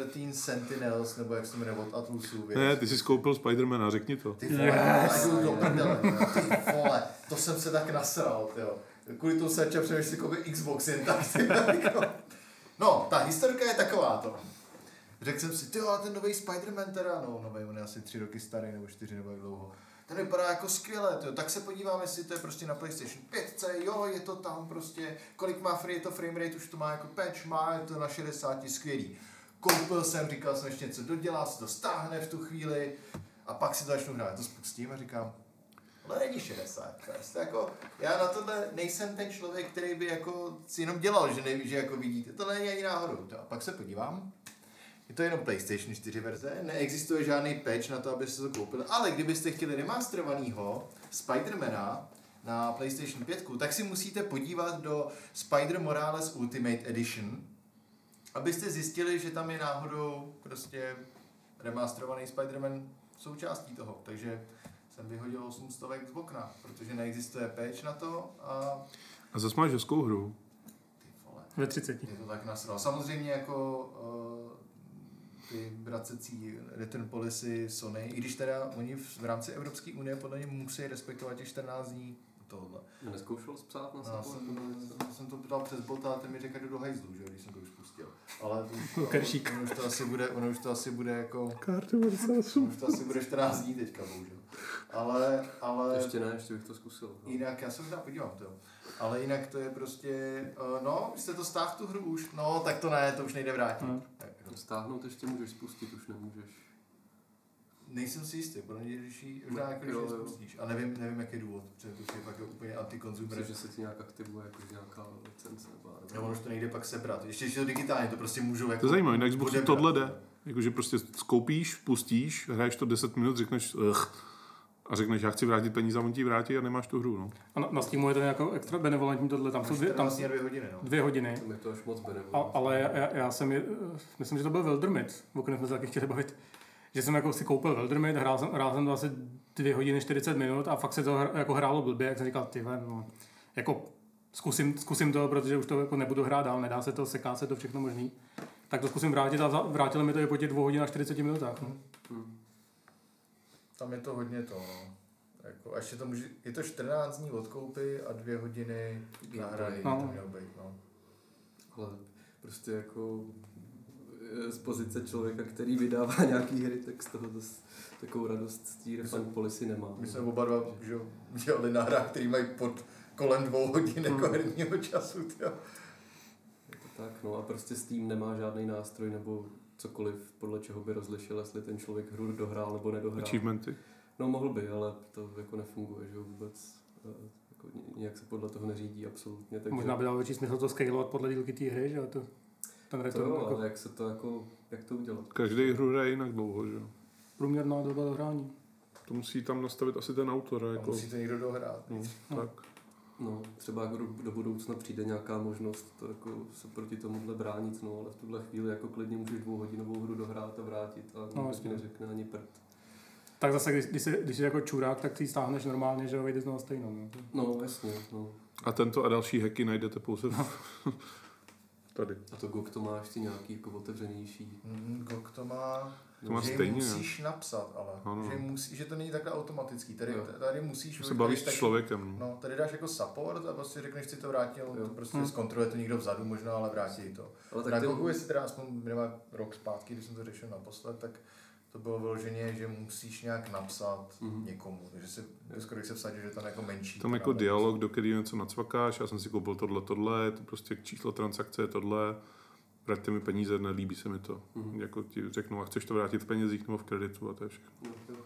D: uh, 13 Sentinels, nebo jak se jmenuje, od Atlasu věc.
C: Ne, ty jsi koupil Spidermana, řekni to.
D: Ty vole, yes. jdu do prdele, ty vole, to jsem se tak nasral, jo. Kvůli tomu jsem začal přemýšlet, si koupit jako Xbox jen tak, ty vole, jako. No, ta historka je taková to. Řekl jsem si, ty jo, a ten nový Spider-Man teda, no nový, on je asi tři roky starý, nebo čtyři, nebo jak dlouho. Ten vypadá jako skvěle, tyjo. tak se podívám, jestli to je prostě na PlayStation 5, jo, je to tam prostě, kolik má free, je to frame rate, už to má jako patch, má, je to na 60, skvělý. Koupil jsem, říkal jsem, ještě něco dodělá, se to stáhne v tu chvíli a pak si to začnu hrát, Já to spustím a říkám, ale není 60 FPS. To Jako, já na tohle nejsem ten člověk, který by jako si jenom dělal, že neví, že jako vidíte. To není ani náhodou. To- A pak se podívám. Je to jenom PlayStation 4 verze, neexistuje žádný patch na to, abyste to koupili. Ale kdybyste chtěli remasterovanýho Spidermana na PlayStation 5, tak si musíte podívat do Spider Morales Ultimate Edition, abyste zjistili, že tam je náhodou prostě remasterovaný Spider-Man součástí toho. Takže jsem vyhodil 8 stovek z okna, protože neexistuje patch na to a
C: A zase máš hezkou hru.
D: ty vole,
A: Ve 30.
D: mě to tak nasralo. Samozřejmě jako uh, ty vracecí return policy Sony, i když teda oni v, v rámci Evropské unie podle mě musí respektovat těch 14 dní tohle.
B: Neskoušel zpsát na
D: Já
B: sebe?
D: jsem, já jsem to dal přes bota a ten mi řekl, jdu do hajzlu, že jo, když jsem to už pustil. Ale to už,
A: Keršík.
D: ono, ono, už to asi bude, ono už to asi bude jako...
C: Kartu
D: Ono už to asi bude 14 dní teďka, bohužel. Ale, ale...
B: Ještě ne, ještě bych to zkusil. no.
D: Jinak, já se možná podívám, to. Ale jinak to je prostě, eh, no, vy jste to stáhl tu hru už, no, tak jako, to ne, to už nejde vrátit.
A: Hmm.
D: Tak,
B: Stáhnout ještě můžeš spustit, už nemůžeš.
D: Nejsem si jistý, pro mě řeší možná jako, když
B: Jo,
D: je
B: jo.
D: spustíš. A nevím, nevím, jaký je důvod, protože to je fakt úplně antikonzumer.
B: Myslím, že se ti nějak aktivuje jakože nějaká licence nebo já
D: Já
B: nevím.
D: ono už to nejde pak sebrat. Ještě, když je to digitálně, to prostě můžou jako...
C: To je zajímavé, na Xboxu
D: odebrat.
C: tohle jde. Jakože prostě skoupíš, pustíš, hraješ to 10 minut, řekneš ugh, a řekneš, já chci vrátit peníze a on ti vrátí a nemáš tu hru. No.
A: A na, na Steamu je to jako extra benevolentní tohle, tam jsou
D: Máš
A: dvě, tam
D: 14 na dvě hodiny, no.
A: dvě hodiny.
B: Tam je to až moc
A: A,
B: benevolentní.
A: ale já, já, já jsem, je, eh, myslím, že to byl Wildermit, o kterém jsme se taky chtěli bavit. Že jsem jako si koupil Wildermit, hrál jsem, hrál jsem to asi 2 hodiny 40 minut a fakt se to hr- jako hrálo blbě, jak jsem říkal, ty vole, no, jako zkusím, zkusím to, protože už to jako nebudu hrát dál, nedá se to, seká se to všechno možný. Tak to zkusím vrátit a za- vrátili mi to i po těch 2 hodinách 40 minutách. No.
D: Tam je to hodně to, no. Jako, až je, to může, je to 14 dní od koupy a dvě hodiny na hraní,
A: No.
D: no. to mělo být, no.
B: Ale prostě jako eh, z pozice člověka, který vydává nějaký hry, tak z toho zas takovou radost z té refund policy nemá. no.
D: My jsme oba dva že, jo, dělali na hrách, který mají pod kolem dvou
C: Hmm.
D: hodin jako herního času, tyjo.
B: Je to Tak no a prostě Steam nemá žádný nástroj nebo cokoliv, podle čeho by rozlišil, jestli ten člověk hru dohrál nebo nedohrál.
C: Achievementy.
B: No mohl by, ale to jako nefunguje, že jo, vůbec eh, jako ně- nějak se podle toho neřídí absolutně. Takže
A: Možná by dalo větší smysl to scalovat podle dílky té hry, že jo, to, ten
B: to
A: return,
B: jo,
A: jako
B: ale jak se to jako, jak to udělat?
C: Každý hru hraje jinak dlouho, že jo.
A: průměrná doba dohrání.
C: To musí tam nastavit asi ten autor.
D: A
C: Jako,
D: musí to někdo dohrát.
C: no, tak.
B: No, třeba jako do, do budoucna přijde nějaká možnost to jako se proti tomuhle bránit, no, ale v tuhle chvíli jako klidně můžeš dvouhodinovou hru dohrát a vrátit a nikdo no, ti
A: jasně.
B: neřekne ani prd.
A: Tak zase, když, když, jsi, když jsi jako čurák, tak si ji stáhneš normálně, že jo, vyjde znovu stejnou. No.
B: No, jasně, no.
C: A tento a další hacky najdete pouze v... tady.
B: A to GOG to má ještě nějaký jako otevřenější. No,
D: Mm, Gok to má,
C: To má
D: že jim
C: stejně,
D: musíš napsat, ale
C: Ano. no.
D: že, jim musí, že to není takhle automatický. Tady,
B: Jo.
D: tady musíš...
C: Se bavíš
D: tady
C: s
D: stačí-
C: člověkem. No.
D: No, tady dáš jako support a prostě řekneš, chci to vrátit, on
B: Jo.
D: to prostě
C: Hmm.
A: Hm.
D: zkontroluje to někdo vzadu možná, ale vrátí ti to.
B: Ale
D: Na
B: tak ten,
D: Gogu, jestli teda aspoň minimálně rok zpátky, když jsem to řešil naposled, tak to bylo vyloženě, že musíš nějak napsat
B: Mhm.
D: někomu, takže se, skoro se vsadil, že tam jako menší.
C: Hmm. Tam jako
D: právo.
C: dialog, do kterého něco nacvakáš, já jsem si koupil tohle, tohle, to prostě číslo transakce je tohle, vraťte mi peníze, nelíbí se mi to.
B: Mhm.
C: Jako ti řeknu, a chceš to vrátit v penězích nebo v kreditu a to je všechno.
B: no, jo.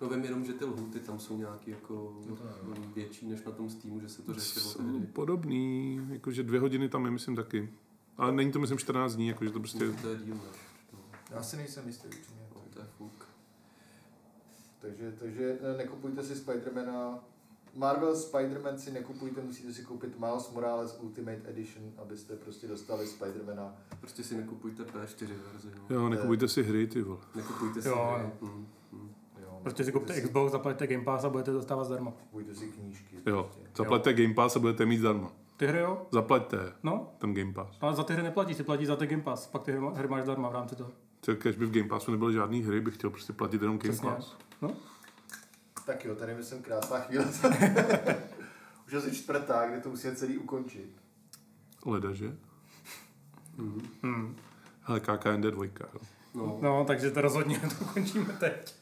B: no vím jenom, že ty lhuty tam jsou nějaký jako
D: No to nevím.
B: větší než na tom Steamu, že se to řešilo
C: Jsou
B: tehdy.
C: podobný, jakože dvě hodiny tam je, myslím, taky. Ale není to, myslím, 14 dní, jakože to prostě...
B: Myslím, že To je díl než. No,
D: Já si nejsem jistý upřímně.
B: no, to je fuk.
D: Takže, takže eh, nekupujte si Spidermana. Marvel Spider-Man si nekupujte, musíte si koupit Miles Morales Ultimate Edition, abyste prostě dostali Spidermana.
B: Prostě si nekupujte P4 verzi, no.
C: Jo, nekupujte si hry, ty vole.
B: Nekupujte si
A: Jo,
B: hry.
A: no.
B: Mm, mm.
D: Jo, no,
A: Prostě si kupte
D: kupujte
A: Xbox, zaplaťte Game Pass a budete dostávat zdarma.
D: Kupujte si knížky.
C: Jo,
D: prostě.
C: zaplaťte Game Pass a budete mít zdarma.
A: Ty hry jo?
C: Zaplaťte
A: No,
C: ten Game Pass.
A: ale za ty hry neplatíš, ty platíš za ten Game Pass, pak ty hry, má- hry máš zdarma v rámci toho.
C: Ty, Když by v Game Passu nebyly žádný hry, bych chtěl prostě platit jenom Game
A: Přesně.
C: Pass.
D: Tak jo, tady myslím krásná chvíle. Už asi čtvrtá, kde to musíme celý ukončit.
C: Leda, že?
B: Mm.
A: Hmm.
C: Hele, KKND 2. jo.
B: No,
A: No, takže to rozhodně to končíme teď.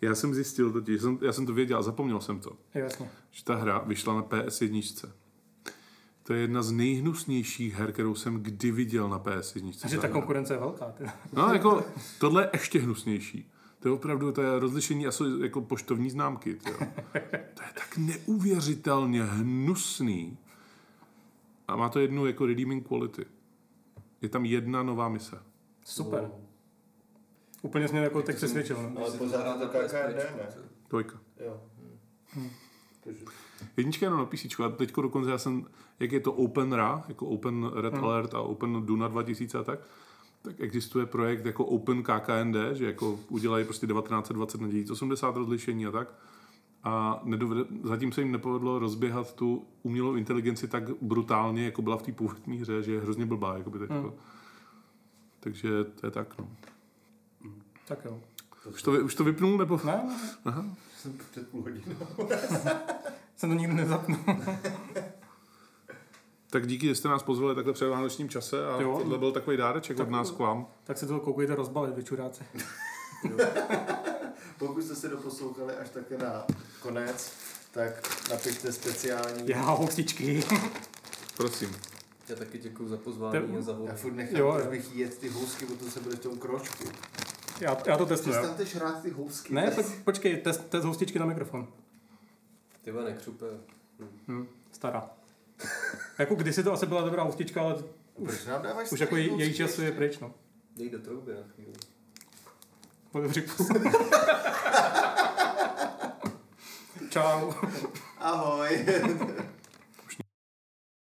C: Já jsem zjistil totiž, jsem, já jsem to věděl, a zapomněl jsem to,
A: Jo, Jasně.
C: že ta hra vyšla na PS1. To je jedna z nejhnusnějších her, kterou jsem kdy viděl na PS1.
A: Takže ta
C: zahrát.
A: konkurence je velká. Ty.
C: No, jako, tohle je ještě hnusnější. To je opravdu to je rozlišení aso, jako poštovní známky. tyjo. To je tak neuvěřitelně hnusný. A má to jednu jako redeeming quality. Je tam jedna nová mise.
B: No.
A: Super. Úplně jsi mě jako teď přesvědčil. No.
D: Ale pořád to KKD, ne?
C: Dvojka.
D: Jo. Hm. Takže
C: Jednička jenom na PC, a teďko dokonce já jsem, jak je to Open RA, jako Open Red
A: Hmm.
C: Alert a Open Duna 2000 a tak, tak existuje projekt jako Open KKND, že jako udělají prostě 1920 na 1080 rozlišení a tak. A nedovede, zatím se jim nepovedlo rozběhat tu umělou inteligenci tak brutálně, jako byla v té původní hře, že je hrozně blbá. Jakoby teďko.
A: Hmm.
C: Takže to je tak. No.
A: Tak jo.
C: Už, to, vy- už to vypnul nebo?
A: Ne, ne, ne,
D: jsem před půl hodinou.
A: jsem to nikdy nezapnul.
C: Tak díky, že jste nás pozvali takhle před vánočním čase a
A: Jo.
C: jo. tohle byl takový dáreček
A: Tak-
C: od nás k vám.
A: Tak se to koukejte rozbalit, vyčuráci.
D: Pokud jste se doposlouchali až také na konec, tak napište speciální.
A: Já, hostičky.
C: Prosím.
B: Já taky děkuji za pozvání
A: To-
B: a za
D: Já
B: vodu.
D: furt nechám
A: Jo,
D: jo,
A: jo.
D: bych jet ty housky, protože se bude v tom kročku.
A: Já, já to testuju. jo.
D: Přestaňte prostě šrát ty housky.
A: Ne, po, počkej, test, test hostičky na mikrofon.
B: Ty vole, nekřupe.
A: Hm, stará. jako kdysi to asi byla dobrá hostička, ale
D: Proč nám dáváš
A: už jako
D: starý
A: její, její
D: housky?
A: čas je pryč, no.
B: Dej do trouby na chvíli.
A: Otevři pusu. Čau.
D: Ahoj.